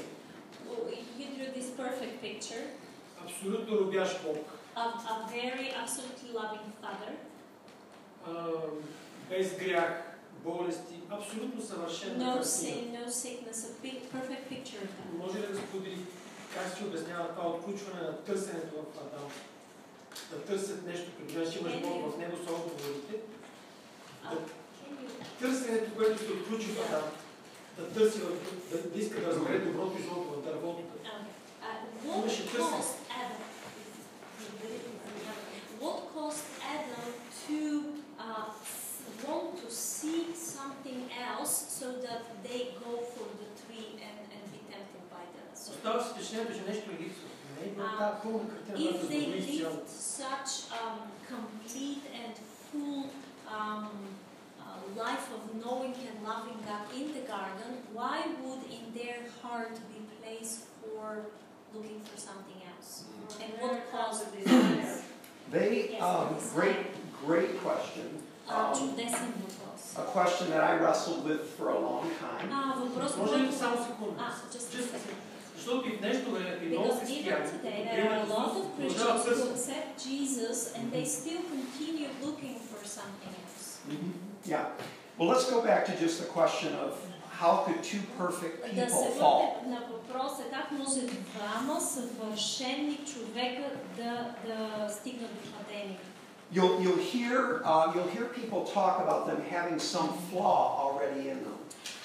Speaker 3: Well, you drew this perfect picture.
Speaker 8: Абсолютно любящ Бог.
Speaker 3: of a very absolutely loving father,
Speaker 8: а, без грях, болести, абсолютно съвършена
Speaker 3: no
Speaker 8: картина.
Speaker 3: sin, no sickness, a big, perfect picture of that.
Speaker 8: Може ли да сподели как се обяснява това отключване на търсенето в Адам? Да търсят нещо, като гледаш имаш Бог в него с отговорите. Да,
Speaker 11: Can you
Speaker 8: търсенето, което се отключи в Адам, да търси, в- да, да иска да разбере доброто и злото в дървото.
Speaker 3: Okay. Uh, what
Speaker 8: Mission
Speaker 3: caused Adam? What caused Adam to uh, want to seek something else so that they go for the tree and, and be tempted by that? So
Speaker 8: Остава се впечатлението, че нещо е липсва. Не е била тази пълна картина, която
Speaker 3: if
Speaker 8: да
Speaker 3: they
Speaker 8: добри изцяло.
Speaker 3: lived such um, complete and full um, uh, life of knowing and loving God in the garden, why would in their heart be place for looking for something else? And what caused this?
Speaker 2: They,
Speaker 3: Yes,
Speaker 2: um,
Speaker 3: it's-
Speaker 2: great, great question.
Speaker 3: А,
Speaker 2: Um,
Speaker 3: чудесен въпрос.
Speaker 2: a question that I wrestled with for a long time.
Speaker 3: А, въпрос,
Speaker 8: Може ли
Speaker 3: който...
Speaker 8: само секунда?
Speaker 3: А, just a second.
Speaker 8: Защото и в днешно време при много
Speaker 3: Because even
Speaker 8: християни,
Speaker 3: today there are
Speaker 8: примерно
Speaker 3: a lot of
Speaker 8: Исус,
Speaker 3: Christians
Speaker 8: продължават
Speaker 3: who
Speaker 8: търсенето.
Speaker 3: accept Jesus and they still continue looking for something else.
Speaker 2: Mm-hmm. Yeah. Well, let's go back to just the question of how could two perfect
Speaker 3: Да
Speaker 2: people
Speaker 3: се
Speaker 2: fall?
Speaker 3: върне на въпроса как може двама съвършени човека да, да стигнат до падение.
Speaker 2: You'll, you'll hear, uh, you'll hear people talk about them having some flaw already in them.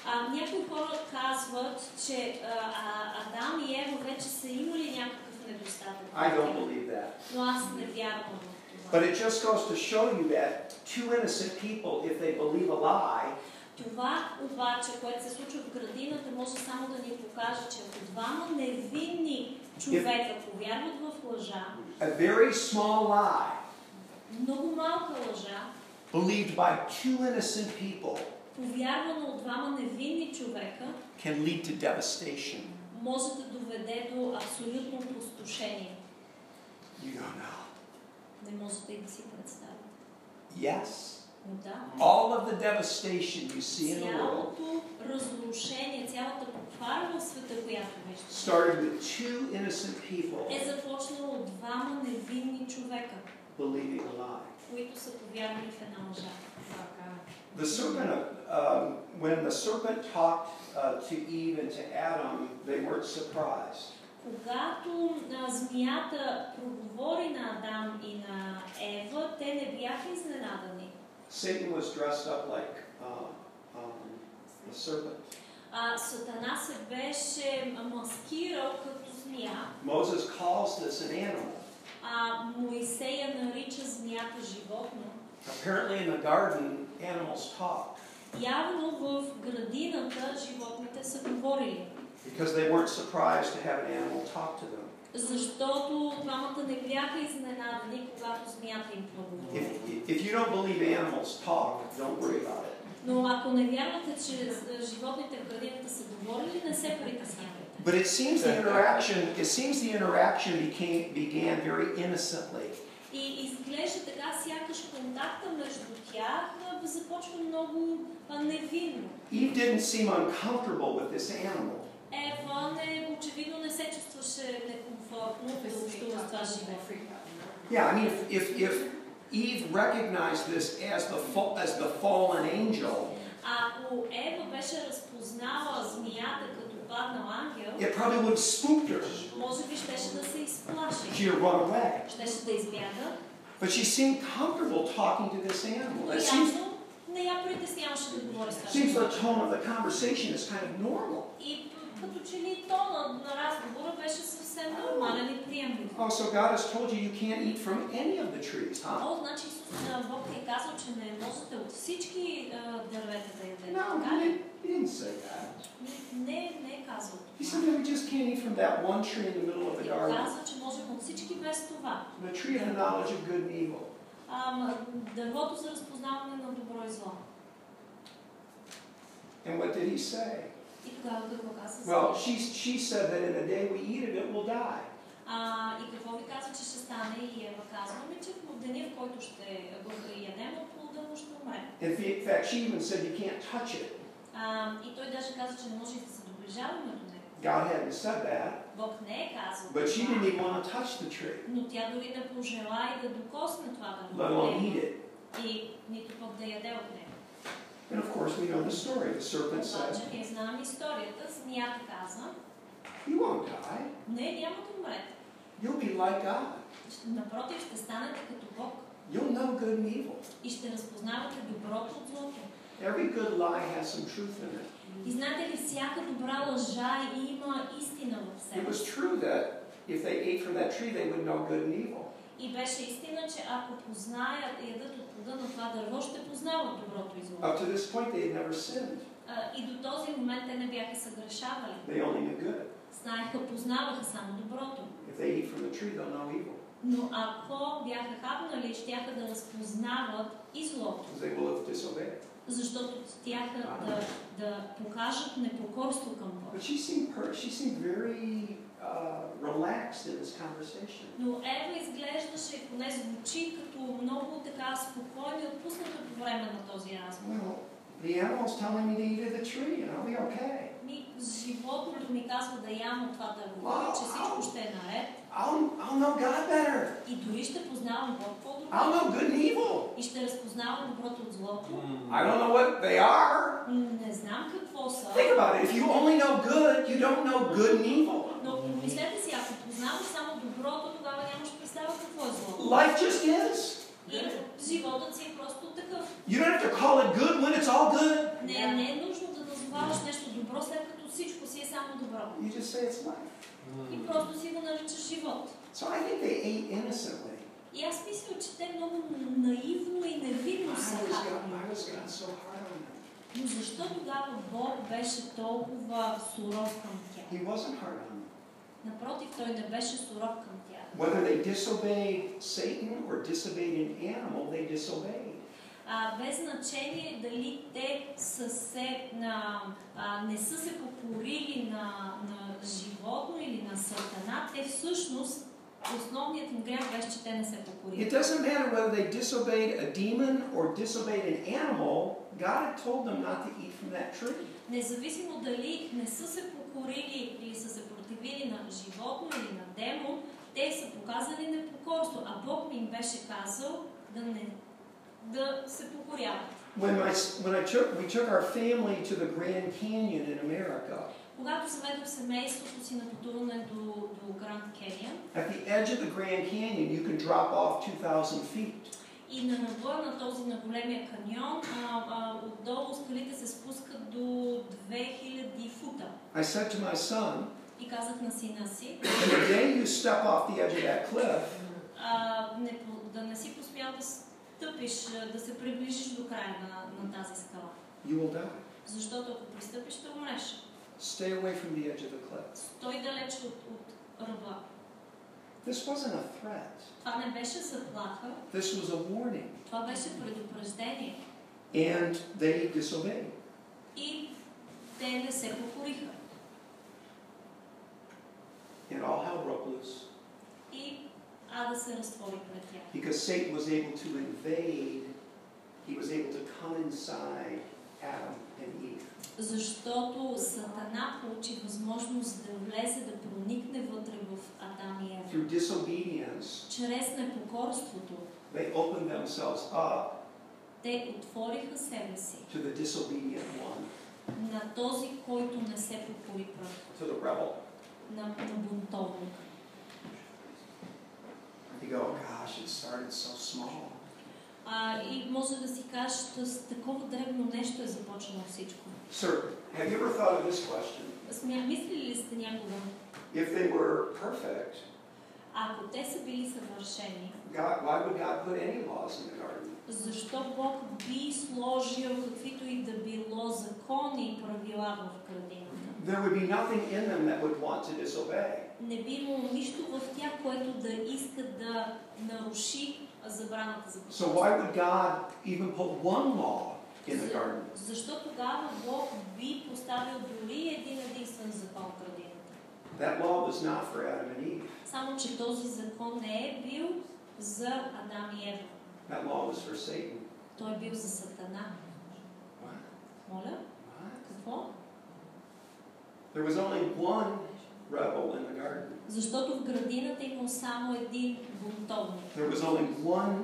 Speaker 3: А, някои хора казват, че а, а, Адам и Ева вече са имали някакъв недостатък.
Speaker 2: I don't believe that.
Speaker 3: Но аз не вярвам
Speaker 2: But
Speaker 3: в това.
Speaker 2: it just goes to show you that two innocent people, if they believe a lie,
Speaker 3: Това обаче, което се случва в градината, може само да ни покаже, че ако двама невинни човека повярват в лъжа,
Speaker 2: a very small lie,
Speaker 3: много малка лъжа,
Speaker 2: believed by two innocent people,
Speaker 3: повярвана от двама невинни човека,
Speaker 2: can lead to devastation.
Speaker 3: може да доведе до абсолютно опустошение.
Speaker 2: You don't know.
Speaker 3: Не можете и да си представите.
Speaker 2: Yes.
Speaker 3: Но да.
Speaker 2: All of the devastation you see in the world
Speaker 3: Цялото разрушение, цялата покварва в света, която виждаш,
Speaker 2: started with two innocent people
Speaker 3: е започнало от двама невинни човека,
Speaker 2: believing a lie.
Speaker 3: които са повярвали в една лъжа.
Speaker 2: The serpent, uh, um, when the serpent talked uh, to Eve and to Adam, they weren't surprised.
Speaker 3: Когато а, змията проговори на Адам и на Ева, те не бяха изненадани.
Speaker 2: Satan was dressed up like uh, um, a serpent.
Speaker 3: А, сатана се беше маскирал като змия,
Speaker 2: Moses calls this an animal.
Speaker 3: а Моисей я нарича змията животно.
Speaker 2: Apparently, in the garden, animals talk
Speaker 3: Явно в градината животните са говорили,
Speaker 2: because they weren't surprised to have an animal talk to them.
Speaker 3: защото двамата не бяха изненадани, когато змията им проговори.
Speaker 2: If, if you don't believe animals talk, don't worry about it.
Speaker 3: Но ако не вярвате, че е, животните в градината са говорили, не се притеснявайте.
Speaker 2: But it seems the interaction it seems the interaction became began very innocently.
Speaker 3: И изглежда така, сякаш контакта между тях е, започва много а, невинно.
Speaker 2: Eve didn't seem uncomfortable with this animal.
Speaker 3: Ева не, очевидно не се чувстваше некомфортно да общува с това животно.
Speaker 2: Yeah, I mean if if, if Eve recognized this as the fa- as the fallen angel,
Speaker 3: Ако Ева беше разпознала змията като паднал ангел,
Speaker 2: it probably would have spooked her.
Speaker 3: може би щеше да се изплаши.
Speaker 2: She'd have run away.
Speaker 3: Щеше да избяга.
Speaker 2: But she seemed comfortable talking to this
Speaker 3: но
Speaker 2: animal. That seems
Speaker 3: Явно не я притесняваше да говори с това.
Speaker 2: seems the
Speaker 3: животно.
Speaker 2: tone of the conversation is kind of normal.
Speaker 3: И п- като че ли тона на разговора беше съвсем нормален и приемлив.
Speaker 2: Oh, so God has told you you can't eat from any of the trees, huh?
Speaker 3: О, значи Исус а, Бог ти е казал, че не можете от всички а, дървета да ядете.
Speaker 2: No,
Speaker 3: Така
Speaker 2: he
Speaker 3: ли?
Speaker 2: didn't, he didn't say that.
Speaker 3: Не, не е казал
Speaker 2: He
Speaker 3: това.
Speaker 2: said that we just can't eat from that one tree in the middle of the
Speaker 3: И
Speaker 2: garden.
Speaker 3: казва, че можем от всички без това.
Speaker 2: The tree of the knowledge of good and evil.
Speaker 3: Ам, дървото за разпознаване на добро и зло.
Speaker 2: And what did he say?
Speaker 3: И тогава какво казва?
Speaker 2: Well,
Speaker 3: Змията?
Speaker 2: she, she said that in the day we eat of it, we'll die.
Speaker 3: А, и какво ви казва, че ще стане? И Ева казва ми, че в деня, в който ще го ядем от плода му, ще умре.
Speaker 2: In fa- fact, she even said you can't touch it.
Speaker 3: А, и той даже каза, че не може да се доближаваме до него.
Speaker 2: God hadn't said that,
Speaker 3: Бог не е казал.
Speaker 2: but she
Speaker 3: това,
Speaker 2: didn't even want to touch the tree,
Speaker 3: но тя дори не пожела и да докосне това
Speaker 2: let
Speaker 3: дърво
Speaker 2: alone eat it.
Speaker 3: и нито пък да яде от него.
Speaker 2: And of course, we know the story. The serpent said,
Speaker 3: Обаче ние знаем историята. Змията каза,
Speaker 2: You won't die.
Speaker 3: не, няма да умрете.
Speaker 2: You'll be like God.
Speaker 3: Ще- Напротив, ще станете като Бог
Speaker 2: You'll know good and evil.
Speaker 3: и ще разпознавате доброто от злото.
Speaker 2: Every good lie has some truth in it.
Speaker 3: И знаете ли, всяка добра лъжа има истина в
Speaker 2: It
Speaker 3: себе си.
Speaker 2: was true that if they ate from that tree, they would know good and evil.
Speaker 3: И беше истина, че ако познаят и ядат от плода на това дърво, ще познават доброто и злото.
Speaker 2: Up to this point, they had never sinned.
Speaker 3: А, И до този момент те не бяха съгрешавали.
Speaker 2: They only knew good.
Speaker 3: Знаеха, познаваха само доброто.
Speaker 2: If they eat from the tree, they'll know evil,
Speaker 3: Но ако бяха хапнали, щяха да разпознават и злото,
Speaker 2: because they will have disobeyed.
Speaker 3: защото щяха да, да покажат непокорство към Бога.
Speaker 2: But she seemed per- she seemed very uh, relaxed in this conversation.
Speaker 3: Но Ева изглеждаше, поне звучи като много така спокойно и отпусната по време на този разговор.
Speaker 2: Well, the animal's telling me to eat of the tree, and I'll be okay.
Speaker 3: Ми, животното ми казва да ям от това дърво, че всичко ще е наред
Speaker 2: I'll I'll know God better.
Speaker 3: и дори ще познавам Бог по-добре
Speaker 2: I'll know good and evil.
Speaker 3: и ще разпознавам доброто от злото.
Speaker 2: I don't know what they are.
Speaker 3: Не знам какво са,
Speaker 2: Think about it. If you only know good, you don't know good and evil.
Speaker 3: но помислете си, ако познаваш само доброто, тогава нямаш представа какво е злото.
Speaker 2: Life just is.
Speaker 3: И животът си е просто такъв.
Speaker 2: You don't have to call it good when it's all good.
Speaker 3: Не, не е нужно да назоваваш нещо добро, след като всичко си е само добро.
Speaker 2: You just say it's life.
Speaker 3: И просто си го наричаш живот.
Speaker 2: So I think they ate innocently.
Speaker 3: И аз мисля, че те много наивно и невинно са.
Speaker 2: I was
Speaker 3: хапали.
Speaker 2: God, I was God so hard on them.
Speaker 3: Но защо тогава Бог беше толкова суров към тях?
Speaker 2: He wasn't hard on them.
Speaker 3: Напротив, той не беше суров към тях.
Speaker 2: Whether they disobeyed Satan or disobeyed an animal, they disobeyed.
Speaker 3: А, без значение дали те са се, на, а, не са се покорили на, на животно или на сатана, те всъщност основният им грях беше, че те не се покорили.
Speaker 2: It doesn't matter whether they disobeyed a demon or disobeyed an animal, God had told them not to eat from that tree.
Speaker 3: Независимо дали не са се покорили или са се противили на животно или на демон, те са показали непокорство, а Бог им беше казал да не да се покоряват.
Speaker 2: When, my, when I took, we took our family to the Grand Canyon in America,
Speaker 3: Когато заведох семейството си на пътуване до, до Гранд Кения
Speaker 2: at the edge of the Grand Canyon, you can drop off 2,000 feet.
Speaker 3: и на набоя на този на големия каньон, а, а, отдолу скалите се спускат до 2000 фута.
Speaker 2: I said to my son,
Speaker 3: И казах на сина си,
Speaker 2: the day you step off the edge of that cliff,
Speaker 3: а, не, по- да не си посмял да стъпиш, а, да се приближиш до края на, на тази скала.
Speaker 2: you will die.
Speaker 3: Защото ако пристъпиш, ще умреш.
Speaker 2: Stay away from the edge of the cliff.
Speaker 3: Стой далеч от, от ръба.
Speaker 2: This wasn't a threat.
Speaker 3: Това не беше заплаха,
Speaker 2: This was a warning.
Speaker 3: това беше предупреждение.
Speaker 2: And they disobeyed.
Speaker 3: И те не се покориха.
Speaker 2: And all hell broke loose
Speaker 3: И Ада се разтвори пред тях.
Speaker 2: because Satan was able to invade, he was able to come inside Adam and Eve.
Speaker 3: Защото Сатана получи възможност да влезе, да проникне вътре в Адам и Ева.
Speaker 2: Through disobedience,
Speaker 3: Чрез непокорството
Speaker 2: they opened themselves up
Speaker 3: те отвориха себе си
Speaker 2: to the disobedient one,
Speaker 3: на този, който не се покори пръв,
Speaker 2: to the rebel.
Speaker 3: на, на бунтовника.
Speaker 2: You go, gosh, it started so small.
Speaker 3: А, и може да си кажеш, че с такова древно нещо е започнало всичко.
Speaker 2: Sir, have you ever thought of this question?
Speaker 3: Смя, мислили ли сте някога,
Speaker 2: If they were perfect,
Speaker 3: ако те са били съвършени,
Speaker 2: God, why would God put any laws in the garden?
Speaker 3: защо Бог би сложил каквито и да било закони и правила в градината?
Speaker 2: There would be nothing in them that would want to disobey.
Speaker 3: Не би имало нищо в тях, което да иска да наруши забраната за
Speaker 2: So why would God even put one law in the garden?
Speaker 3: Защо тогава Бог би поставил дори един единствен закон в градината?
Speaker 2: That law was not for Adam and Eve.
Speaker 3: Само, че този закон не е бил за Адам и Ева.
Speaker 2: That law was for Satan.
Speaker 3: Той е бил за Сатана.
Speaker 2: What?
Speaker 3: Моля?
Speaker 2: What?
Speaker 3: Какво?
Speaker 2: There was only one rebel in the garden.
Speaker 3: Защото в градината има само един бунтовник.
Speaker 2: There was only one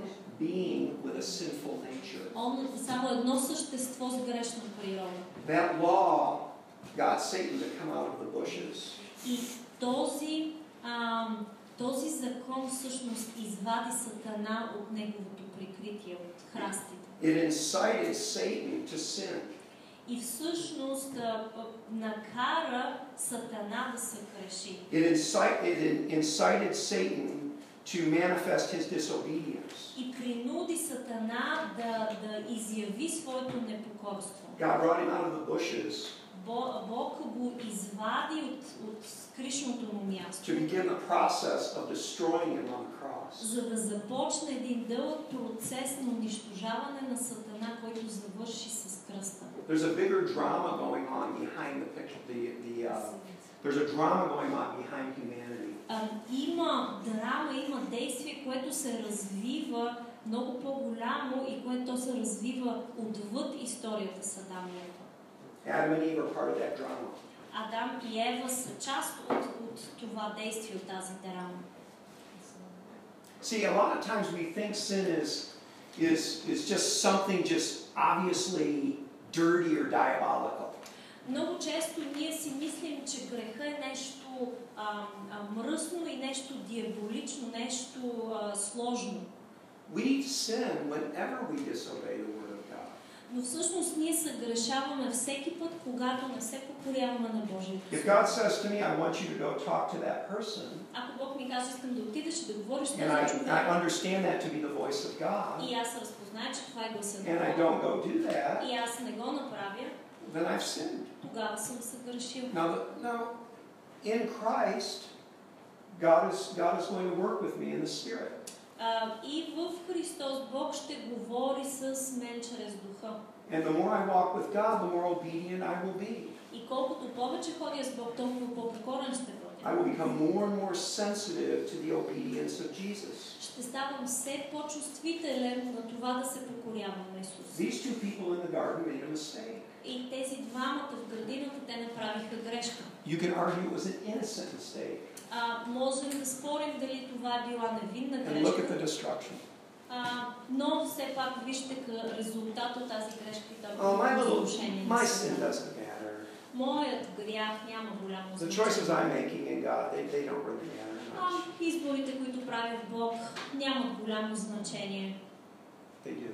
Speaker 2: being with a sinful nature.
Speaker 3: Он е само едно същество с грешна природа.
Speaker 2: That law got Satan to come out of the bushes.
Speaker 3: И този, ам, този закон всъщност извади Сатана от неговото прикритие, от храстите.
Speaker 2: It incited Satan to sin.
Speaker 3: И всъщност а, а, накара Сатана да се греши.
Speaker 2: It incited, it incited Satan to manifest his disobedience.
Speaker 3: И принуди Сатана да, да изяви своето непокорство.
Speaker 2: God brought him out of the bushes
Speaker 3: Бо- Бог го извади от, от скришното му място,
Speaker 2: to begin the process of destroying him on the cross.
Speaker 3: за да започне един дълъг процес на унищожаване на Сатана, който завърши с кръста.
Speaker 2: There's a bigger drama going on behind the picture. The, the uh, there's a drama going on behind humanity.
Speaker 3: А, Има драма, има действие, което се развива много по-голямо и което се развива отвъд историята с Адам и Ева.
Speaker 2: Adam and Eve are part of that drama.
Speaker 3: Адам и Ева са част от, от това действие, от тази драма.
Speaker 2: See, a lot of times we think sin is is is just something just obviously dirty or diabolical.
Speaker 3: Много често ние си мислим, че греха е нещо а, а, мръсно и нещо диаболично, нещо а, сложно.
Speaker 2: We sin whenever we disobey the word of God.
Speaker 3: Но всъщност ние съгрешаваме всеки път, когато не се покоряваме на Божието.
Speaker 2: If God says to me, I want you to go talk to that person,
Speaker 3: Ако Бог ми каже, искам да отидеш и да говориш с
Speaker 2: and I,
Speaker 3: този човек,
Speaker 2: I understand that to be the voice of God,
Speaker 3: и аз разпозная, че това е гласа
Speaker 2: and
Speaker 3: на
Speaker 2: I
Speaker 3: Бог,
Speaker 2: don't go do that,
Speaker 3: и аз не го направя,
Speaker 2: then I've sinned.
Speaker 3: тогава съм съгрешил.
Speaker 2: Now, now in Christ, God is, God is going to work with me in the Spirit.
Speaker 3: А, и в Христос Бог ще говори с мен чрез Духа.
Speaker 2: And the more I walk with God, the more obedient I will be.
Speaker 3: И колкото повече ходя с Бог, толкова по-покорен ще бъда.
Speaker 2: I will become more and more sensitive to the obedience of Jesus.
Speaker 3: ще ставам все по-чувствителен на това да се покорявам на Исус.
Speaker 2: These two people in the garden made a mistake.
Speaker 3: И тези двамата в градината те направиха грешка.
Speaker 2: You can argue it was an innocent mistake.
Speaker 3: А, можем да спорим дали това е била невинна
Speaker 2: And look at the
Speaker 3: грешка,
Speaker 2: destruction.
Speaker 3: а, но все пак вижте къ- резултат от тази грешка и това
Speaker 2: Oh, my
Speaker 3: е
Speaker 2: little,
Speaker 3: разрушение на
Speaker 2: my
Speaker 3: света.
Speaker 2: sin doesn't matter.
Speaker 3: Моят грях няма голямо
Speaker 2: The
Speaker 3: значение.
Speaker 2: choices I'm making in God, they, they don't really matter
Speaker 3: А,
Speaker 2: much.
Speaker 3: изборите, които прави Бог, нямат голямо значение,
Speaker 2: They do.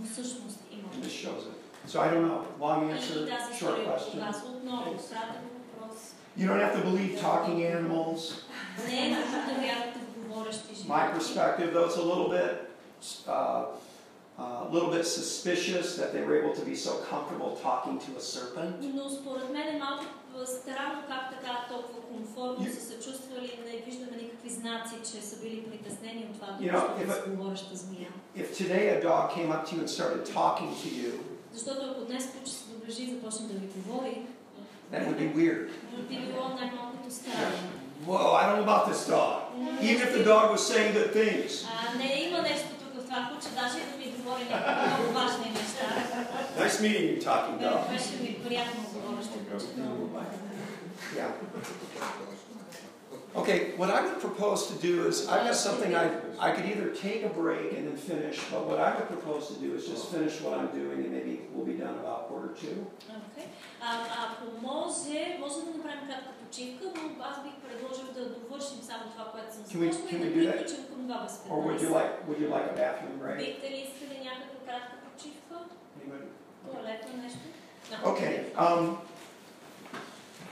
Speaker 3: но всъщност
Speaker 2: And
Speaker 3: имат.
Speaker 2: this shows it. So I don't know. Long
Speaker 3: И
Speaker 2: answer,
Speaker 3: тази
Speaker 2: short
Speaker 3: история
Speaker 2: question.
Speaker 3: показва отново кратък въпрос.
Speaker 2: You don't have to believe talking animals.
Speaker 3: Не е нужно да вярвате в говорещи
Speaker 2: My
Speaker 3: животни.
Speaker 2: perspective, though, it's a little bit, uh, a little bit suspicious that they were able to be so comfortable talking to a serpent.
Speaker 3: Но според мен е малко а, странно как така толкова комфортно
Speaker 2: You-
Speaker 3: са се чувствали, не виждаме никакви знаци, че са били притеснени от това,
Speaker 2: You
Speaker 3: да
Speaker 2: know,
Speaker 3: общуват
Speaker 2: if
Speaker 3: с говореща змия.
Speaker 2: If today a dog came up to you and started talking to you,
Speaker 3: Защото ако днес куче се доближи и започне да ви говори,
Speaker 2: that would be weird.
Speaker 3: би било най-малкото странно.
Speaker 2: Whoa, I don't know about this dog. Even if the dog was saying good things,
Speaker 3: А, не има нещо тук в това куче, даже и да ми говори някакви много важни неща.
Speaker 2: nice meeting you, talking dog.
Speaker 3: Беше ми приятно говорещо куче.
Speaker 2: Yeah. Okay, what I would propose to do is, I've got something I, I could either take a break and then finish, but what I would propose to do is just finish what I'm doing and maybe we'll be done about quarter two.
Speaker 3: Окей. А, ако може, може да направим кратка почивка, но аз бих предложил да довършим само това, което съм
Speaker 2: Can we-
Speaker 3: започнала
Speaker 2: can we
Speaker 3: и
Speaker 2: do
Speaker 3: да
Speaker 2: that?
Speaker 3: приключим към 2 без
Speaker 2: Or would you
Speaker 3: 15.
Speaker 2: like, would you like a bathroom break?
Speaker 3: Бихте ли искали някаква кратка почивка?
Speaker 2: Anybody?
Speaker 3: Туалетно нещо? Да.
Speaker 2: Okay, um,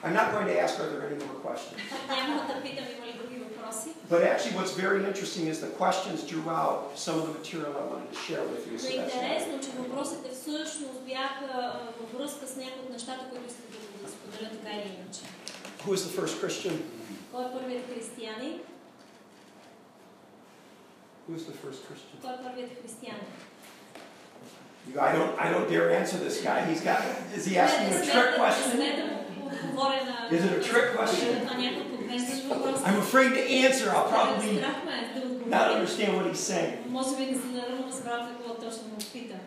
Speaker 2: I'm not going to ask are there any more questions?
Speaker 3: Няма да питам има ли други въпроси.
Speaker 2: But actually, what's very interesting is the questions drew out some of the material I wanted to share with you.
Speaker 3: Но
Speaker 2: so
Speaker 3: е
Speaker 2: that's why.
Speaker 3: интересно, че въпросите всъщност бяха а, във връзка с някои от нещата, които искам да- да споделя така или иначе.
Speaker 2: Who was the first Christian?
Speaker 3: Кой е първият християнин?
Speaker 2: Who was the first Christian?
Speaker 3: Кой е първият християнин?
Speaker 2: You, I don't, I don't dare answer this guy. He's got, is he
Speaker 3: Не,
Speaker 2: asking
Speaker 3: не
Speaker 2: a
Speaker 3: сме
Speaker 2: trick
Speaker 3: да- Не
Speaker 2: question?
Speaker 3: сме да му отговоря на...
Speaker 2: Is it a trick question?
Speaker 3: Това някакъв подвеждащ въпрос.
Speaker 2: I'm afraid to answer. I'll probably
Speaker 3: Страх ме е да
Speaker 2: not
Speaker 3: отговоря.
Speaker 2: understand what he's saying.
Speaker 3: Може би не съм да разбрал какво е точно му питам.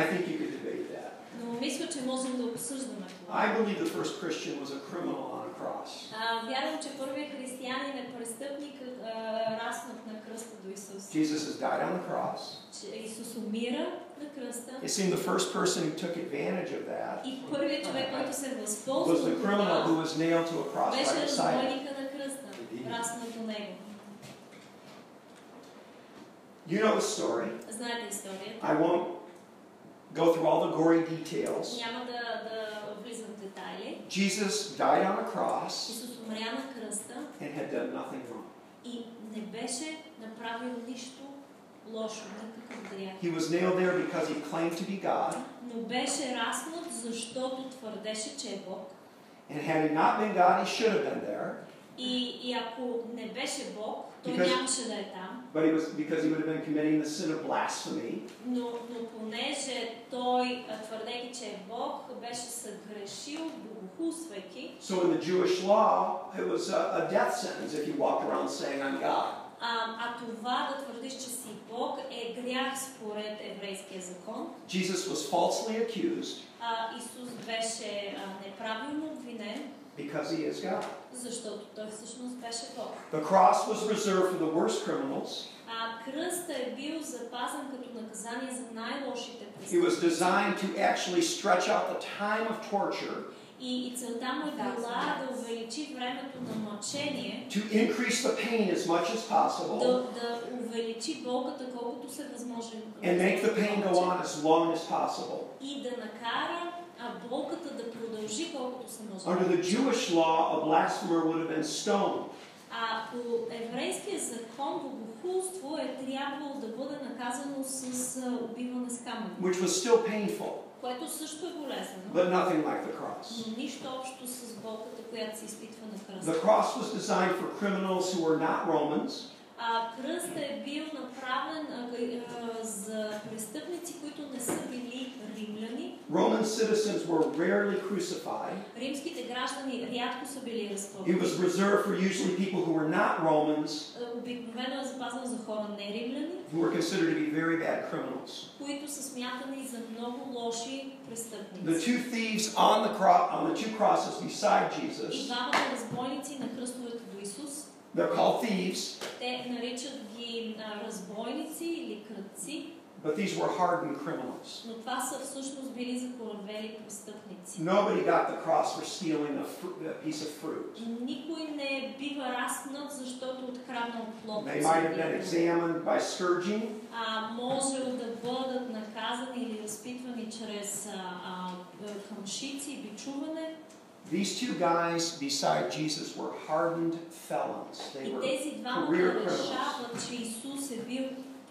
Speaker 2: I think you could debate that.
Speaker 3: Но мисля, че можем да обсъждаме това.
Speaker 2: I believe the first Christian was a criminal on a cross.
Speaker 3: А, вярвам, че първият християнин е престъпник, а, раснат на кръста до Исус.
Speaker 2: Jesus has died on the cross.
Speaker 3: Че Исус умира на кръста.
Speaker 2: It seemed the first person who took advantage of that
Speaker 3: И първият човек, който се възползва
Speaker 2: was the
Speaker 3: от
Speaker 2: criminal who
Speaker 3: това,
Speaker 2: was nailed to a cross by
Speaker 3: беше
Speaker 2: the side.
Speaker 3: разбойника на кръста, раснат до него.
Speaker 2: You know the story.
Speaker 3: Знаете историята.
Speaker 2: I won't go through all the gory details.
Speaker 3: Няма да, да влизам в детайли.
Speaker 2: Jesus died on a cross
Speaker 3: Исус умря на кръста
Speaker 2: and had done nothing wrong.
Speaker 3: и не беше направил нищо лошо, никакъв грях.
Speaker 2: He was nailed there because he claimed to be God.
Speaker 3: Но беше раснат, защото твърдеше, че е Бог.
Speaker 2: And had he not been God, he should have been there.
Speaker 3: И, и ако не беше Бог, той
Speaker 2: Because-
Speaker 3: нямаше да е там.
Speaker 2: But he was because he would have been committing the sin of blasphemy.
Speaker 3: Но, но понеже той, а, твърдейки, че е Бог, беше съгрешил, богохулствайки,
Speaker 2: So in the Jewish law, it was a, a death sentence if you walked around saying, I'm God.
Speaker 3: а, а това да твърдиш, че си Бог е грях според еврейския закон.
Speaker 2: Jesus was falsely accused
Speaker 3: А, Исус беше а, неправилно обвинен,
Speaker 2: because he is God.
Speaker 3: защото той всъщност беше Бог.
Speaker 2: The cross was reserved for the worst criminals.
Speaker 3: А кръста е бил запазен като наказание за най-лошите
Speaker 2: It was
Speaker 3: престъпници.
Speaker 2: designed to actually stretch out the time of torture
Speaker 3: И, и целта му е била да увеличи времето на мъчение,
Speaker 2: to increase the pain as much as possible
Speaker 3: да, да увеличи болката колкото се възможен.
Speaker 2: and make the pain go on as long as possible.
Speaker 3: И да накара а, болката да продължи колкото се може.
Speaker 2: Under the Jewish law, a blasphemer would have been stoned.
Speaker 3: А по еврейския закон богохулство е трябвало да бъде наказано с а, убиване с камъни,
Speaker 2: which was still painful,
Speaker 3: което също е болезнено,
Speaker 2: but nothing like the cross.
Speaker 3: но нищо общо с болката, която се изпитва на кръста.
Speaker 2: The cross was designed for criminals who were not Romans,
Speaker 3: А кръстът е бил направен а, г- а, за престъпници, които не са били римляни.
Speaker 2: Roman citizens were rarely crucified.
Speaker 3: Римските граждани рядко са били
Speaker 2: It was
Speaker 3: разпъвани.
Speaker 2: reserved for usually people who were not Romans,
Speaker 3: А, Обикновено е запазен за хора не римляни,
Speaker 2: who were considered to be very bad criminals.
Speaker 3: които са смятани за много лоши
Speaker 2: The
Speaker 3: престъпници.
Speaker 2: two thieves on the cross, on the two crosses beside
Speaker 3: И
Speaker 2: Jesus,
Speaker 3: двамата разбойници на кръстовете до Исус,
Speaker 2: they're called thieves,
Speaker 3: те наричат ги а, разбойници или кръци,
Speaker 2: but these were hardened criminals.
Speaker 3: но това са всъщност били закоравели престъпници.
Speaker 2: Nobody got the cross for stealing a, fr- a piece of fruit.
Speaker 3: Никой не бива раснат, защото откраднал плод.
Speaker 2: They might have been examined by scourging,
Speaker 3: а, може да бъдат наказани или разпитвани чрез а, а, камшици, бичуване.
Speaker 2: These two guys beside Jesus were hardened felons. They
Speaker 3: И
Speaker 2: were
Speaker 3: тези двамата
Speaker 2: career criminals.
Speaker 3: решават, че Исус е бил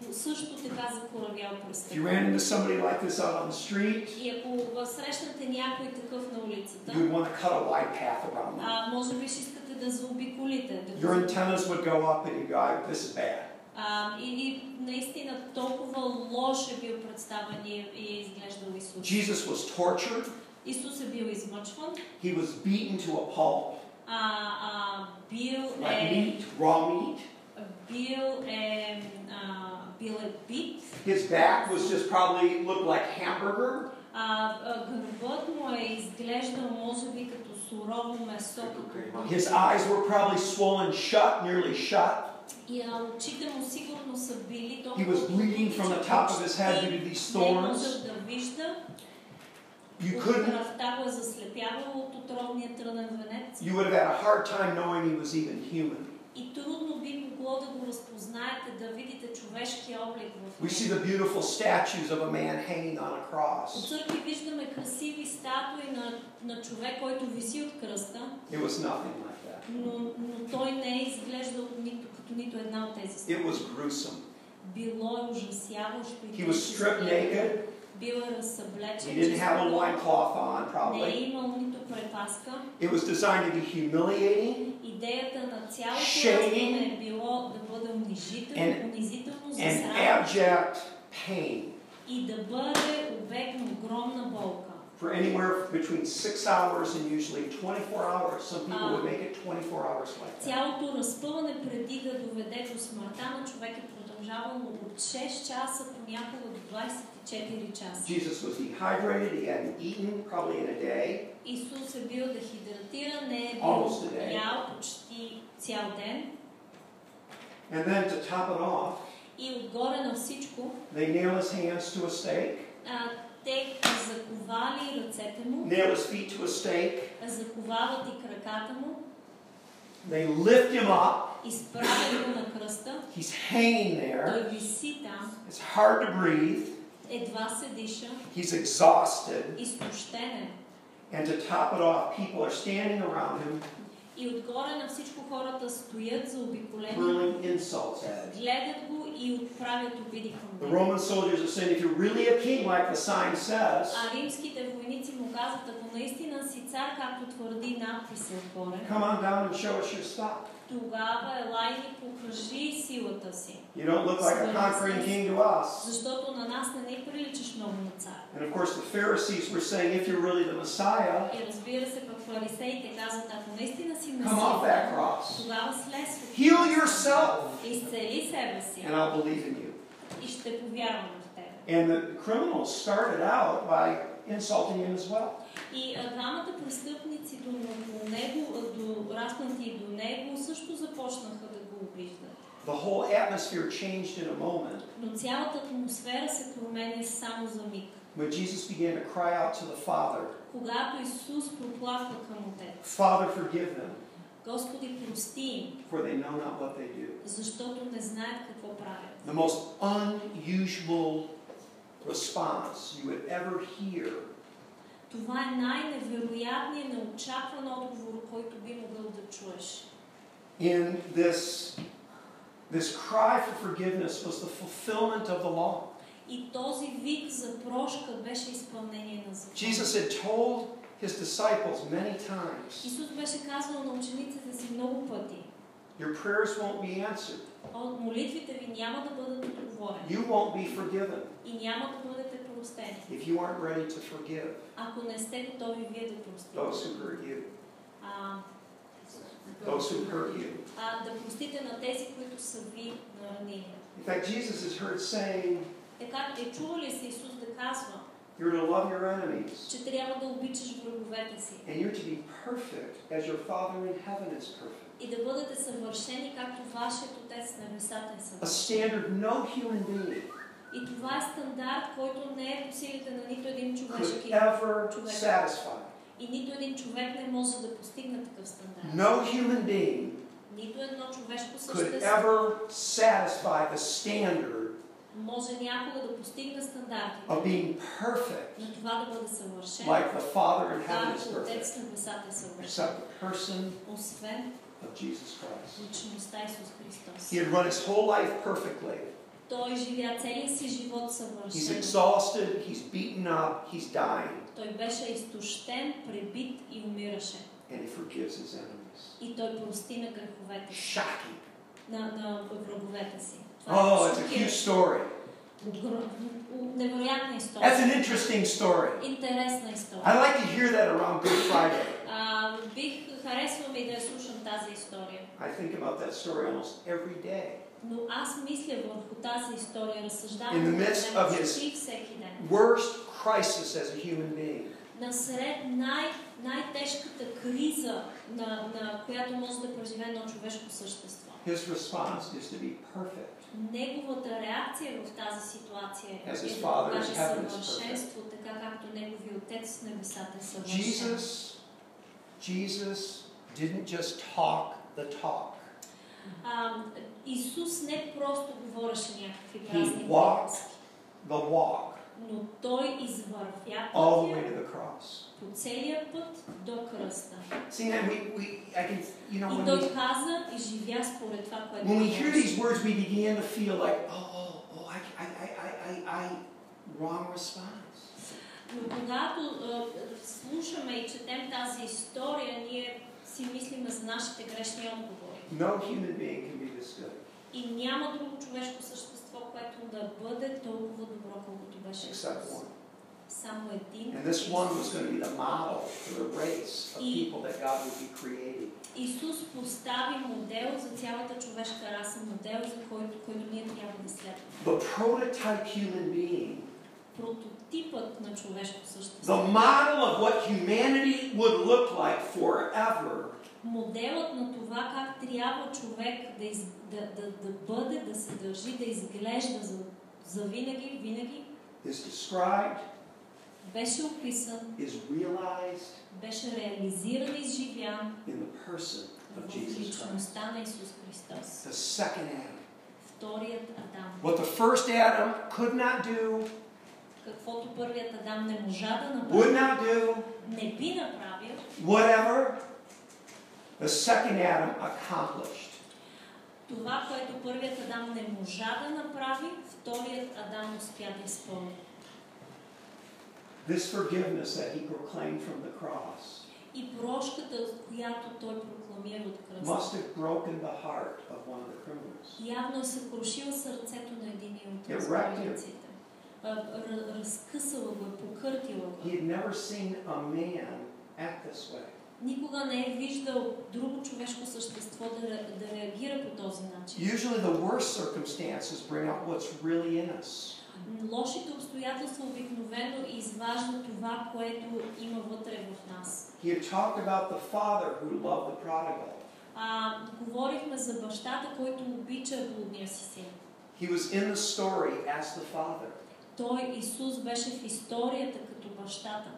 Speaker 3: по- също така закоравял
Speaker 2: If you ran
Speaker 3: престъпник.
Speaker 2: into somebody like this out on the street,
Speaker 3: И ако а, срещнете някой такъв на улицата,
Speaker 2: you would want to cut a wide path around them.
Speaker 3: а, може би ще искате да заобиколите. Да
Speaker 2: Your
Speaker 3: го-
Speaker 2: antennas would go up and you'd go, "I- this is bad.
Speaker 3: а, или наистина толкова лош е бил представен и и е изглеждал Исус.
Speaker 2: Jesus was tortured.
Speaker 3: Исус е бил измъчван,
Speaker 2: He was beaten to a pulp,
Speaker 3: а, а, бил
Speaker 2: like
Speaker 3: е
Speaker 2: meat, raw meat.
Speaker 3: бил е, а, бил е бит,
Speaker 2: His back was just probably looked like hamburger.
Speaker 3: а, а, гърбът му е изглеждал може би като сурово месо, като
Speaker 2: His eyes were probably swollen shut, nearly shut.
Speaker 3: и а, очите му сигурно са били
Speaker 2: He was
Speaker 3: толкова
Speaker 2: bleeding from the top of his head due to
Speaker 3: почти
Speaker 2: these
Speaker 3: не
Speaker 2: thorns.
Speaker 3: може да вижда,
Speaker 2: You couldn't
Speaker 3: кръвта го е заслепявала от отровния трънен венец
Speaker 2: you would have had a hard time knowing he was even human.
Speaker 3: и трудно би могло да го разпознаете, да видите човешкия облик в
Speaker 2: We see
Speaker 3: него.
Speaker 2: the beautiful statues of a man hanging on a
Speaker 3: От
Speaker 2: cross.
Speaker 3: църкви виждаме красиви статуи на, на човек, който виси от кръста,
Speaker 2: It was nothing like that.
Speaker 3: но, но той не е изглеждал нито, като нито една от тези
Speaker 2: It
Speaker 3: статуи.
Speaker 2: was gruesome.
Speaker 3: Било е ужасяващо и
Speaker 2: He was
Speaker 3: тежко
Speaker 2: stripped
Speaker 3: изглежда.
Speaker 2: naked.
Speaker 3: Бил е
Speaker 2: He
Speaker 3: разсъблечен.
Speaker 2: didn't have a
Speaker 3: чисто.
Speaker 2: loincloth on,
Speaker 3: Не е
Speaker 2: probably.
Speaker 3: имал нито препаска.
Speaker 2: It was designed to be humiliating
Speaker 3: Идеята на цялото
Speaker 2: Shaming.
Speaker 3: разследване е било да бъде унижително,
Speaker 2: And-
Speaker 3: унизително за
Speaker 2: and
Speaker 3: срам
Speaker 2: abject pain.
Speaker 3: и да бъде обект на огромна болка.
Speaker 2: for anywhere between six hours and usually 24 hours. Some people
Speaker 3: Ah.
Speaker 2: would make it 24 hours like that.
Speaker 3: Цялото разпъване преди да доведе до смъртта на човека продължавало от 6 часа, понякога до 24 часа.
Speaker 2: Jesus was dehydrated, he hadn't eaten probably in a day.
Speaker 3: Исус е бил дехидратиран, не е
Speaker 2: Almost
Speaker 3: бил
Speaker 2: a day.
Speaker 3: ял почти цял ден.
Speaker 2: And then to top it off,
Speaker 3: И отгоре на всичко,
Speaker 2: they nail his hands to a stake,
Speaker 3: а, те заковали ръцете му,
Speaker 2: nail his feet to a stake,
Speaker 3: заковават и краката му,
Speaker 2: they lift him up.
Speaker 3: изправят го на кръста,
Speaker 2: He's hanging there.
Speaker 3: той виси там,
Speaker 2: It's hard to breathe.
Speaker 3: едва се диша,
Speaker 2: He's exhausted.
Speaker 3: изтощен е.
Speaker 2: And to top it off, people are standing around him,
Speaker 3: И отгоре на всичко хората стоят заобиколени,
Speaker 2: hurling insults at him.
Speaker 3: гледат го и отправят обиди
Speaker 2: The
Speaker 3: към него.
Speaker 2: Roman soldiers are saying, if you're really a king, like the sign says,
Speaker 3: А римските войници му казват, ако наистина си цар, както твърди надписа отгоре,
Speaker 2: come on down and show us your stuff.
Speaker 3: тогава елай и покажи силата си.
Speaker 2: You don't look like a conquering king to us.
Speaker 3: Защото на нас не ни приличаш много на цар.
Speaker 2: And of course, the Pharisees were saying, if you're really the Messiah,
Speaker 3: И разбира се, пък фарисеите казват, ако наистина си
Speaker 2: come off
Speaker 3: месия,
Speaker 2: that cross.
Speaker 3: тогава слез от
Speaker 2: Heal yourself,
Speaker 3: Изцели себе си
Speaker 2: and I'll believe in you.
Speaker 3: и ще повярвам в теб.
Speaker 2: And the criminals started out by insulting him as well.
Speaker 3: И а, двамата престъпници до, до него, а, до разпнати и до него, също започнаха да го обиждат.
Speaker 2: The whole atmosphere changed in a moment
Speaker 3: Но цялата атмосфера се променя само за миг.
Speaker 2: when Jesus began to cry out to the Father,
Speaker 3: Когато Исус проплаква към Отец,
Speaker 2: Father, forgive them,
Speaker 3: Господи, прости им,
Speaker 2: for they know not what they do.
Speaker 3: защото не знаят какво правят.
Speaker 2: The most unusual response you would ever hear
Speaker 3: Това е най-невероятният, неочакван отговор, който би могъл да чуеш.
Speaker 2: in this, this cry for forgiveness was the fulfillment of the law.
Speaker 3: И този вик за прошка беше изпълнение на закона.
Speaker 2: Jesus had told his disciples many times,
Speaker 3: Исус беше казал на учениците си много пъти,
Speaker 2: Your prayers won't be answered.
Speaker 3: от молитвите ви няма да бъдат отговорени
Speaker 2: You won't be forgiven
Speaker 3: и няма да бъдете простени,
Speaker 2: if you aren't ready to forgive
Speaker 3: ако не сте готови вие да
Speaker 2: those
Speaker 3: простите.
Speaker 2: who hurt you,
Speaker 3: А,
Speaker 2: those who hurt you.
Speaker 3: а, да простите на тези, които са ви наранили.
Speaker 2: In fact, Jesus is heard saying,
Speaker 3: Така е чувал ли се Исус да казва,
Speaker 2: You're to love your enemies,
Speaker 3: че трябва да обичаш враговете си
Speaker 2: and you're to be perfect as your Father in heaven is perfect.
Speaker 3: и да бъдете съвършени, както вашият Отец на небесата е
Speaker 2: A
Speaker 3: съвършен.
Speaker 2: standard no human being
Speaker 3: И това е стандарт, който не е по силите на нито един
Speaker 2: could
Speaker 3: човешки
Speaker 2: ever satisfy.
Speaker 3: и нито един човек не може да постигне такъв стандарт.
Speaker 2: No human being
Speaker 3: Нито едно човешко
Speaker 2: could
Speaker 3: същество
Speaker 2: ever satisfy the standard
Speaker 3: може някога да постигне стандартите
Speaker 2: of being perfect
Speaker 3: на това да бъде съвършен,
Speaker 2: like the Father in heaven is
Speaker 3: както
Speaker 2: perfect,
Speaker 3: Отец на небесата е съвършен,
Speaker 2: except the person
Speaker 3: освен
Speaker 2: of Jesus Christ.
Speaker 3: личността Исус
Speaker 2: He
Speaker 3: Христос.
Speaker 2: had run his whole life perfectly.
Speaker 3: Той живя целия си живот
Speaker 2: He's
Speaker 3: съвършен.
Speaker 2: exhausted, he's beaten up, he's dying,
Speaker 3: Той беше изтощен, пребит и умираше.
Speaker 2: and he forgives his enemies.
Speaker 3: И той прости на греховете, си,
Speaker 2: Shocking.
Speaker 3: на, на враговете си. Това е
Speaker 2: Oh, it's a cute
Speaker 3: шокиран-
Speaker 2: story.
Speaker 3: гро- невероятна
Speaker 2: That's
Speaker 3: история.
Speaker 2: an Ами, interesting story.
Speaker 3: Интересна история.
Speaker 2: I like to hear that around Good Friday.
Speaker 3: А, бих харесвам и да я слушам тази история.
Speaker 2: I think about that story almost every day.
Speaker 3: Но аз мисля върху тази история,
Speaker 2: In the
Speaker 3: разсъждавам
Speaker 2: midst of his-
Speaker 3: почти всеки ден.
Speaker 2: Worst crisis as a human being.
Speaker 3: Насред най- най-тежката криза, на, на която може да преживее едно човешко същество.
Speaker 2: His response is to be perfect.
Speaker 3: Неговата реакция в тази ситуация е
Speaker 2: As his
Speaker 3: да
Speaker 2: father
Speaker 3: покаже
Speaker 2: in heaven is
Speaker 3: съвършенство, така както неговият отец с небесата е съвършен.
Speaker 2: Jesus, Jesus didn't just talk the talk.
Speaker 3: А, Исус не просто говореше някакви
Speaker 2: He
Speaker 3: празни
Speaker 2: walked
Speaker 3: приказки,
Speaker 2: the walk
Speaker 3: но той извървя
Speaker 2: all the way
Speaker 3: пътя
Speaker 2: to the cross.
Speaker 3: по целия път до кръста.
Speaker 2: See, now we, we I can, you know,
Speaker 3: И
Speaker 2: when we,
Speaker 3: той каза и живя според това, което
Speaker 2: when we hear
Speaker 3: говореше.
Speaker 2: these words, we begin to feel like, oh, oh, oh, I, I, I, I, I, I wrong response.
Speaker 3: Но когато а, слушаме и четем тази история, ние си мислиме за нашите грешни отговори.
Speaker 2: No human being can be this good
Speaker 3: И няма друго човешко същество, което да бъде толкова добро, колкото беше
Speaker 2: except
Speaker 3: Исус.
Speaker 2: one.
Speaker 3: Само един.
Speaker 2: And this one was going to be the model for the race of people that God would be creating.
Speaker 3: Исус постави модел за цялата човешка раса, модел, за който, който ние трябва да следваме.
Speaker 2: The prototype human being,
Speaker 3: Прототипът на човешко
Speaker 2: the
Speaker 3: същество.
Speaker 2: model of what humanity would look like forever,
Speaker 3: Моделът на това как трябва човек да, из, да, да, да бъде, да се държи, да изглежда за, за винаги, винаги
Speaker 2: is described,
Speaker 3: беше описан,
Speaker 2: is realized
Speaker 3: беше реализиран и изживян
Speaker 2: in the person of
Speaker 3: в
Speaker 2: Jesus Christ.
Speaker 3: личността на Исус Христос.
Speaker 2: The second Adam.
Speaker 3: Вторият Адам.
Speaker 2: What the first Adam could not do,
Speaker 3: Каквото първият Адам не можа да
Speaker 2: would
Speaker 3: направи,
Speaker 2: not do,
Speaker 3: не би направил,
Speaker 2: whatever, the second Adam accomplished.
Speaker 3: Това, което първият Адам не можа да направи, вторият Адам успя да изпълни.
Speaker 2: This forgiveness that he proclaimed from the cross
Speaker 3: И прошката, която той прокламира от кръста,
Speaker 2: must have broken the heart of one of the criminals.
Speaker 3: явно е съкрушила сърцето на един от
Speaker 2: Е,
Speaker 3: разбойниците. А, р- Разкъсала го, е, покъртила го.
Speaker 2: He had never seen a man act this way.
Speaker 3: Никога не е виждал друго човешко същество да, ре- да реагира по този начин.
Speaker 2: Usually, the worst circumstances bring out what's really in us.
Speaker 3: Лошите обстоятелства обикновено изважда това, което има вътре в нас.
Speaker 2: He had talked about the father who loved the prodigal.
Speaker 3: А, говорихме за бащата, който обича блудния си син.
Speaker 2: He was in the story as the father.
Speaker 3: Той, Исус, беше в историята като бащата.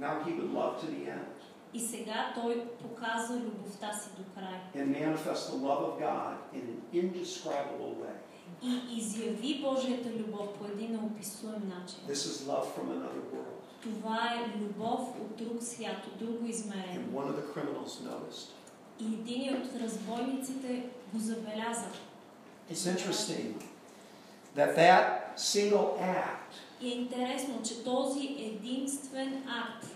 Speaker 2: Now he would love to the end
Speaker 3: И сега той показва любовта си до край.
Speaker 2: and manifest the love of God in an indescribable way.
Speaker 3: И изяви Божията любов по един неописуем начин.
Speaker 2: This is love from another world.
Speaker 3: Това е любов от друг свят, от друго измерение.
Speaker 2: And one of the criminals noticed.
Speaker 3: И един от разбойниците го забеляза.
Speaker 2: It's interesting that that single act
Speaker 3: И е интересно, че този единствен акт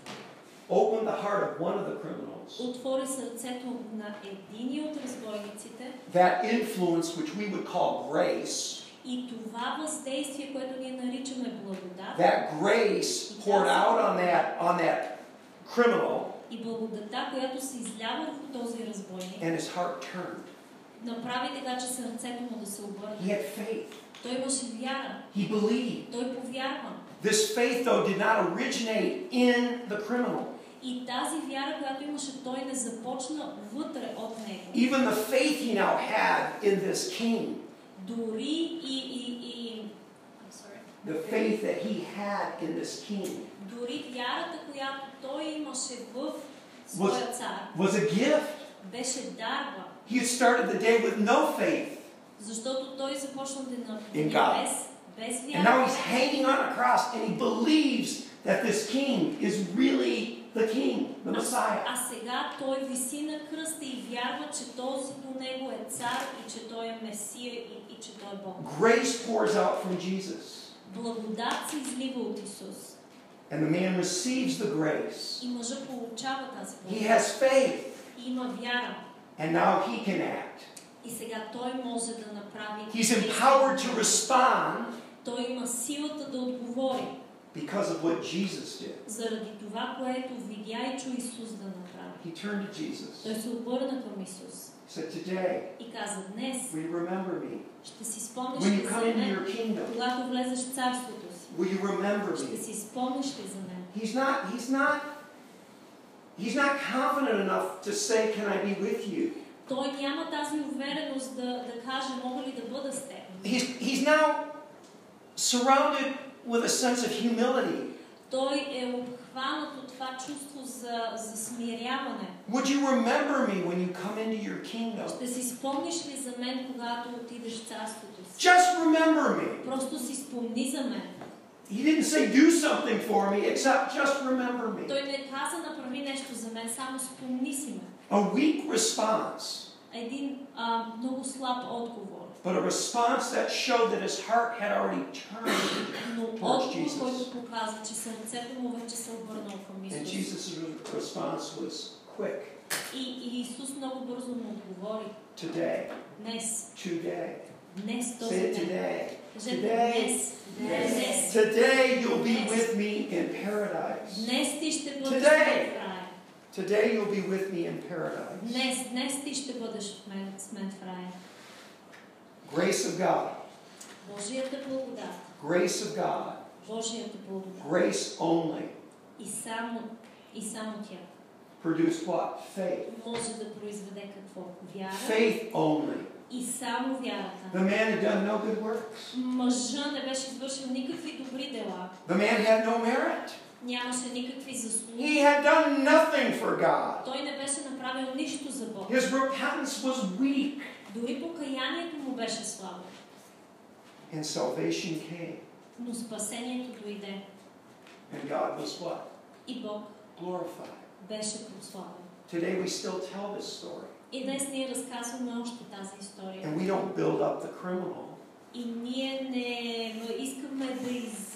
Speaker 2: opened the heart of one of the criminals.
Speaker 3: отвори сърцето на един от разбойниците
Speaker 2: That influence, which we would call grace,
Speaker 3: И това въздействие, което ние наричаме благодат
Speaker 2: that grace poured out on that on that criminal,
Speaker 3: и благодата, която се излява върху този разбойник,
Speaker 2: and his heart turned.
Speaker 3: направи така, че сърцето му да се
Speaker 2: He
Speaker 3: обърне.
Speaker 2: had faith.
Speaker 3: Той имаше вяра.
Speaker 2: He believed.
Speaker 3: Той повярва.
Speaker 2: This faith, though, did not originate in the criminal.
Speaker 3: И тази вяра, която имаше той, не започна вътре от него.
Speaker 2: Even the faith he now had in this king,
Speaker 3: Дори и, и, и I'm sorry.
Speaker 2: the faith that he had in this king,
Speaker 3: дори вярата, която той имаше в своя цар,
Speaker 2: was a gift.
Speaker 3: беше дарба.
Speaker 2: He had started the day with no faith.
Speaker 3: Защото той започна да
Speaker 2: In
Speaker 3: напълни
Speaker 2: God.
Speaker 3: без, без
Speaker 2: And now
Speaker 3: вяра.
Speaker 2: he's hanging on a cross and he believes that this king is really the king, the Messiah.
Speaker 3: А сега той виси на кръста и вярва, че този до него е цар и че той е Месия и, и че той е Бог.
Speaker 2: Grace pours out from Jesus.
Speaker 3: Благодат се излива от Исус.
Speaker 2: And the man receives the grace.
Speaker 3: И мъжа получава тази
Speaker 2: He
Speaker 3: благодат.
Speaker 2: has faith.
Speaker 3: И Има вяра.
Speaker 2: And now he can act.
Speaker 3: И сега той може да направи.
Speaker 2: He's empowered to respond
Speaker 3: Той има силата да отговори
Speaker 2: because of what Jesus did.
Speaker 3: заради това, което видя и чу Исус да направи.
Speaker 2: He turned to Jesus. He
Speaker 3: Той се обърна към Исус
Speaker 2: said, Today,
Speaker 3: и каза, днес
Speaker 2: will you remember me?
Speaker 3: ще си спомниш
Speaker 2: When
Speaker 3: ли
Speaker 2: you
Speaker 3: за
Speaker 2: come into your
Speaker 3: мен,
Speaker 2: kingdom,
Speaker 3: когато влезеш в царството си.
Speaker 2: will you remember me?
Speaker 3: Ще си спомниш ли за мен?
Speaker 2: He's not, he's not, he's not confident enough to say, Can I be with you?
Speaker 3: Той няма тази увереност да, да каже, мога ли да бъда с теб.
Speaker 2: He's, he's now surrounded with a sense of humility.
Speaker 3: Той е обхванат от това чувство за, за смиряване.
Speaker 2: Would you remember me when you come into your kingdom?
Speaker 3: Ще си спомниш ли за мен, когато отидеш в царството си?
Speaker 2: Just remember me.
Speaker 3: Просто си спомни за мен.
Speaker 2: He didn't say, Do something for me, except just remember me.
Speaker 3: Той не каза, направи нещо за мен, само спомни си ме.
Speaker 2: A weak response,
Speaker 3: Един а, много слаб отговор.
Speaker 2: but a response that showed that his heart had already turned.
Speaker 3: Но
Speaker 2: Jesus.
Speaker 3: отговор, който показва, че сърцето му вече се обърнало към
Speaker 2: And
Speaker 3: Е, Исус.
Speaker 2: Jesus' response was quick
Speaker 3: И, и Исус много бързо му отговори.
Speaker 2: today,
Speaker 3: Днес,
Speaker 2: today.
Speaker 3: Днес този
Speaker 2: Say it
Speaker 3: ден.
Speaker 2: today.
Speaker 3: Кажете
Speaker 2: Today.
Speaker 3: днес. Днес.
Speaker 2: Today you'll be with me in paradise.
Speaker 3: Днес ти ще бъдеш в
Speaker 2: Today.
Speaker 3: рая.
Speaker 2: Today you'll be with me in paradise.
Speaker 3: Днес, днес ти ще бъдеш в мен, с мен в рая.
Speaker 2: Grace of God.
Speaker 3: Божията благодат.
Speaker 2: Grace of God.
Speaker 3: Божията благодат.
Speaker 2: Grace only.
Speaker 3: И само, и само тя
Speaker 2: Produce what? Faith.
Speaker 3: може да произведе какво? Вяра.
Speaker 2: Faith only.
Speaker 3: И само вярата.
Speaker 2: The man had done no good works.
Speaker 3: Мъжа не беше извършил никакви добри дела.
Speaker 2: The man had no merit.
Speaker 3: Нямаше никакви
Speaker 2: He
Speaker 3: заслуги.
Speaker 2: had done nothing for God.
Speaker 3: Той не беше направил нищо за Бог.
Speaker 2: His repentance was weak.
Speaker 3: Дори покаянието му беше слабо.
Speaker 2: And salvation came.
Speaker 3: Но спасението дойде.
Speaker 2: And God was what?
Speaker 3: И Бог
Speaker 2: Glorified.
Speaker 3: беше прославен.
Speaker 2: Today we still tell this story.
Speaker 3: И днес ние разказваме още тази история.
Speaker 2: And we don't build up the criminal.
Speaker 3: И ние не искаме да из...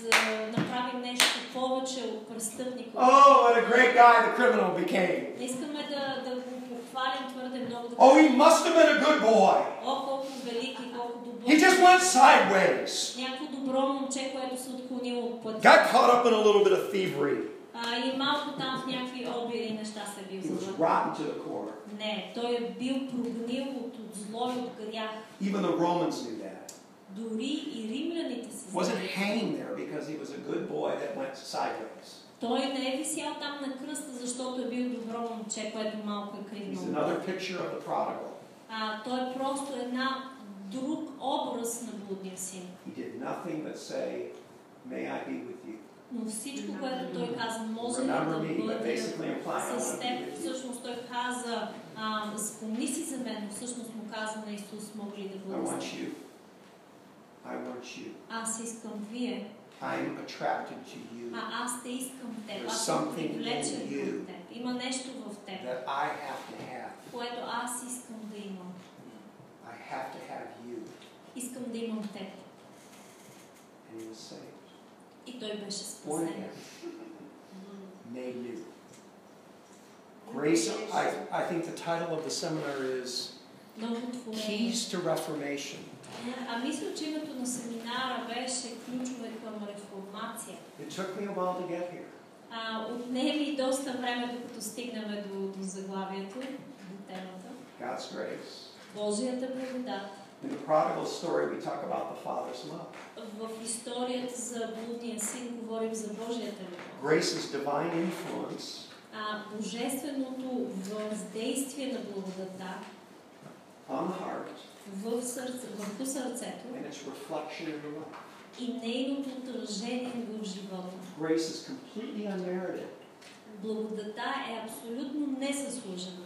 Speaker 3: направим нещо повече от престъпника.
Speaker 2: Oh, what a great guy the criminal became.
Speaker 3: Не искаме да, да го похвалим твърде много. Да...
Speaker 2: Oh, he must have been a good boy.
Speaker 3: О, колко велик и колко добър.
Speaker 2: He just went sideways.
Speaker 3: Някакво добро момче, което се отклонило от пътя.
Speaker 2: Got caught up in a little bit of thievery.
Speaker 3: А, и малко там в някакви обири неща се е бил
Speaker 2: He was
Speaker 3: заблъскал.
Speaker 2: rotten to the core.
Speaker 3: Не, той е бил прогнил от, от зло и от грях.
Speaker 2: Even the Romans knew that.
Speaker 3: Дори и римляните са
Speaker 2: Wasn't
Speaker 3: знаели.
Speaker 2: hanging there because he was a good boy that went sideways.
Speaker 3: Той не е висял там на кръста, защото е бил добро момче, което малко е
Speaker 2: He's
Speaker 3: кривно.
Speaker 2: another picture of the prodigal.
Speaker 3: А той е просто една друг образ на блудния син.
Speaker 2: He did nothing but say, May I be with you.
Speaker 3: Но всичко, което той каза, може ли
Speaker 2: Remember
Speaker 3: да
Speaker 2: me, but
Speaker 3: бъде
Speaker 2: basically implying I
Speaker 3: с
Speaker 2: want to be
Speaker 3: теб,
Speaker 2: with you.
Speaker 3: всъщност той каза, а, спомни си за мен, но всъщност му каза на Исус, мога ли да
Speaker 2: I
Speaker 3: бъда с теб?
Speaker 2: want you. I want you.
Speaker 3: Аз искам вие,
Speaker 2: I'm attracted to you
Speaker 3: а аз те искам теб, аз
Speaker 2: There's
Speaker 3: съм
Speaker 2: something
Speaker 3: привлечен
Speaker 2: in you.
Speaker 3: от теб. Има нещо в теб,
Speaker 2: that I have to have.
Speaker 3: което аз искам да имам.
Speaker 2: I have to have you.
Speaker 3: Искам да имам теб.
Speaker 2: And he was saved.
Speaker 3: И той беше
Speaker 2: Born
Speaker 3: спасен.
Speaker 2: again. Made new. Grace, I, I think the title of the seminar is
Speaker 3: Много творение.
Speaker 2: Keys to Reformation.
Speaker 3: А мисля, че името на семинара беше ключове към реформация.
Speaker 2: It took me a while to get here.
Speaker 3: А, отне ми доста време, докато стигнем до, до заглавието, до темата.
Speaker 2: God's grace.
Speaker 3: Божията благодат.
Speaker 2: In the prodigal story, we talk about the Father's love.
Speaker 3: В историята за блудния син говорим за Божията любов.
Speaker 2: Grace is divine influence
Speaker 3: А божественото въздействие на благодата
Speaker 2: on the heart
Speaker 3: в сърце, върху сърцето
Speaker 2: and its reflection in the life.
Speaker 3: и нейното отражение в живота.
Speaker 2: Grace is completely unmerited.
Speaker 3: Благодата е абсолютно незаслужена.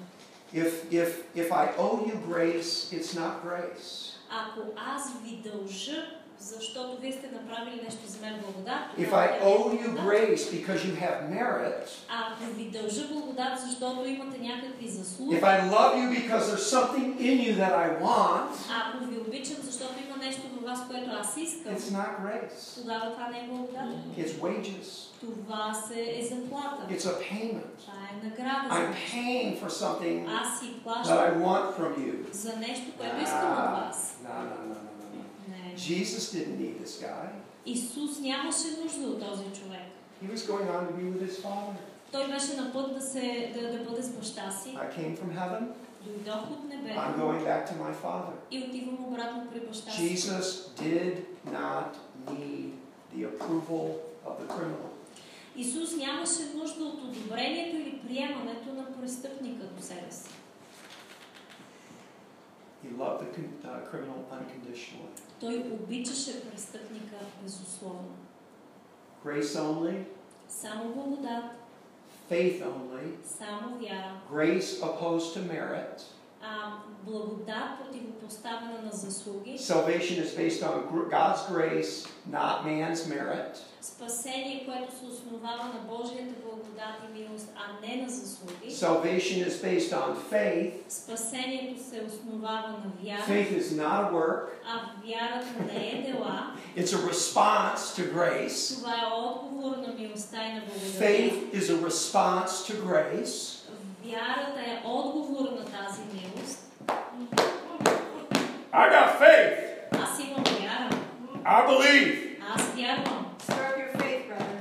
Speaker 2: If, if, if I owe you grace, it's not grace.
Speaker 3: Ако аз ви дължа, защото вие сте направили нещо за мен благодат,
Speaker 2: If
Speaker 3: тогава
Speaker 2: I
Speaker 3: тя ми е
Speaker 2: owe you
Speaker 3: благодат.
Speaker 2: grace because you have merit,
Speaker 3: ако ви дължа благодат, защото имате някакви заслуги,
Speaker 2: if I love you because there's something in you that I want,
Speaker 3: ако ви обичам, защото има нещо във вас, което аз искам,
Speaker 2: it's not grace.
Speaker 3: тогава това не е благодат.
Speaker 2: It's wages,
Speaker 3: Това се е заплата.
Speaker 2: it's a payment.
Speaker 3: Това е награда. за
Speaker 2: I'm
Speaker 3: нещо.
Speaker 2: paying for something
Speaker 3: Аз си
Speaker 2: that I
Speaker 3: плащам
Speaker 2: want from you.
Speaker 3: за нещо, което искам от
Speaker 2: Ah,
Speaker 3: вас.
Speaker 2: No, no, no, no, no.
Speaker 3: Не.
Speaker 2: no. Jesus didn't need this guy.
Speaker 3: Исус нямаше нужда от този човек.
Speaker 2: He was going on to be with his father.
Speaker 3: Той беше на път да, се, да, да бъде с баща си.
Speaker 2: I came from heaven.
Speaker 3: Дойдох от
Speaker 2: I'm
Speaker 3: небето
Speaker 2: going back to my father.
Speaker 3: и отивам обратно при баща си.
Speaker 2: Jesus did not need the approval of the criminal.
Speaker 3: Исус нямаше нужда от одобрението или приемането на престъпника до себе си.
Speaker 2: He loved the con- uh, criminal unconditionally.
Speaker 3: Той обичаше престъпника безусловно.
Speaker 2: Grace only,
Speaker 3: Само благодат,
Speaker 2: faith only,
Speaker 3: само вяра.
Speaker 2: grace opposed to merit.
Speaker 3: А благодат противопоставена на заслуги.
Speaker 2: Salvation is based on gr- God's grace, not man's merit.
Speaker 3: Спасение, което се основава на Божията благодат и милост, а не на заслуги.
Speaker 2: Salvation is based on faith.
Speaker 3: Спасението се основава на вяра,
Speaker 2: Faith is not a work,
Speaker 3: а вярата не е дела.
Speaker 2: it's a response to grace.
Speaker 3: Това е отговор на милостта и на благодата.
Speaker 2: Faith is a response to grace.
Speaker 3: Вярата е отговор на тази милост.
Speaker 7: I got faith.
Speaker 3: Аз
Speaker 7: I believe.
Speaker 3: Аз вярвам.
Speaker 5: Stir up your faith, brother.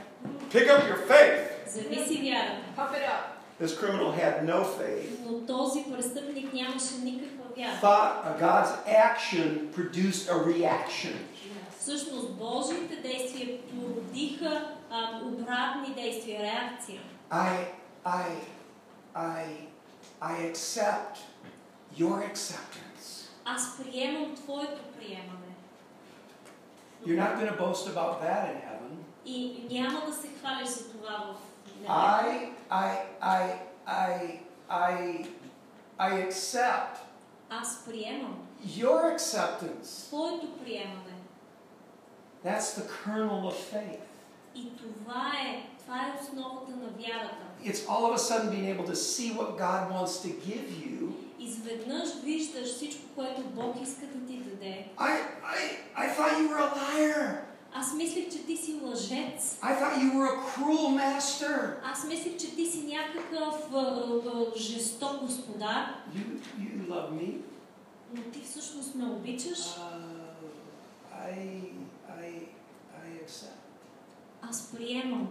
Speaker 7: Pick up your faith.
Speaker 3: Зависи вярата.
Speaker 5: Pump it up.
Speaker 2: This criminal had no faith.
Speaker 3: Но този престъпник нямаше никаква вяра.
Speaker 2: Thought uh, God's action produced a reaction.
Speaker 3: Всъщност Божиите действия породиха а, обратни действия, реакция.
Speaker 2: I, I, I, I accept your acceptance.
Speaker 3: Аз приемам твоето приемане.
Speaker 2: You're not going to boast about that in heaven.
Speaker 3: И няма да се хвалиш за това в небето.
Speaker 2: I, I, I, I, I, I accept
Speaker 3: Аз приемам
Speaker 2: your acceptance.
Speaker 3: твоето приемане.
Speaker 2: That's the kernel of faith.
Speaker 3: И това е, това е основата на вярата.
Speaker 2: It's all of a sudden being able to see what God wants to give you.
Speaker 3: Изведнъж виждаш всичко, което Бог иска да ти даде.
Speaker 2: I, I, I thought you were a liar.
Speaker 3: Аз мислих, че ти си лъжец.
Speaker 2: I thought you were a cruel master.
Speaker 3: Аз мислих, че ти си някакъв а, а, жесток господар,
Speaker 2: You, you love me.
Speaker 3: но ти всъщност ме обичаш.
Speaker 2: Uh, I, I, I accept.
Speaker 3: Аз приемам.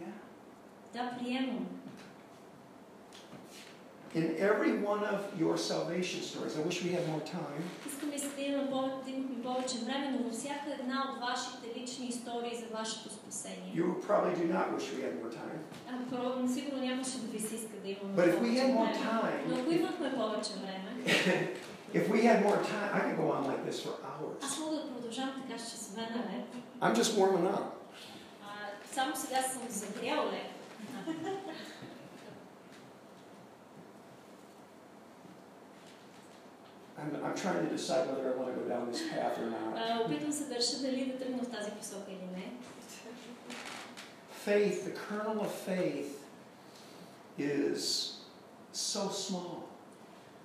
Speaker 2: Yeah.
Speaker 3: Да, приемам.
Speaker 2: In every one of your salvation stories, I wish we had more time.
Speaker 3: Искам ми се да имаме повече, да имахме повече време, но във всяка една от вашите лични истории за вашето спасение.
Speaker 2: You probably do not wish we had more time.
Speaker 3: А, Пробвам, сигурно нямаше да ви се иска да имаме
Speaker 2: But if we
Speaker 3: повече
Speaker 2: had more
Speaker 3: време. Но
Speaker 2: time,
Speaker 3: ако имахме повече време,
Speaker 2: if *laughs* we had more time, I could go on like this for
Speaker 3: аз
Speaker 2: hours.
Speaker 3: мога да продължавам така с часове наред.
Speaker 2: I'm just warming up.
Speaker 3: А, Само сега съм е. загрял леко.
Speaker 2: I'm, I'm trying to decide whether I want to go down this path or not.
Speaker 3: А, Опитвам се да реша дали да тръгна в тази посока или не.
Speaker 2: Faith, the kernel of faith, is so small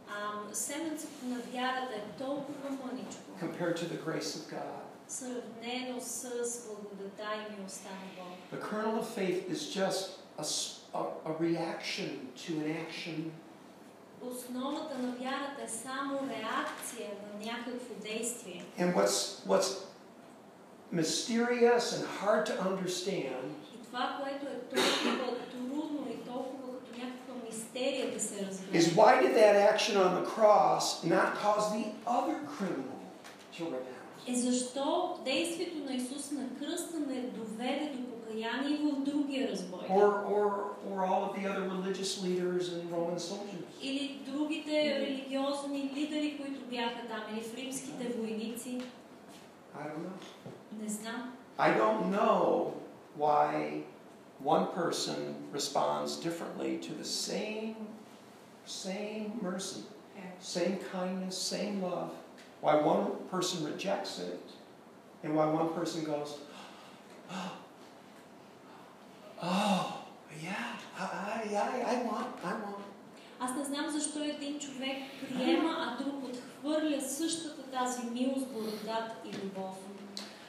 Speaker 3: А, семенцето на вярата е толкова мъничко,
Speaker 2: compared to the grace of God.
Speaker 3: сравнено с благодата и милостта на Бог.
Speaker 2: The kernel of faith is just a, s- a- a reaction to an action
Speaker 3: Основата на вярата е само реакция на някакво действие.
Speaker 2: And what's, what's mysterious and hard to understand
Speaker 3: И това, което е толкова трудно и толкова като някаква мистерия да се
Speaker 2: is
Speaker 3: разбере,
Speaker 2: why did that action on the cross not cause the other criminal to repent?
Speaker 3: е защо действието на Исус на кръста не доведе до покаяние в другия разбой.
Speaker 2: Or, or, or all of the other religious leaders and Roman soldiers?
Speaker 3: Или другите религиозни лидери, които бяха там, или в римските войници.
Speaker 2: I don't know.
Speaker 3: Не знам.
Speaker 2: I don't know why one person responds differently to the same, same mercy, same kindness, same love. Why one person rejects it, and why one person goes, *gasps* "Oh, yeah, I, I, I- I want, I want."
Speaker 3: Аз не знам защо един човек приема, а друг отхвърля същата тази милост, благодат и любов.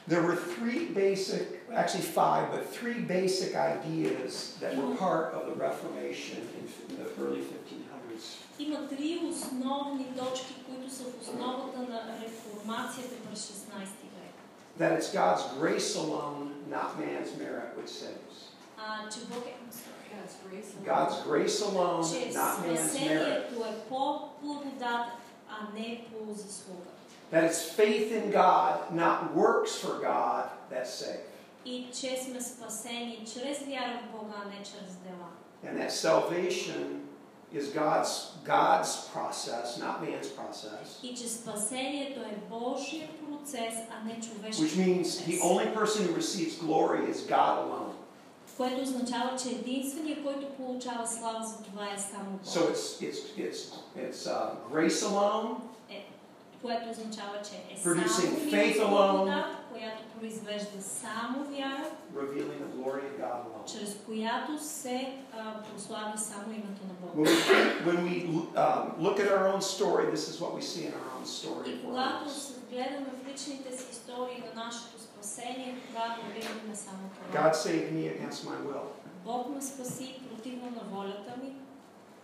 Speaker 2: There were three basic, actually five, but three basic ideas that were part of the Reformation in the early 1500s.
Speaker 3: Има три основни точки, които са в основата на реформацията през 16 век.
Speaker 2: that it's God's grace alone, not man's merit, which saves.
Speaker 3: А, че Бог е...
Speaker 5: God's grace. alone.
Speaker 2: God's grace alone,
Speaker 3: Че
Speaker 2: not man's merit.
Speaker 3: спасението е по благодат, а не по заслуга.
Speaker 2: That it's faith in God, not works for God, that save.
Speaker 3: И че сме спасени чрез вяра в Бога, а не чрез дела.
Speaker 2: And that salvation is God's God's process, not man's process.
Speaker 3: И че спасението е Божия процес, а не човешки
Speaker 2: Which means the
Speaker 3: процес.
Speaker 2: only person who receives glory is God alone.
Speaker 3: Което означава, че единственият, който получава слава за това е само Бог.
Speaker 2: So it's it's it's it's uh, grace alone,
Speaker 3: което означава, че е
Speaker 2: Producing
Speaker 3: само
Speaker 2: faith
Speaker 3: милост,
Speaker 2: alone.
Speaker 3: благодат, която произвежда само вяра,
Speaker 2: revealing the glory of God alone.
Speaker 3: чрез която се а, прославя само името на Бог.
Speaker 2: When we, when we um, look at our own story, this is what we see in our own story.
Speaker 3: И
Speaker 2: for
Speaker 3: когато
Speaker 2: us.
Speaker 3: се гледаме в личните си истории на нашето спасение, тогава виждаме само това.
Speaker 2: God saved me against my will.
Speaker 3: Бог ме спаси противно на волята ми.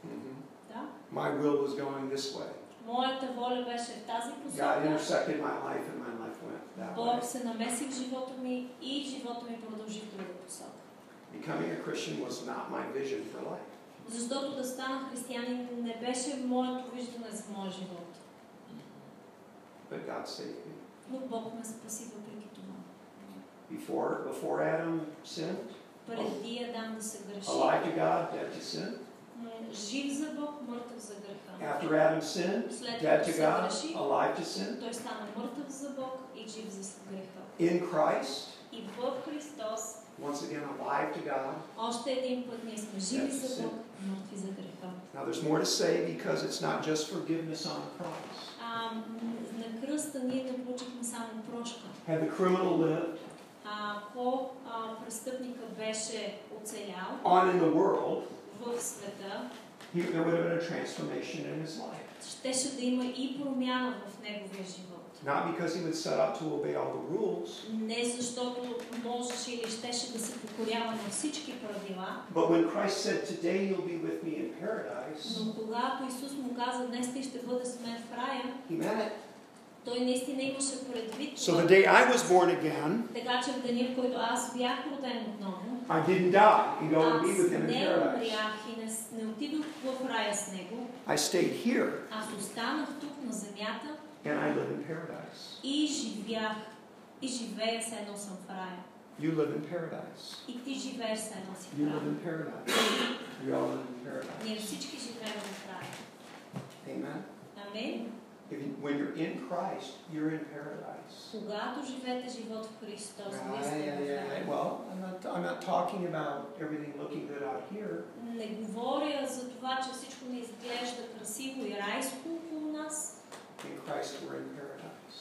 Speaker 3: Да?
Speaker 2: Mm-hmm. My will was going this way.
Speaker 3: Моята воля беше в тази
Speaker 2: God
Speaker 3: посока.
Speaker 2: intersected my life and my life went. that way.
Speaker 3: Бог се намеси в живота ми и живота ми продължи в друга посока.
Speaker 2: Becoming a Christian was not my vision for life.
Speaker 3: Защото да стана християнин не беше моето виждане за моя живот.
Speaker 2: But God saved me.
Speaker 3: Но Бог ме спаси въпреки това.
Speaker 2: Before, before Adam sinned,
Speaker 3: Преди Адам да се греши.
Speaker 2: alive to God, dead to sin.
Speaker 3: м, Жив за Бог, мъртъв за греха.
Speaker 2: After Adam sinned,
Speaker 3: След
Speaker 2: dead
Speaker 3: като
Speaker 2: to
Speaker 3: се
Speaker 2: God,
Speaker 3: греши,
Speaker 2: alive to sin.
Speaker 3: той стана мъртъв за Бог и жив за греха.
Speaker 2: In Christ,
Speaker 3: И в Христос
Speaker 2: once again alive to God.
Speaker 3: още един път ние сме живи за Бог, мъртви за греха.
Speaker 2: Now there's more to say because it's not just forgiveness on the cross.
Speaker 3: А, м, на кръста ние не получихме само прошка.
Speaker 2: Had the criminal lived
Speaker 3: А, Ако а, престъпника беше оцелял
Speaker 2: on in the world,
Speaker 3: в света,
Speaker 2: he, there would have been a transformation in his life.
Speaker 3: щеше да има и промяна в неговия живот.
Speaker 2: Not because he would set out to obey all the rules,
Speaker 3: Не защото можеше или щеше да се покорява на всички правила,
Speaker 2: but when Christ said, Today you'll be with me in paradise,
Speaker 3: но когато Исус му каза, днес ти ще бъде с мен в рая,
Speaker 2: he meant it.
Speaker 3: той наистина имаше предвид
Speaker 2: So
Speaker 3: това.
Speaker 2: the day I was born again,
Speaker 3: Така че в деня, в който аз бях роден отново,
Speaker 2: I didn't die and go and
Speaker 3: Аз
Speaker 2: be with him in
Speaker 3: не
Speaker 2: paradise.
Speaker 3: умрях и не, с- не отидох в рая с него.
Speaker 2: I stayed here
Speaker 3: Аз останах тук на земята
Speaker 2: and I live in paradise.
Speaker 3: и живях. И живея с едно съм в рая.
Speaker 2: You live in paradise.
Speaker 3: И ти живееш с едно си
Speaker 2: You
Speaker 3: в
Speaker 2: live
Speaker 3: рая.
Speaker 2: in paradise. We all live in paradise.
Speaker 3: Ние всички живеем в рая.
Speaker 2: Amen.
Speaker 3: Амин.
Speaker 2: If you, when you're in Christ, you're in paradise.
Speaker 3: Когато живеете живот в Христос, вие
Speaker 2: Right,
Speaker 3: сте
Speaker 2: yeah,
Speaker 3: в
Speaker 2: yeah, yeah.
Speaker 3: рая.
Speaker 2: Well, I'm not, I'm not talking about everything looking good out here.
Speaker 3: Не говоря за това, че всичко не изглежда красиво и райско около нас.
Speaker 2: In Christ, we're in paradise.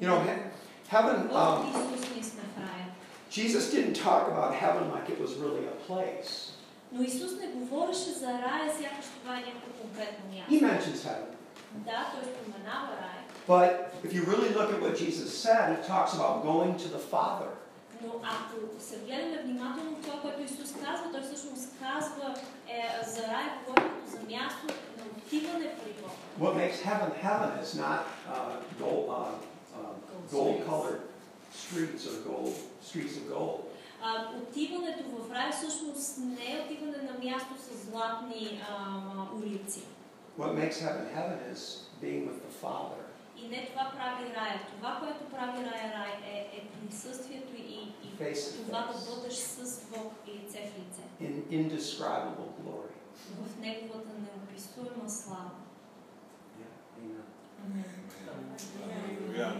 Speaker 2: You know, he- heaven,
Speaker 3: В
Speaker 2: um,
Speaker 3: Исус ние сме в рая.
Speaker 2: Jesus didn't talk about heaven like it was really a place.
Speaker 3: Но Исус не говореше за рая, сякаш това е някакво конкретно място.
Speaker 2: He mentions heaven.
Speaker 3: Да, той споменава рая,
Speaker 2: But if you really look at what Jesus said, it talks about going to the Father.
Speaker 3: но ако се гледаме внимателно в това, което Исус казва, той всъщност казва е, за рая, говори като за място на отиване при Бог.
Speaker 2: What makes heaven heaven is not uh, gold, uh, uh, gold colored streets or gold streets of gold.
Speaker 3: А, отиването в рая всъщност не е отиване на място с златни а, улици.
Speaker 2: What makes heaven heaven is being with the Father.
Speaker 3: И не това прави рая. Това, което прави рая, рай е, е присъствието и, и
Speaker 2: Face to
Speaker 3: това да
Speaker 2: face.
Speaker 3: бъдеш с Бог лице в лице.
Speaker 2: in indescribable glory.
Speaker 3: В неговата неописуема слава.
Speaker 2: Yeah, amen.
Speaker 7: Yeah.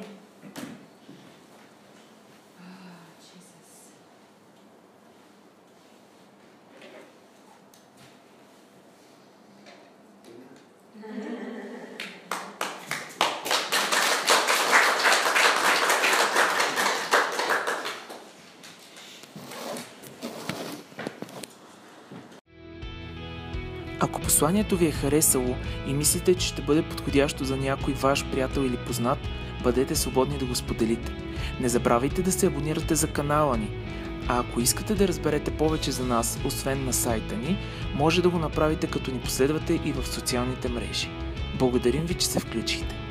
Speaker 5: Ah, Jesus.
Speaker 2: amen.
Speaker 1: Ако посланието ви е харесало и мислите, че ще бъде подходящо за някой ваш приятел или познат, бъдете свободни да го споделите. Не забравяйте да се абонирате за канала ни. А ако искате да разберете повече за нас, освен на сайта ни, може да го направите като ни последвате и в социалните мрежи. Благодарим ви, че се включихте.